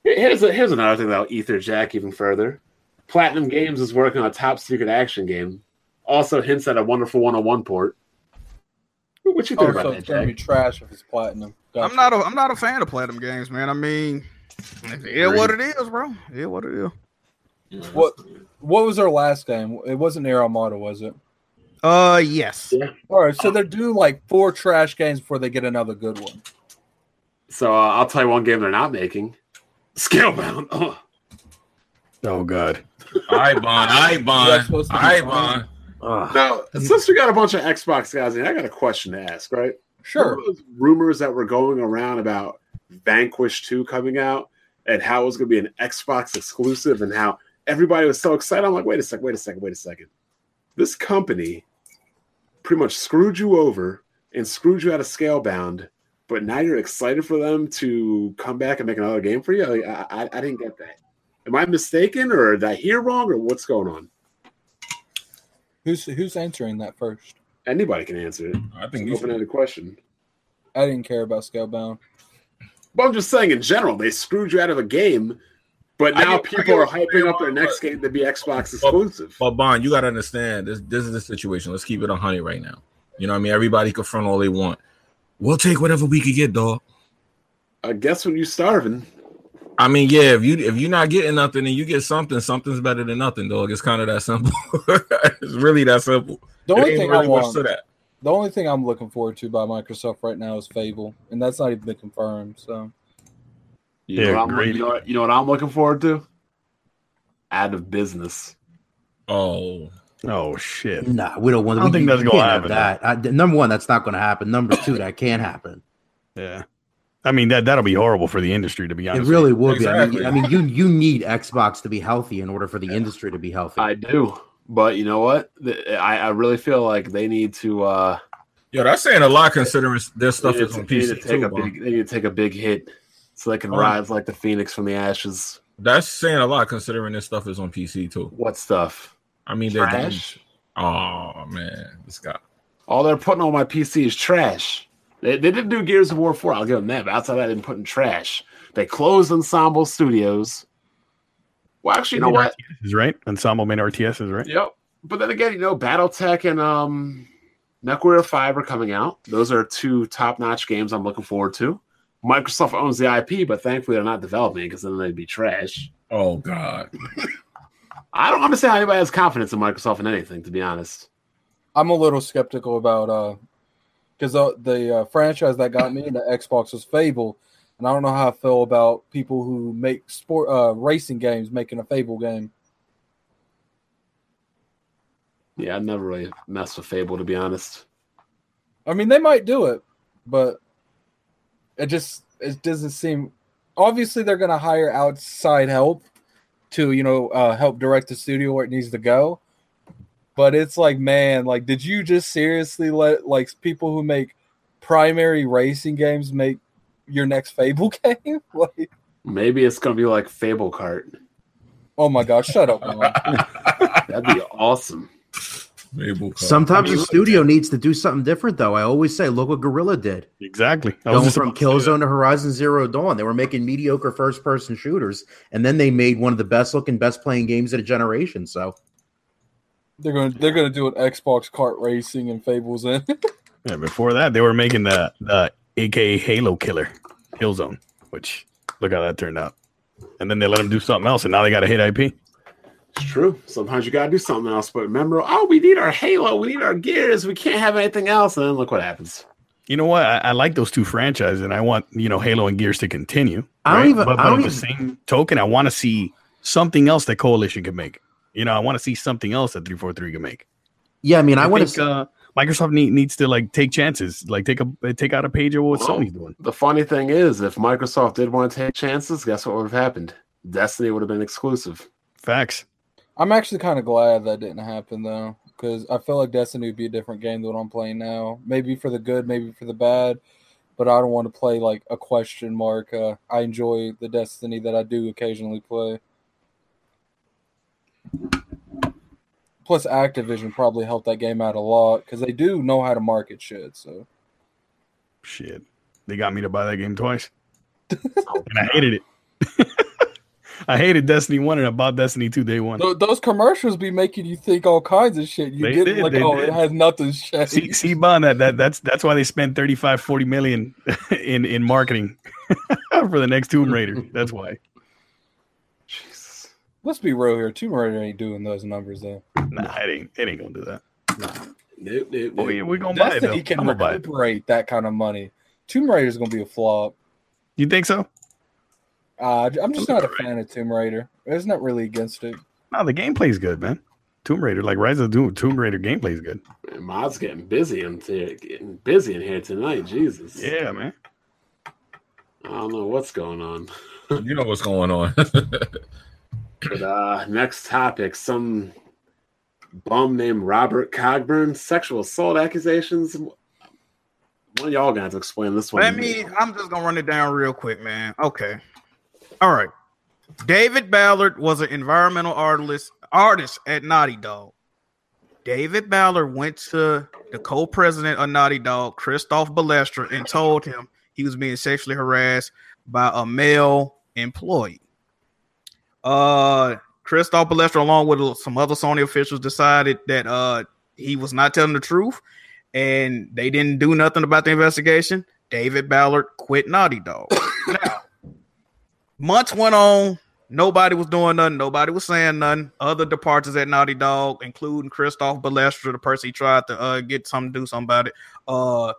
here- here's a, here's another thing that'll ether Jack even further. Platinum Games is working on a top secret action game. Also hints at a wonderful 101 port. What you think
Oh,
about
so
that,
it's gonna
Jack?
be trash if it's platinum. Gotcha.
I'm not a I'm not a fan of platinum games, man. I mean, yeah, what it is, bro. Yeah, what it is.
What What was their last game? It wasn't Air Armada, was it?
Uh, yes.
All right, so they're due like four trash games before they get another good one.
So uh, I'll tell you one game they're not making. Scalebound. Oh,
Oh God.
Ibon,
That's
Ibon,
supposed to be
Ibon.
Ugh.
Now, since we got a bunch of Xbox guys, in, I got a question to ask, right?
Sure.
Remember those rumors that were going around about Vanquish 2 coming out and how it was going to be an Xbox exclusive and how everybody was so excited. I'm like, wait a second, wait a second, wait a second. This company pretty much screwed you over and screwed you out of Scalebound, but now you're excited for them to come back and make another game for you? Like, I, I, I didn't get that. Am I mistaken or did I hear wrong or what's going on?
Who's who's answering that first?
Anybody can answer it.
I think
It's an
you
open
should.
ended question.
I didn't care about Scalebound.
But I'm just saying, in general, they screwed you out of a game, but
I
now
get- I
people
get
are
what you're
hyping up
saying,
their next
but-
game to be Xbox exclusive.
But Bond, you gotta understand this. This is the situation. Let's keep it a hundred right now. You know what I mean? Everybody can front all they want. We'll take whatever we could get, dog.
I guess when you're starving,
I mean, yeah. If you if you're not getting nothing and you get something, something's better than nothing, dog. It's kind of that simple. it's really that simple.
The
It
only
ain't
thing
really
I
much to
want,
that.
the only thing I'm looking forward to by Microsoft right now is Fable, and that's not even been confirmed. So
you,
Yeah,
know, what I'm,
great.
you, know, what- you know what I'm looking forward to? Out of business.
Oh,
Oh shit.
Nah, we don't want.
I don't
we-
think
you
that's gonna
can't have
happen.
That I, th- number one, that's not going to happen. Number two, that can't happen.
Yeah. I mean that that'll be horrible for the industry to be
It
honest.
really would
Exactly.
be. I mean, you- I mean, you you need Xbox to be healthy in order for the industry to be healthy.
I do. But you know what? The- I, I really feel like they need to uh
yo, that's saying a lot considering their
they
stuff
need
is
to,
on
they need to
PC
take
too.
a
Bond.
big they need to take a big hit so they can
Oh.
rise like the Phoenix from the ashes.
That's saying a lot considering this stuff is on PC too.
What stuff?
I mean, they're
Trash?
Oh man, this guy.
All they're putting on my PC is trash. They, they didn't do Gears of War 4, I'll give them that, but outside of that, they didn't put in trash. They closed Ensemble Studios. Well, actually, you know what?
RTSs, right? Ensemble made RTSs, right?
Yep. But then again, you know, Battletech and um, Necroware 5 are coming out. Those are two top notch games I'm looking forward to. Microsoft owns the IP, but thankfully they're not developing because then they'd be trash.
Oh god.
I don't understand how anybody has confidence in Microsoft in anything, to be honest.
I'm a little skeptical about uh, because the, the uh, franchise that got me into Xbox was Fable, and I don't know how I feel about people who make sport uh racing games making a Fable game.
Yeah, I never really messed with Fable, to be honest.
I mean, they might do it, but it just it doesn't seem. Obviously, they're going to hire outside help to you know uh, help direct the studio where it needs to go. But it's like, man, like, did you just seriously let like people who make primary racing games make your next Fable game? like,
Maybe it's gonna be like Fable Cart.
oh my gosh, shut up! man.
That'd be awesome.
Mabel Cart.
Sometimes
I
the
mean,
studio needs to do something different, though. I always say, look what Gorilla did.
Exactly. I was
Going
just
from
about to say that.
Killzone to Horizon Zero Dawn, they were making mediocre first-person shooters, and then they made one of the best-looking, best-playing games of the generation. So
they're gonna they're gonna do an Xbox kart racing and Fables in.
Yeah, before that, they were making the the AKA Halo Killer Killzone, which look how that turned out. And then they let them do something else, and now they got a hit IP.
It's true. Sometimes you gotta do something else. But remember, oh, we need our Halo, we need our gears, we can't have anything else. And then look what happens.
You know what? I, I like those two franchises, and I want you know Halo and Gears to continue.
I don't
right?
even-
But,
I
but
don't
on the
even-
same token, I want to see something else that Coalition can make. You know, I want to see something else that three four three can make.
yeah, I mean, I, want
think,
to.
uh, Microsoft need, needs to like take chances, like take a take out a page of what
Well,
Sony's doing.
The funny thing is, if Microsoft did want to take chances, guess what would have happened? Destiny would have been exclusive.
Facts.
I'm actually kind of glad that didn't happen though, because I feel like Destiny would be a different game than what I'm playing now. Maybe for the good, maybe for the bad, but I don't want to play like a question mark. Uh, I enjoy the Destiny that I do occasionally play. Plus, Activision probably helped that game out a lot because they do know how to market shit. So
Shit, they got me to buy that game twice, and I hated it. I hated Destiny one, and I bought Destiny two day one.
Th- those commercials be making you think all kinds of shit. You
They
get it
did,
like,
they
oh,
did.
it has nothing shady.
See, see, Bon, that, that that's that's why they spent 35, 40 million in in marketing for the next Tomb Raider. That's why.
Jesus.
Let's be real here. Tomb Raider ain't doing those numbers though.
Nah, it ain't it ain't gonna do that.
Nope, nope,
Oh
nope.
yeah, we're gonna buy it.
Destiny
Though. I'm
can
gonna buy it.
recuperate that kind of money. Tomb Raider's gonna be a flop.
You think so?
Uh, I'm just not a
Right.
fan of Tomb Raider. It's not really against it.
No, the gameplay's good, man. Tomb Raider, like Rise of the Tomb, Tomb Raider gameplay's good.
Man, Mod's getting busy in here, getting busy in here tonight. Jesus.
Yeah, man.
I don't know what's going on.
You know what's going on.
But uh next topic, some bum named Robert Cogburn, sexual assault accusations. One of y'all gonna have to explain this one.
Let me. I'm just gonna run it down real quick, man. Okay. All right. David Ballard was an environmental artist artist at Naughty Dog. David Ballard went to the co-president of Naughty Dog, Christoph Balestra, and told him he was being sexually harassed by a male employee. Uh, Christoph Balestra, along with some other Sony officials, decided that uh he was not telling the truth, and they didn't do nothing about the investigation. David Ballard quit Naughty Dog. now, months went on. Nobody was doing nothing. Nobody was saying nothing. Other departures at Naughty Dog, including Christoph Balestra, the person he tried to uh, get something to do something about it. Uh,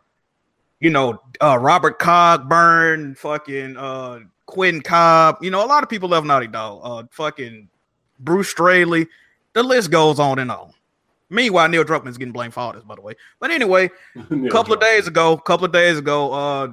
you know, uh, Robert Cogburn, fucking uh, Quentin Cobb. You know, a lot of people left Naughty Dog. Uh, fucking Bruce Straley. The list goes on and on. Meanwhile, Neil Druckmann's getting blamed for all this, by the way. But anyway,
Yeah,
a couple of days ago, couple of days ago, uh,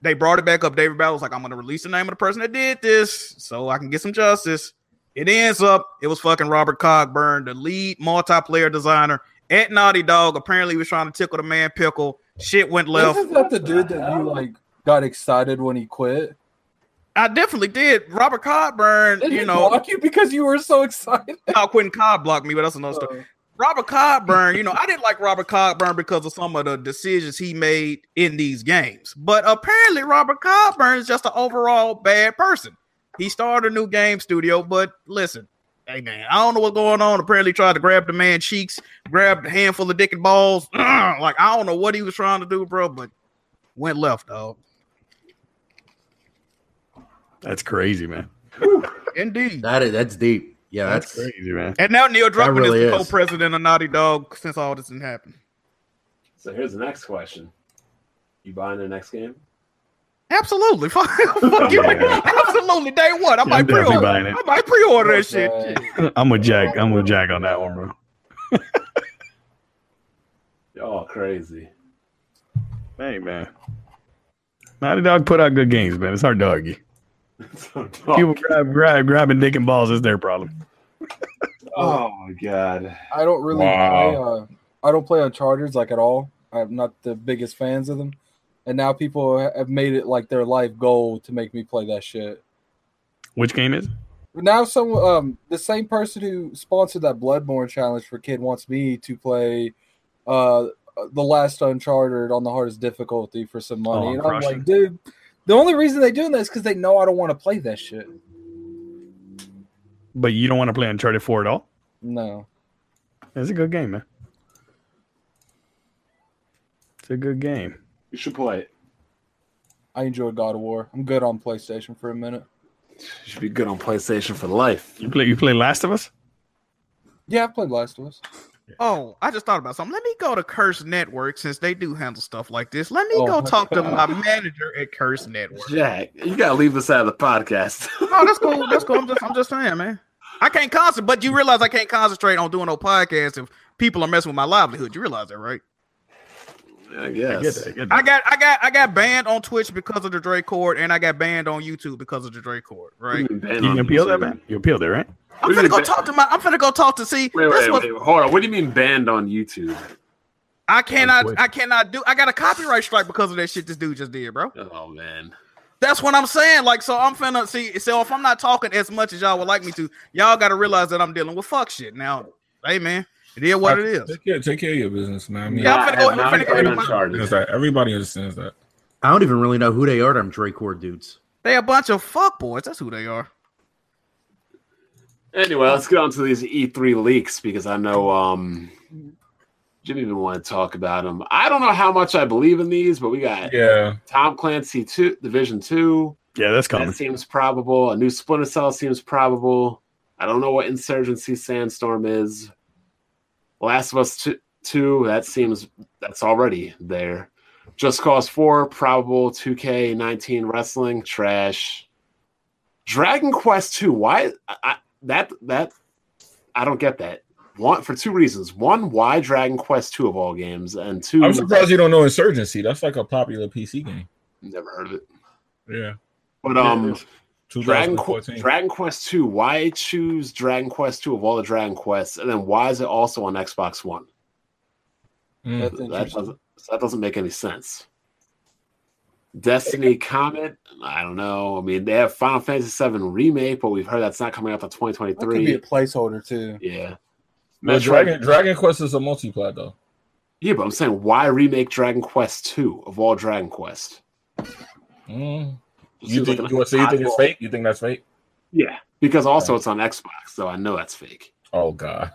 they brought it back up. David Bell was like, I'm gonna release the name of the person that did this so I can get some justice. It ends up it was fucking Robert Cogburn, the lead multiplayer designer at Naughty Dog. Apparently, he was trying to tickle the man pickle. Shit went left.
Isn't that the dude that you like got excited when he quit?
I definitely did. Robert Cogburn,
Did
you
he
know,
block you because you were so excited?
how Quentin Cobb blocked me, but that's another story. Robert Cogburn, you know, I didn't like Robert Cogburn because of some of the decisions he made in these games. But apparently, Robert Cogburn is just an overall bad person. He started a new game studio, but listen, hey man, I don't know what's going on. Apparently, tried to grab the man cheeks, grabbed a handful of dick and balls. like I don't know what he was trying to do, bro, but went left, dog.
That's crazy, man.
Indeed.
That is, that's deep. Yeah, uh, that's,
crazy, man.
And now Neil Druckmann
really
is the
is.
co-president of Naughty Dog since all this didn't happen.
So here's the next question. You buying the next game?
Absolutely. Fuck, fuck you.
Yeah.
Absolutely. Day one. I
I'm
might pre
definitely
order.
buying it.
I might pre order that shit.
Uh,
I'm with Jack. I'm with Jack on that one, bro.
Y'all crazy.
Hey, man. Naughty Dog put out good games, man. It's our doggy. People grab, grab, grabbing dick and balls is their problem.
oh my god.
I don't really
Wow.
play. Uh, I don't play Uncharted like at all. I'm not the biggest fans of them.
and now people have made it like their life goal to make me play that shit.
Which game is? it?
Now, some um, the same person who sponsored that Bloodborne challenge for Kid wants me to play uh, the last Uncharted on the hardest difficulty for some money,
Oh, I'm
and I'm
crushing.
like, dude, the only reason they doing that is because they know I don't want to play that shit.
But you don't want to play Uncharted 4 at all?
No,
It's a good game, man. It's a good game.
You should play it.
I enjoyed God of War. I'm good on PlayStation for a minute.
You should be good on PlayStation for life.
You play you play Last of Us?
Yeah, I played Last of Us.
Oh, I just thought about something. Let me go to Curse Network since they do handle stuff like this. Let me
Oh,
go
my
talk to my
God.
manager at Curse Network.
Jack, you gotta leave this out of the podcast.
Oh, that's cool. That's cool. I'm just, I'm just saying, man. I can't concentrate, but you realize I can't concentrate on doing no podcast if people are messing with my livelihood. You realize that, right?
I
I get
guess.
that. I get that.
I got, I got, I got banned on Twitch because of the Drake Court, and I got banned on YouTube because of the Drake Court. Right?
You've been banned
You can
on
appeal that,
YouTube.
man? You appealed it, right?
I'm
We've
gonna
been
go
ban-
talk to my. I'm gonna go talk to see.
Wait,
this
wait,
was,
wait. Hold on. What do you mean banned on YouTube?
I cannot,
Twitch.
I cannot do. I got a copyright strike because of that shit this dude just did, bro.
Oh man.
That's what I'm saying. Like, so I'm finna see. So if I'm not talking as much as y'all would like me to, y'all got to realize that I'm dealing with fuck shit. Now, hey man, it is what it is.
Take care, take care of your business, man. I mean,
Yeah,
Nah,
I'm finna go-
I have
I'm
not
finna go
played
to my-
Uncharted.
understands that. everybody understands that.
I don't even really know who they are. Them Drake Ward dudes.
They a bunch of fuck boys. That's who they are.
Anyway, let's get on to these E3 leaks because I know um Jimmy didn't want to talk about them. I don't know how much I believe in these, but we got
Yeah,
Tom Clancy two Division Two.
Yeah, that's coming.
That seems probable. A new Splinter Cell seems probable. I don't know what Insurgency Sandstorm is. Last of Us Two. two that seems that's already there. Just Cause Four probable. Two K nineteen wrestling trash. Dragon Quest Two. Why I, I, that that I don't get that. One for two reasons. One, why Dragon Quest Two of all games, and 2
I'm surprised you don't know Insurgency. That's like a popular PC game.
never heard of it.
Yeah,
But um. Dragon, Qu-
2014.
Dragon Quest 2. Why choose Dragon Quest 2 of all the Dragon Quests? And then why is it also on Xbox One?
Mm.
That's
That
interesting.
doesn't, so that doesn't make any sense. Destiny Comet? I don't know. I mean, they have Final Fantasy VII Remake, but we've heard that's not coming out till
That could be a
2023.
placeholder too.
Yeah.
No,
Metroid-
Dragon Dragon Quest is a multiplayer though.
Yeah, but I'm saying why remake Dragon Quest 2 of all Dragon Quest?
Mm.
Just
You
seems like
think
an
you, so you think it's
oddball-
fake? You think that's fake?
Yeah. Because also it's on Xbox, so I know that's fake.
Oh god.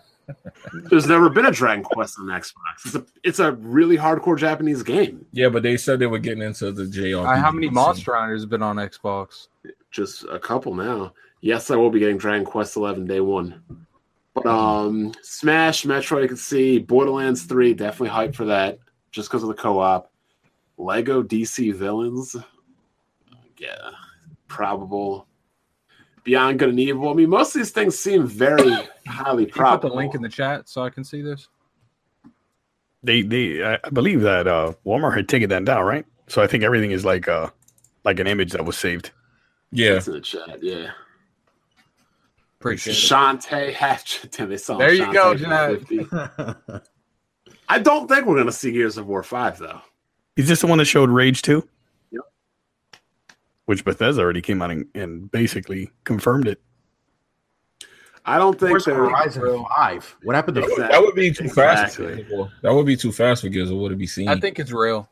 There's never been a Dragon Quest on Xbox. It's a it's a really hardcore Japanese game.
Yeah, but they said they were getting into the JRPG.
Uh, how many
scene.
Monster Hunters have been on Xbox?
Just a couple now. Yes, I will be getting Dragon Quest Eleven day one. But um, Smash, Metroid, you can see Borderlands Three. Definitely hype for that, just because of the co-op. Lego DC Villains. Yeah, probable. Beyond Good and Evil. I mean, most of these things seem very
Can you
highly
put
probable.
the link in the chat so I can see this?
they they I I believe that uh Walmart had taken that down, right? So I think everything is like uh like an image that was saved.
Yeah.
It's in the chat. Yeah.
Appreciate it.
Shantae Hatchet. Damn, they saw
There you go,
Shantae
Jack.
50. I don't think we're gonna see Gears of War five though.
Is this the one that showed Rage 2?
Yep.
Which Bethesda already came out and, and basically confirmed it.
I don't think
Where's
they're
Horizon Five? What happened to?
Exactly.
That would be too fast.
Exactly.
That would be too fast for Gizzle. Would it be seen?
I think it's real.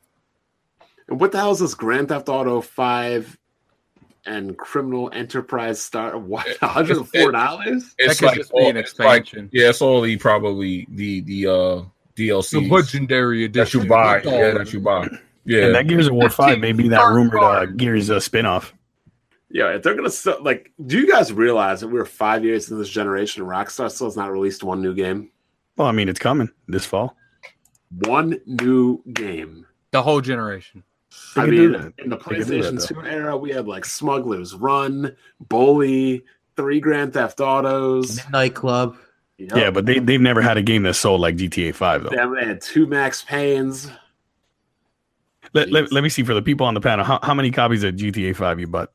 And what the hell is this Grand Theft Auto five and Criminal Enterprise Star? What one hundred and four dollars?
That
it's
could
like,
just be an
all- it's like-
expansion.
yeah, it's all the probably the the uh DLC
legendary
that you buy. Yeah, that you buy. Yeah,
And that Gears of War 5 may be that
Dark
rumored uh,
Guard.
Gears uh, spinoff.
Yeah, if they're gonna sell, like, do you guys realize that we're five years into this generation and Rockstar still has not released one new game?
Well, I mean, it's coming this fall.
One new game.
The whole generation.
They
I
can do
mean,
that.
in the
They can do that,
PlayStation
though.
2 era, we had like Smugglers Run, Bully, three Grand Theft Autos.
Midnight Club.
you know?
Yeah, but they, they've never had a game that sold like GTA 5, though.
Then they had two Max Paynes.
let,
Jeez.
let, let me see for the people on the panel how, how many copies of GTA 5 you bought?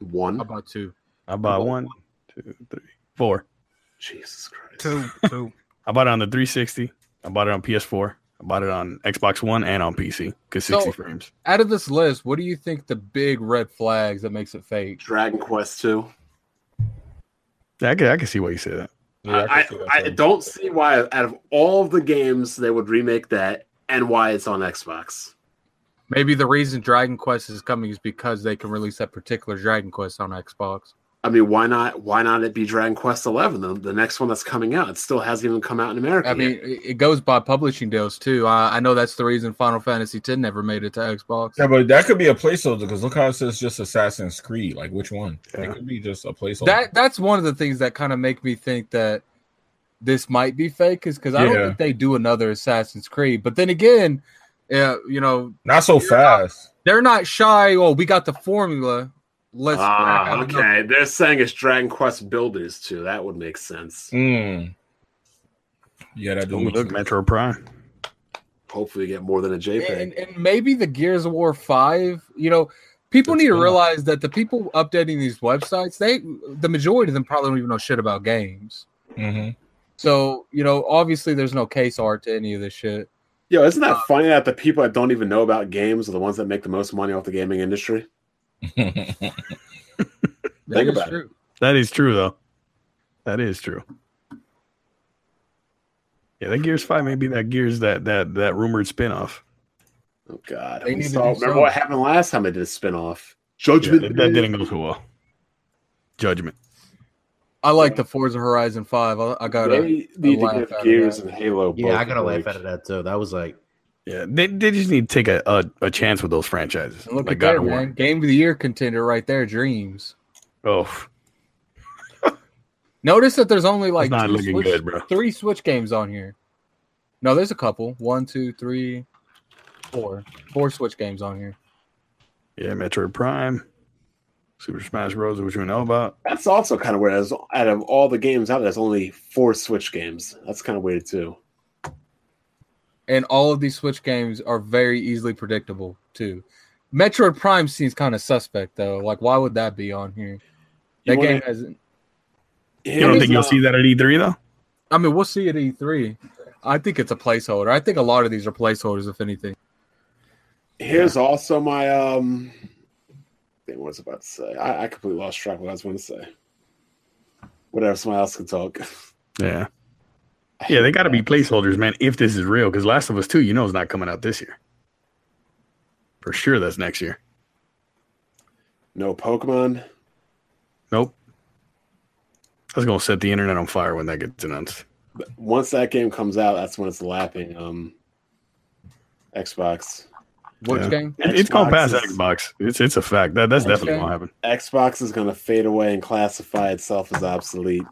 One.
About two.
I bought one, two, three, four.
Jesus Christ.
Two, two.
I bought it on the 360. I bought it on PS4. I bought it on Xbox One and on PC because 60
So-
frames.
Out of this list, what do you think the big red flags that makes it fake?
Dragon Quest Two.
Yeah, I could, I could see why you say that.
I, I, I don't see why out of all of the games they would remake that, and why it's on Xbox.
Maybe the reason Dragon Quest is coming is because they can release that particular Dragon Quest on Xbox.
I mean, why not? Why not it be Dragon Quest Eleven, the, the next one that's coming out? It still hasn't even come out in America.
I mean,
yet.
it it goes by publishing deals too. I, I know that's the reason Final Fantasy X never made it to Xbox.
Yeah, but that could be a placeholder because look how it says just Assassin's Creed. Like which one?
Yeah.
It could be just a placeholder.
That that's one of the things that kind of make me think that this might be fake, is because I don't
Yeah.
think they do another Assassin's Creed. But then again, yeah, you know,
Not so fast.
they're not shy. Oh, we got the formula. Let's crack
ah,
out
okay.
another-
They're saying it's Dragon Quest Builders too. That would make sense.
Mm. Yeah, that do
Ooh,
make
look,
sense.
Metro Prime.
Hopefully, you get more than a JPEG.
and, and maybe the Gears of War Five. You know, people
That's
need to
cool.
realize that the people updating these websites, they the majority of them probably don't even know shit about games.
Mhm.
So you know, obviously, there's no case art to any of this shit.
Yo, isn't that funny that the people that don't even know about games are the ones that make the most money off the gaming industry?
Mm-hmm.
That is
Think about it.
true.
That is true, though. That is true. Yeah, that Gears Five may be that Gears that that that rumored spinoff.
Oh God!
They
We
need to do
saw- remember
something.
what happened last time I did a spinoff?
Yeah,
Judgment.
that, that didn't go too well. Judgment.
I like the Forza Horizon Five. I, I got it.
They need
laugh
to give
out of
Gears
that.
and Halo.
Yeah, I
both
gotta
a
laugh
break.
out of that too. That was like
Yeah, they, they just need to take a, a, a chance with those franchises.
Look
like
at
God
that,
of War.
man. Game of the Year contender right there. Dreams.
Oh,
Notice that there's only like
it's not
two
looking
Switch-
good, bro.
three Switch games on here. No, there's a couple. One, two, three, four. Four Switch games on here.
Yeah, Metroid Prime, Super Smash Bros. Which we know about.
That's also kind of weird. As- Out of all the games out, there, there's only four Switch games. That's kind of weird too.
and all of these Switch games are very easily predictable too. Metroid Prime seems kind of suspect though. Like, why would that be on here?
You
That
wanna- uh,
game hasn't.
You don't think you'll see that at E3 though?
I mean, we'll see at E3. I think it's a placeholder. I think a lot of these are placeholders, if anything.
Here's also my um. Thing what I was about to say. I, I completely lost track of what I was going to say. Whatever, someone else can talk.
Yeah. Yeah, they got to be placeholders, man. If this is real, because Last of Us Two, you know, is not coming out this year. For sure, that's next year.
No Pokemon.
Nope. That's gonna set the internet on fire when that gets announced.
once that game comes out, that's when it's lapping um Xbox.
Which
Yeah.
game?
It- It's gonna pass
Xbox is-
Xbox. It's it's a fact. That that's definitely
Okay.
gonna happen.
Xbox is gonna fade away and classify itself as obsolete.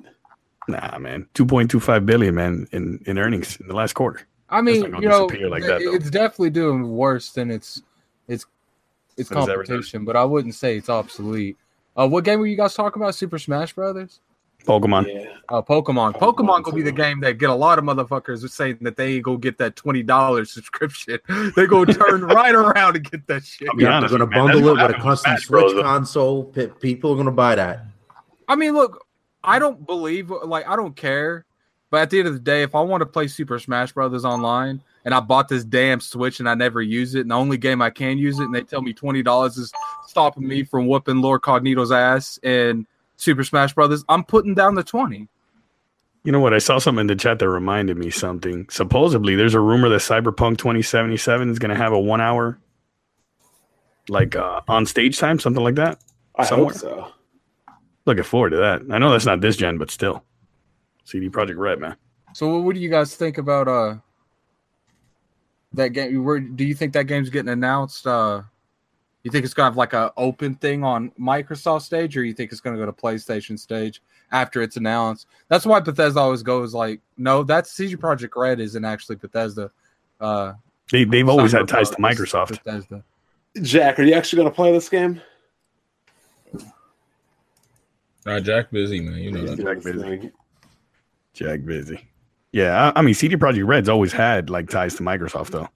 Nah, man. Two point two five billion, man, in in earnings in the last quarter.
I
not
mean,
gonna
you know,
disappear like that, though.
it's definitely doing worse than its its its
Than its average.
competition, but I wouldn't say it's obsolete. Uh, what game were you guys talking about? Super Smash Brothers?
Pokemon.
Yeah.
Uh, Pokemon.
Pokemon
Pokemon will be the
too.
game that get a lot of motherfuckers saying that they go get that twenty dollars subscription. They go turn right around and get that shit.
I'll be
yeah, they're
honest,
gonna
man,
bundle
that's what
it with a
happened with
custom
Smash Bros,
Switch
though.
console. Pe- people are gonna buy that.
I mean, look, I don't believe, like, I don't care. But at the end of the day, if I want to play Super Smash Brothers online and I bought this damn Switch and I never use it, and the only game I can use it, and they tell me twenty dollars is stopping me from whooping Lord Cognito's ass in Super Smash Brothers, I'm putting down the twenty.
You know what? I saw something in the chat that reminded me something. Supposedly, there's a rumor that Cyberpunk 2077 is going to have a one hour, like uh, on stage time, something like that.
I
Somewhere.
hope so.
Looking forward to that. I know that's not this gen, but still, CD Project Red, man.
So, what do you guys think about uh that game? Where do you think that game's getting announced? Uh You think it's gonna have like a open thing on Microsoft stage, or you think it's gonna go to PlayStation stage after it's announced? That's why Bethesda always goes like, no, that's CG Project Red isn't actually Bethesda. Uh,
They they've always had
Cyberpunk
ties
is
to Microsoft.
Bethesda.
Jack, are you actually gonna play this game?
Nah, Jack busy man. You know
He's
that.
doing
Jack
his
busy.
thing.
Jack busy. Yeah, I, I mean CD Project Red's always had like ties to Microsoft, though.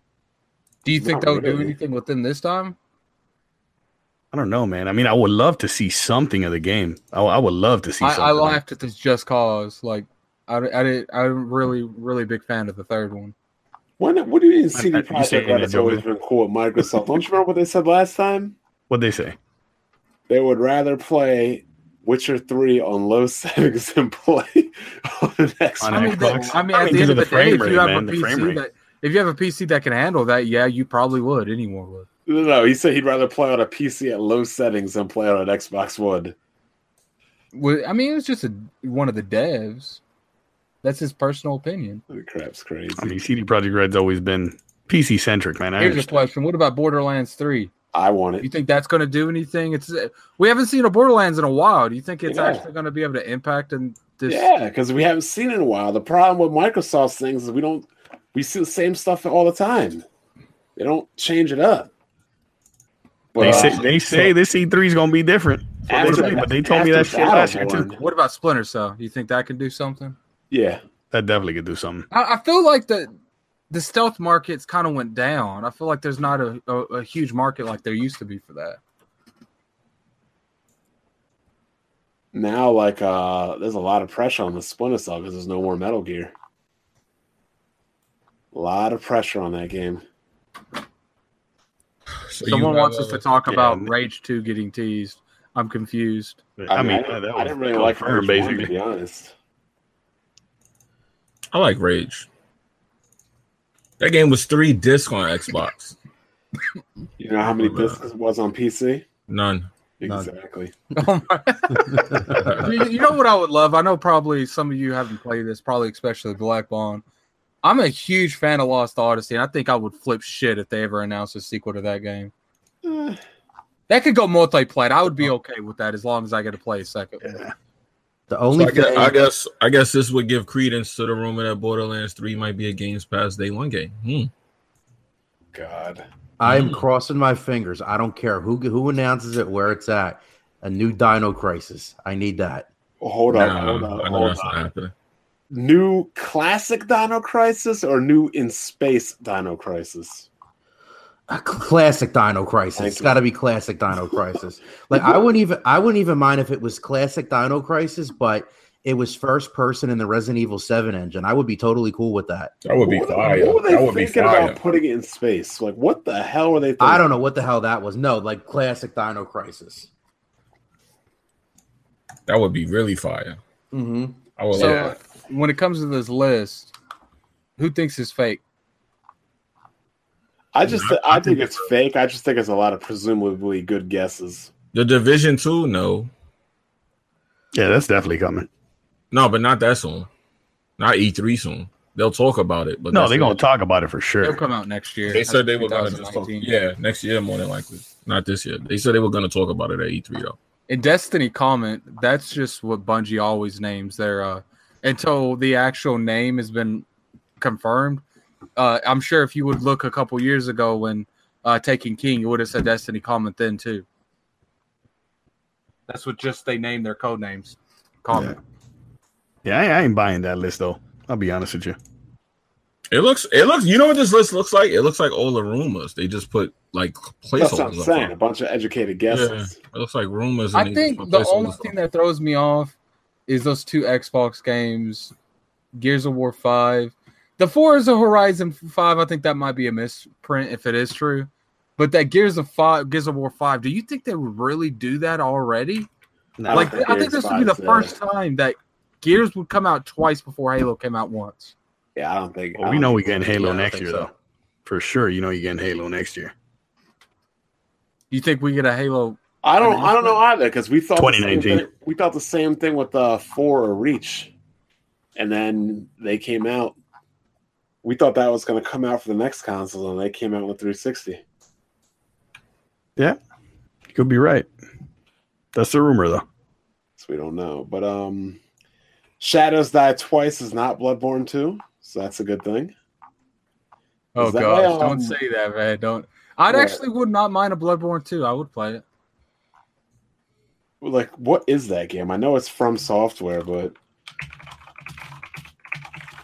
Do you think
Not
they'll do
really.
anything with them this time?
I don't know, man. I mean, I would love to see something of the game. I, I would love to see.
I,
something.
I laughed at this Just Cause. Like, I, I did, I'm really, really big fan of the third one.
When, what do you mean CD
I- you
Projekt Red
say Indiana
has always
Jones.
been cool with Microsoft? Don't you remember what they said last time?
What'd they say?
They would rather play Witcher 3 on low settings than play on an Xbox.
On
I mean,
Xbox.
the- I mean,
I
at
mean,
the end of
'cause of
the,
the
day,
frame
if
rate,
you have
man,
a
the frame
PC
rate.
that if you have a PC that can handle that, yeah, you probably would. Anyone would.
No, no, he said he'd rather play on a PC at low settings than play on an Xbox One.
Well, I mean, it was just a, one of the devs. That's his personal opinion.
The crap's crazy.
I mean, CD Project Red's always been PC centric, man. I
Here's a
understand.
question: What about Borderlands Three?
I want
You
it.
think that's going to do anything? It's we haven't seen a Borderlands in a while. Do you think it's
Yeah.
actually going to be able to impact in this?
Yeah, because we haven't seen it in a while. The problem with Microsoft's things is we don't we see the same stuff all the time. They don't change it up.
They
uh,
say they say this E3 is gonna be different. That's what they told me, but they told me that
after
shit last year too.
Battleborn,
What about Splinter Cell? You think that can do something?
Yeah,
That definitely could do something.
I, I feel like the the stealth markets kind of went down. I feel like there's not a, a, a huge market like there used to be for that.
now like uh there's a lot of pressure on the Splinter Cell because there's no more Metal Gear. A lot of pressure on that game.
So you
Someone
have,
wants us
uh,
to talk
yeah,
about
and-
Rage Two getting teased. I'm confused.
I, mean,
I,
that
didn't,
was
I didn't really like her.
confirmed,
Basically,
basically.
to be honest.
I like Rage. That game was three discs on Xbox.
You know how many discs it was on PC?
None. None.
Exactly.
Oh my- you, you know what I would love? I know probably some of you haven't played this, probably especially Black Bond. I'm a huge fan of Lost Odyssey, and I think I would flip shit if they ever announced a sequel to that game.
Eh,
That could go multiplayer. I would
Uh-huh.
be okay with that as long as I get to play a second. one.
The
So
only
I, guess,
thing
I guess I guess this would give credence to the rumor that Borderlands 3 might be a Games Pass Day 1 game. Hmm.
God.
I
Mm.
am crossing my fingers. I don't care who who announces it, where it's at. A new Dino Crisis. I need that.
Well, hold on.
Nah,
hold on.
I know
Hold
that's not
on.
happening.
New classic Dino Crisis or new in space Dino Crisis?
A cl- classic Dino Crisis.
Thank
It's
you.
got to be classic Dino Crisis. Like I wouldn't even I wouldn't even mind if it was classic Dino Crisis, but it was first person in the Resident Evil Seven engine. I would be totally cool with that.
That would be
What-
fire.
What were they
That would be
thinking
fire.
about putting it in space? Like, what the hell were they thinking?
I don't know what the hell that was. No, like classic Dino Crisis.
That would be really fire.
hmm
Mm-hmm.
I would
So,
love
when it comes to this list, who thinks it's fake?
I just,
I-
I,
I
think
think
it's fake. I just think it's a lot of presumably good guesses.
The Division 2, no.
Yeah, that's definitely coming.
No, but not that soon. Not E3 soon. They'll talk about it, but
No,
that's
they're
it.
gonna talk about it for
They'll
sure.
come out next year.
They said they were gonna
That's
just talk.
2019.
Yeah, next year more than likely. Not this year. They said they were gonna talk about it at E3 though.
In Destiny comment, that's just what Bungie always names their uh until the actual name has been confirmed. Uh I'm sure if you would look a couple years ago when uh taking King, it would have said Destiny comment then too. That's what just they name their code names. Comment.
Yeah, I, I ain't buying that list though. I'll be honest with you.
It looks. It looks. You know what this list looks like? It looks like all the rumors. They just put like
That's what I'm
placeholders. up
saying. A
front.
bunch of educated guesses.
It looks like rumors.
I
and they
think
just put
the
placeholders
only
up
thing
front.
that throws me off is those two Xbox games, Gears of War Five, the Forza Horizon Five. I think that might be a misprint if it is true. But that Gears of Five, Gears of War Five. Do you think they would really do that already?
I
like,
don't
I think this
Gears
would be the
5's, uh,
first time that Gears would come out twice before Halo came out once.
Yeah, I don't think. I
Well, we
don't
know
think
we getting Halo
Yeah, I
next
think
year
so.
though. For sure, you know you're getting Halo next year.
Do you think we get a Halo?
I don't. I don't know either because we thought the same
2019.
thing- We thought the same thing with uh, four or Reach, and then they came out. We thought that was going to come out for the next console, and they came out with 360.
You could be right. That's the rumor though.
So we don't know. But um, Shadows Die Twice is not Bloodborne 2, so that's a good thing.
Oh
Is that
gosh,
why, um,
don't say that, man. Don't. I'd
What?
actually would not mind a Bloodborne too. I would play it.
Like, what is that game? I know it's from Software, but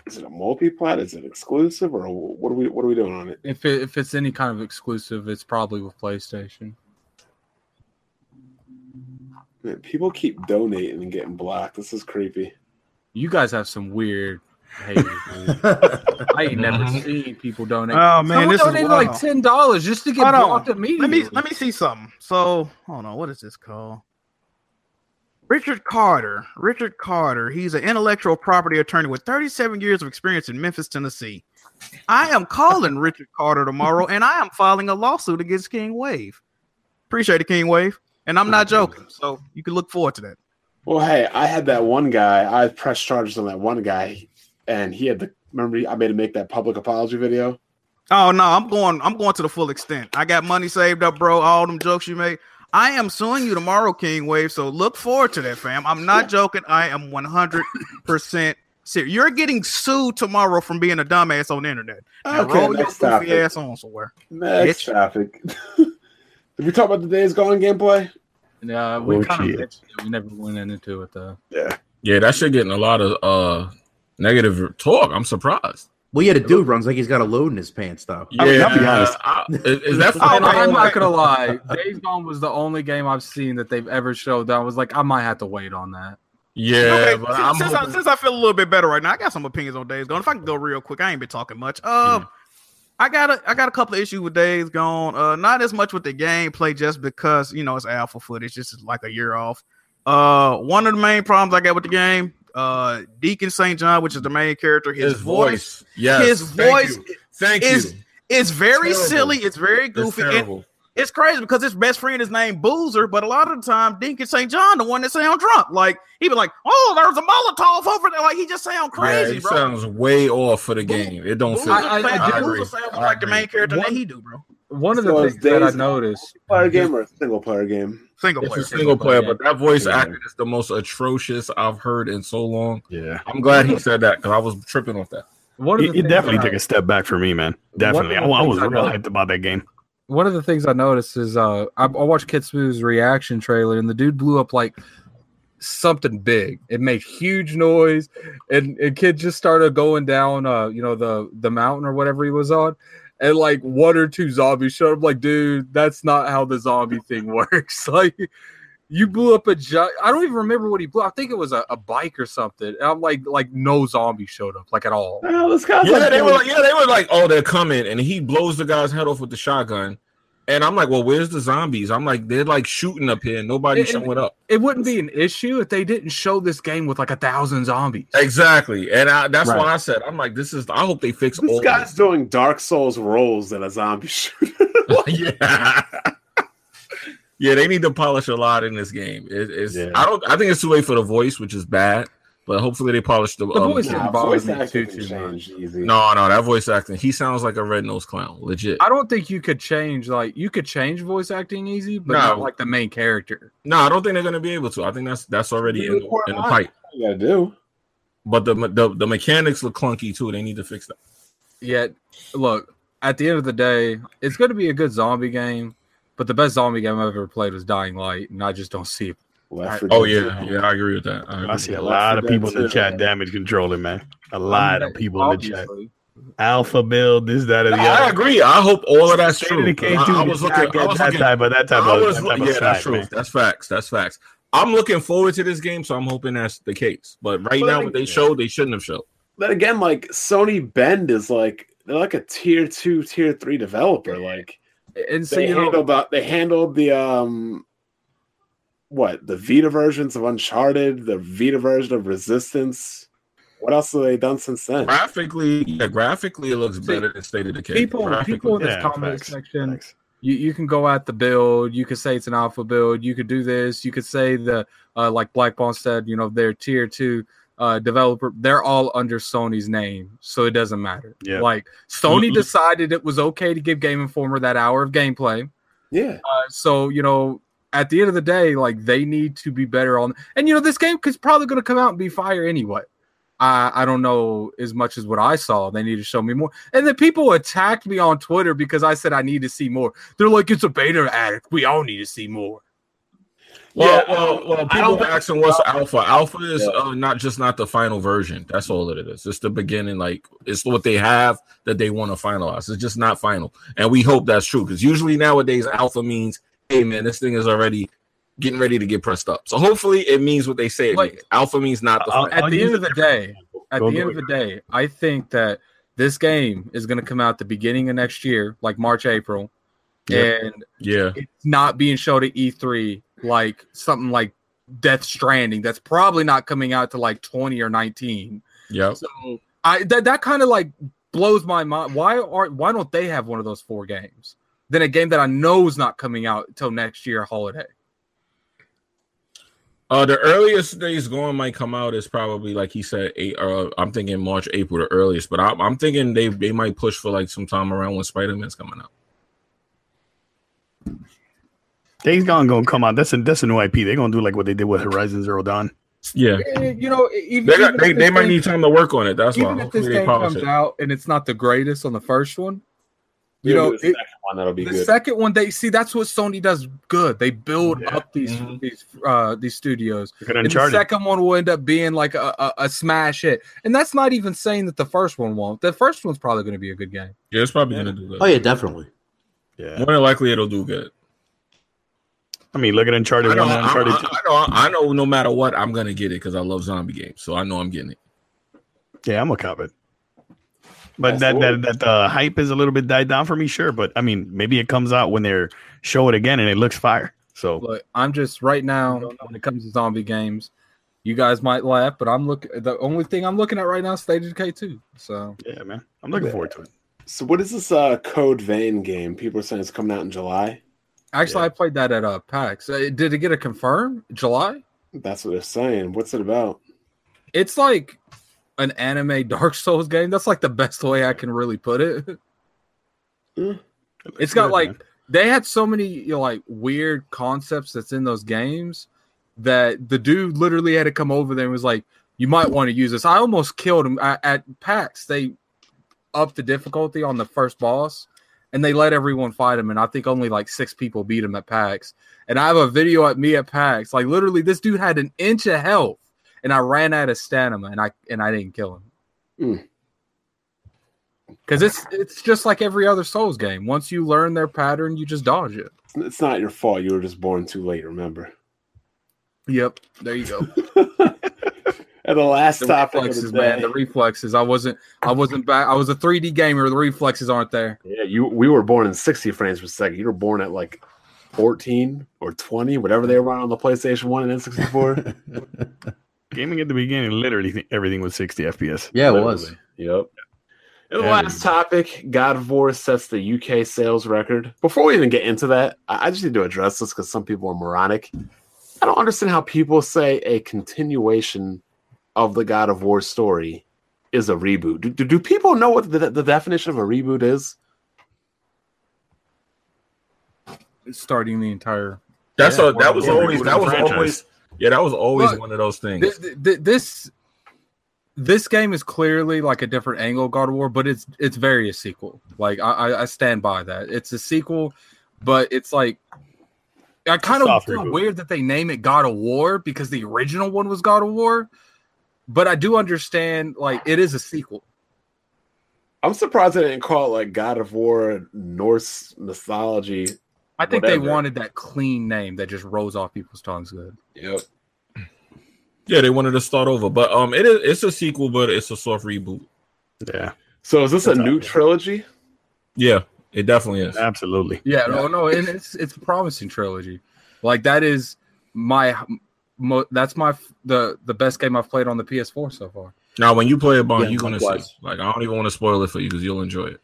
is it a multi-plat? Is it exclusive, or what are we what are we doing on it?
If it, if it's any kind of exclusive, it's probably with PlayStation.
Man, people keep donating and getting blocked. This is creepy.
You guys have some weird Hey, man. I ain't never
Mm-hmm.
seen people donate.
Oh man,
Someone
this is
donated like
wild.
ten dollars just to get
Hold on.
blocked
Let
immediately.
me let me see something. So hold on, what is this called? Richard Carter. Richard Carter. He's an intellectual property attorney with 37 years of experience in Memphis, Tennessee. I am calling Richard Carter tomorrow, and I am filing a lawsuit against King Wave. Appreciate it, King Wave, and I'm not joking. So you can look forward to that.
Well, hey, I had that one guy. I pressed charges on that one guy, and he had the. Remember, I made him make that public apology video.
Oh no, I'm going. I'm going to the full extent. I got money saved up, bro. All them jokes you made. I am suing you tomorrow, King Wave. So look forward to that, fam. I'm not joking. I am 100 percent serious. You're getting sued tomorrow from being a dumbass on the internet. Now
Okay,
Ah, roll your
next topic.
goofy ass on somewhere.
Next
Bitch.
traffic. Did we talk about the days gone gameplay?
Yeah, we
Oh,
kind
shit.
of mentioned it. we never went into it though.
Yeah, that shit getting a lot of uh negative talk. I'm surprised.
Well, yeah, the dude runs like he's got a load in his pants, though.
Yeah,
I mean, I'll be honest.
I- is, is that
And
no,
I'm not
like-
gonna lie, Days Gone was the only game I've seen that they've ever showed that I was like, I might have to wait on that.
yeah?
okay,
but
since,
I'm
since I,
hoping,
since I feel a little bit better right now, I got some opinions on Days Gone. If I can go real quick, I ain't been talking much. Um,
Hmm.
I got a I got a couple of issues with Days Gone. Uh, not as much with the gameplay, just because you know it's alpha footage. This is like a year off. Uh, one of the main problems I got with the game, uh, Deacon St. John, which is the main character, his, voice,
yes,
his
thank
voice
you. Thank you.
is is very
Terrible.
silly. It's very
It's
goofy. and
terrible.
it's crazy because his best friend is named Boozer, but a lot of the time Deacon St. John, the one that sound drunk, like he be like, "Oh, there's a Molotov over there," like he just sound
Crazy,
crazy,
it
bro.
sounds way off for the
Boo-
game. It don't
Boozer,
fit.
I- I-
sound-
I do-
Boozer sounds
I
like the
agree.
main character that
One-
he do, bro.
One of the
So it's
things that I
Days Gone.
noticed.
Player game or single player game?
Single
It's
player.
a single player, but that voice
Yeah.
actor is the most atrocious I've heard in so long.
Yeah.
I'm glad he said that because I was tripping off that.
One of
It,
the
it
things
definitely
that I-
took a step back for me, man. Definitely.
One
I,
of the
I was
things I
real
know-
hyped about that game.
one of the things I noticed is uh, I, I watched Kid Smooth's reaction trailer, and the dude blew up like something big. It made huge noise, and, and Kid just started going down, uh, you know, the the mountain or whatever he was on, and like one or two zombies showed up. Like, dude, that's not how the zombie thing works. Like, you blew up a giant. I don't even remember what he blew. I think it was a, a bike or something. And I'm like, like no zombie showed up, like at all.
Oh, this guy's
Yeah,
like,
they were like, yeah, they were like, oh, they're coming, and he blows the guy's head off with the shotgun. And I'm like, well, where's the zombies? I'm like, they're like shooting up here, and nobody's
And-
showing up.
It wouldn't be an issue if they didn't show this game with like a thousand zombies.
Exactly, and I, that's
Right.
why I said, I'm like, this is. I hope they fix
this
all.
guy's
Guys-
doing Dark Souls roles in a zombie shooter.
yeah, yeah, they need to polish a lot in this game. It, it's.
Yeah.
I don't. I think it's too late for the voice, which is bad. But hopefully they polish the. um,
The voice-
Nah,
bother
voice
me
acting
too,
can
too
change easy.
no, no, that voice acting. He sounds like a red nosed clown, legit.
I don't think you could change like you could change voice acting easy, but
No.
not like the main character.
No, I don't think they're gonna be able to. I think that's that's already in, the- in the pipe.
You gotta do.
But the, the the mechanics look clunky too. They need to fix that.
Yet, look, at the end of the day, it's going to be a good zombie game, but the best zombie game I've ever played was Dying Light, and I just don't see it.
Left
Oh
4
yeah,
Dead.
yeah, I agree with that. I agree
I see
with
a
that.
lot of
Left 4
people in the
Dead
chat
too.
damage controlling, man. A lot of people in the chat.
Obviously.
Alpha build, this, that, or the
No, I
other.
agree. I hope all of that's true.
State of decay,
I, I
dude,
was
did
looking.
not get
I was
that
looking.
type of that type
I
of,
was
that
look-
type of
yeah, that's
side,
true.
man.
That's facts. That's facts. I'm looking forward to this game, so I'm hoping that's the case. But right
Well,
now,
I
what
think-
they showed, they shouldn't have showed.
Then again, like Sony Bend is like they're like a tier two, tier three developer. Like
And so
they
you know,
handled the, they handled the um what the Vita versions of Uncharted, the Vita version of Resistance. What else have they done since then?
Graphically, yeah, graphically, it looks better than State of Decay.
people
Graphically.
people in this
Yeah,
comment
facts,
section
facts.
you, you can go at the build. You could say it's an alpha build. You could do this. You could say the uh, like Black Bond said, you know, they're tier two uh, developer. They're all under Sony's name, so it doesn't matter.
Yeah. Mm-hmm.
Like Sony
Mhm.
decided it was okay to give Game Informer that hour of gameplay.
Yeah,
Uh, so you know, at the end of the day, like they need to be better on. And you know, this game is probably going to come out and be fire anyway. I, I don't know as much as what I saw. They need to show me more. And the people attacked me on Twitter because I said I need to see more. They're like, it's a beta addict. We all need to see more.
Well,
Yeah, um,
well, well,
I don't
people
think-
asking what's alpha. Alpha is
Yeah.
uh, not just not the final version. That's all that it is. It's the beginning. Like it's what they have that they want to finalize. It's just not final, and we hope that's true because usually nowadays alpha means, hey man, this thing is already getting ready to get pressed up. So hopefully it means what they say. it
Like-
means. Alpha means not the
uh,
I'll-
final.
At
I'll
the
use
end of the day, at
Oh, Go
the
do
end
it.
of the day, I think that this game is going to come out the beginning of next year, like March, April,
Yeah.
and
Yeah.
it's not being shown at E3 like something like Death Stranding that's probably not coming out to like 20 or 19.
Yep.
So I that that kind of like blows my mind. Why aren't why don't they have one of those four games? Then a game that I know is not coming out till next year holiday.
Uh, the earliest days going might come out is probably like he said. Eight, uh, I'm thinking March, April, the earliest. But I, I'm thinking they they might push for like some time around when Spider Man's coming out.
Days Gone gonna come out. That's a that's a new IP. They're gonna do like what they did with Horizon Zero Dawn.
Yeah,
Eh, You know, e- even,
they got,
even
they,
if
they
this
might
thing-
need time to work on it. That's why.
Even if
Hopefully
this
they
game
polish
comes
it.
out and it's not the greatest on the first one, you
You'll
know,
do the
it-
second one, that'll be
the
good.
second one they see that's what Sony does good. They build
Yeah.
up these
Mhm.
these uh these studios.
Look at
And the
Uncharted.
second one will end up being like a, a, a smash hit. And that's not even saying that the first one won't. The first one's probably going to be a good game.
Yeah, it's probably gonna do good.
Oh yeah, definitely.
yeah,
More than likely, it'll do good.
I mean, look at
I
Uncharted
know,
One,
I,
Uncharted Two.
I- I know, I know. No matter what, I'm gonna get it because I love zombie games, so I know I'm getting it.
Yeah, I'm a cop it. But that, that that uh, hype is a little bit died down for me, sure. But I mean, maybe it comes out when they show it again and it looks fire. So
Look, I'm just right now when it comes to zombie games, you guys might laugh, but I'm look. The only thing I'm looking at right now is State of Decay 2. So
yeah, man, I'm looking forward to it.
So what is this uh Code Vein game? People are saying it's coming out in July.
actually,
Yeah.
I played that at uh, PAX. Uh, Did it get a confirm July?
That's what they're saying. What's it about?
It's like an anime Dark Souls game. That's like the best way I can really put it. it's got
good,
like
man.
they had so many you know, like weird concepts that's in those games that the dude literally had to come over there and was like, "You might want to use this." I almost killed him I, at PAX. They upped the difficulty on the first boss, and they let everyone fight him. And I think only like six people beat him at PAX. And I have a video at me at PAX. Like literally, this dude had an inch of health, and I ran out of stamina, and I and I didn't kill him. Because it's it's just like every other Souls game. Once you learn their pattern, you just dodge it.
It's- It's not your fault. You were just born too late. Remember.
Yep. There you go.
and the last
The
topic of the
reflexes,
day.
man. The reflexes. I wasn't I wasn't back I was a 3D gamer. The reflexes aren't there.
yeah, you. We were born in 60 frames per second. You were born at like 14 or 20, whatever they were on the PlayStation One and N64.
Gaming at the beginning, literally th- everything was 60 FPS.
Yeah, it was.
Yep. And the
Yeah,
last topic, God of War sets the UK sales record. Before we even get into that, I I just need to address this because some people are moronic. I don't understand how people say a continuation of the God of War story is a reboot. Do, do, do people know what the, the definition of a reboot is?
It's starting the entire
That's
Yeah,
a, that was
yeah,
always
rebooting
that
the
was
franchise.
always yeah that was always
Look,
one of those things.
this, this this game is clearly like a different angle of God of War, but it's it's very a sequel. Like I I- I stand by that. It's a sequel, but it's like I kind of
Soft
feel
reboot.
weird that they name it God of War because the original one was God of War. But I do understand like it is a sequel.
I'm surprised they didn't call it like God of War Norse mythology.
I think they
Whatever.
wanted that clean name that just rolls off people's tongues good.
Yep.
yeah, they wanted to start over, but um, it is it's a sequel, but it's a soft reboot.
Yeah,
So is this
That's
a new
awesome.
trilogy?
Yeah, it definitely is.
absolutely.
Yeah, no, no, and it's it's a promising trilogy. Like that is my mo, that's my f- the the best game I've played on the PS4 so far.
Now, when you play it, Bond,
Yeah,
you're gonna
likewise.
see. Like, I don't even want to spoil it for you because you'll enjoy it.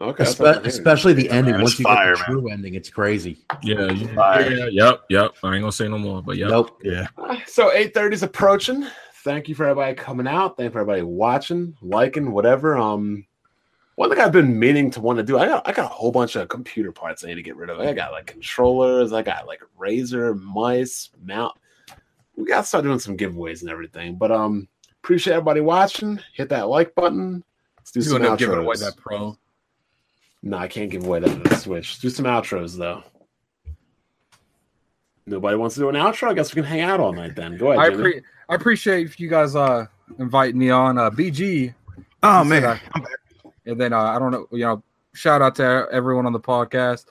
Okay. that's what I
Espe-
heard.
especially the ending.
man,
Once
it's
you
fire,
get the
man.
true ending, it's crazy.
Yeah, you,
Fire.
yeah, yep, yep. I ain't gonna say no more, but yep.
Nope.
Yeah,
Uh, So eight thirty is approaching. Thank you for everybody coming out. Thank you for everybody watching, liking, whatever. Um, one thing I've been meaning to want to do. I got I got a whole bunch of computer parts I need to get rid of. I got like controllers. I got like razor, mice, mount. We got to start doing some giveaways and everything. But um, appreciate everybody watching. Hit that like button. Let's do
You
some
end up giving away
outros.
that pro.
No, I can't give away that on the Switch. Do some outros though. Nobody wants to do an outro. I guess we can hang out all night then. Go ahead.
I,
Jimmy.
appre- I appreciate if you guys uh invite me on. Uh, BG
Oh
He said
man,
I- and then uh, I don't know, you know, shout out to everyone on the podcast.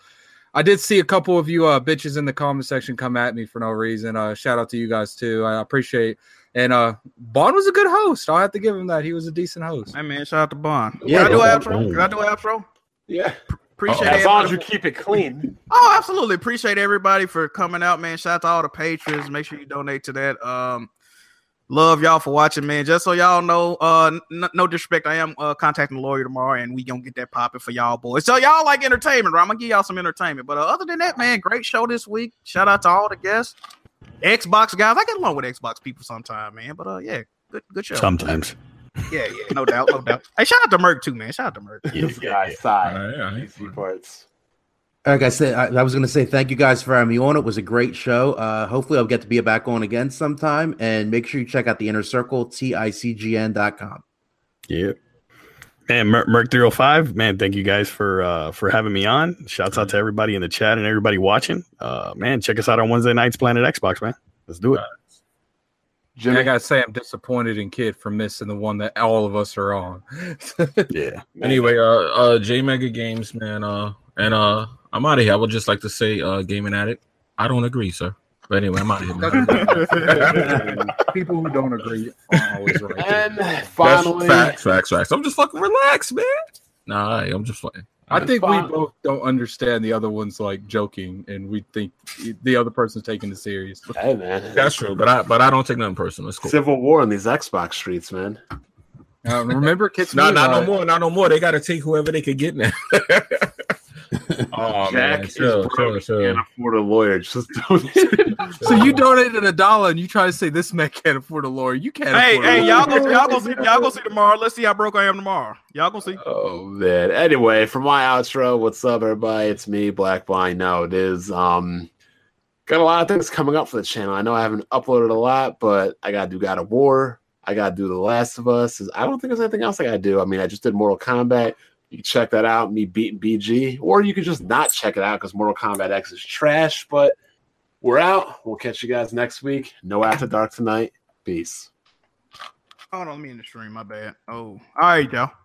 I did see a couple of you uh, bitches in the comment section come at me for no reason. Uh, shout out to you guys too. I appreciate. And uh, Bond was a good host. I have to give him that. He was a decent host.
Hey man, shout out to Bond.
Yeah,
Yeah, Can I do
that's
an outro? Can I do an outro?
Yeah.
Appreciate
As long as
everybody-
you keep it clean.
Oh, absolutely. Appreciate everybody for coming out, man. Shout out to all the patrons. Make sure you donate to that. Um, love y'all for watching, man. Just so y'all know, uh, n- no disrespect, I am uh contacting the lawyer tomorrow, and we gonna get that popping for y'all boys. So y'all like entertainment, right? I'm gonna give y'all some entertainment. But uh, other than that, man, great show this week. Shout out to all the guests, Xbox guys. I get along with Xbox people sometime, man. But uh, yeah, good, good show.
Sometimes.
Yeah, yeah, no doubt, no doubt. Hey, shout out to Merc too, man. Shout out to Merc.
This guy
All
sighed.
right, all right.
These parts.
Like I said, I, I was going to say thank you guys for having me on. It was a great show. Uh, hopefully, I'll get to be back on again sometime. And make sure you check out the Inner Circle, ticgn.com.
Yeah. Man, Merc, Merc 305, man, thank you guys for uh for having me on. Shouts out to everybody in the chat and everybody watching. Uh man, check us out on Wednesday nights Planet Xbox, man. Let's do it.
And I
Jimmy,
gotta say, I'm disappointed in Kid for missing the one that all of us are on.
Yeah.
Anyway, uh, uh, J Mega Games, man, uh, and uh, I'm out of here. I would just like to say, uh, gaming addict, I don't agree, sir. But anyway, I'm out of here. Man.
People who don't agree are always right.
and
That's
finally,
facts, facts, facts. I'm just fucking relaxed, man. Nah, all right, I'm just fucking.
I think we
Fine.
both don't understand the other one's like joking, and we think the other person's taking it serious.
hey man,
That's true, but I but I don't take nothing personal. It's cool.
civil war in these Xbox streets, man.
Uh, remember, Kid's
No,
meme,
not
uh,
no more, not no more. They gotta take whoever they could get now. oh man, chill, chill, chill.
can't afford a lawyer. Just don't.
So you donated a dollar, and you try to say this man can't afford a lawyer. You can't.
Hey,
afford a
hey,
lawyer.
y'all go, y'all go see, y'all go see tomorrow. Let's see how broke I am tomorrow. Y'all gonna see.
Oh man. Anyway, for my outro, what's up, everybody? It's me, Black Blind. No, it is. Um, got a lot of things coming up for the channel. I know I haven't uploaded a lot, but I gotta do God of War. I gotta do The Last of Us. I don't think there's anything else I gotta do. I mean, I just did Mortal Kombat. You can check that out, me beating BG, or you could just not check it out because Mortal Kombat X is trash. But we're out. We'll catch you guys next week. No after dark tonight. Peace.
Hold on, let me in the stream. My bad. Oh, all right, y'all.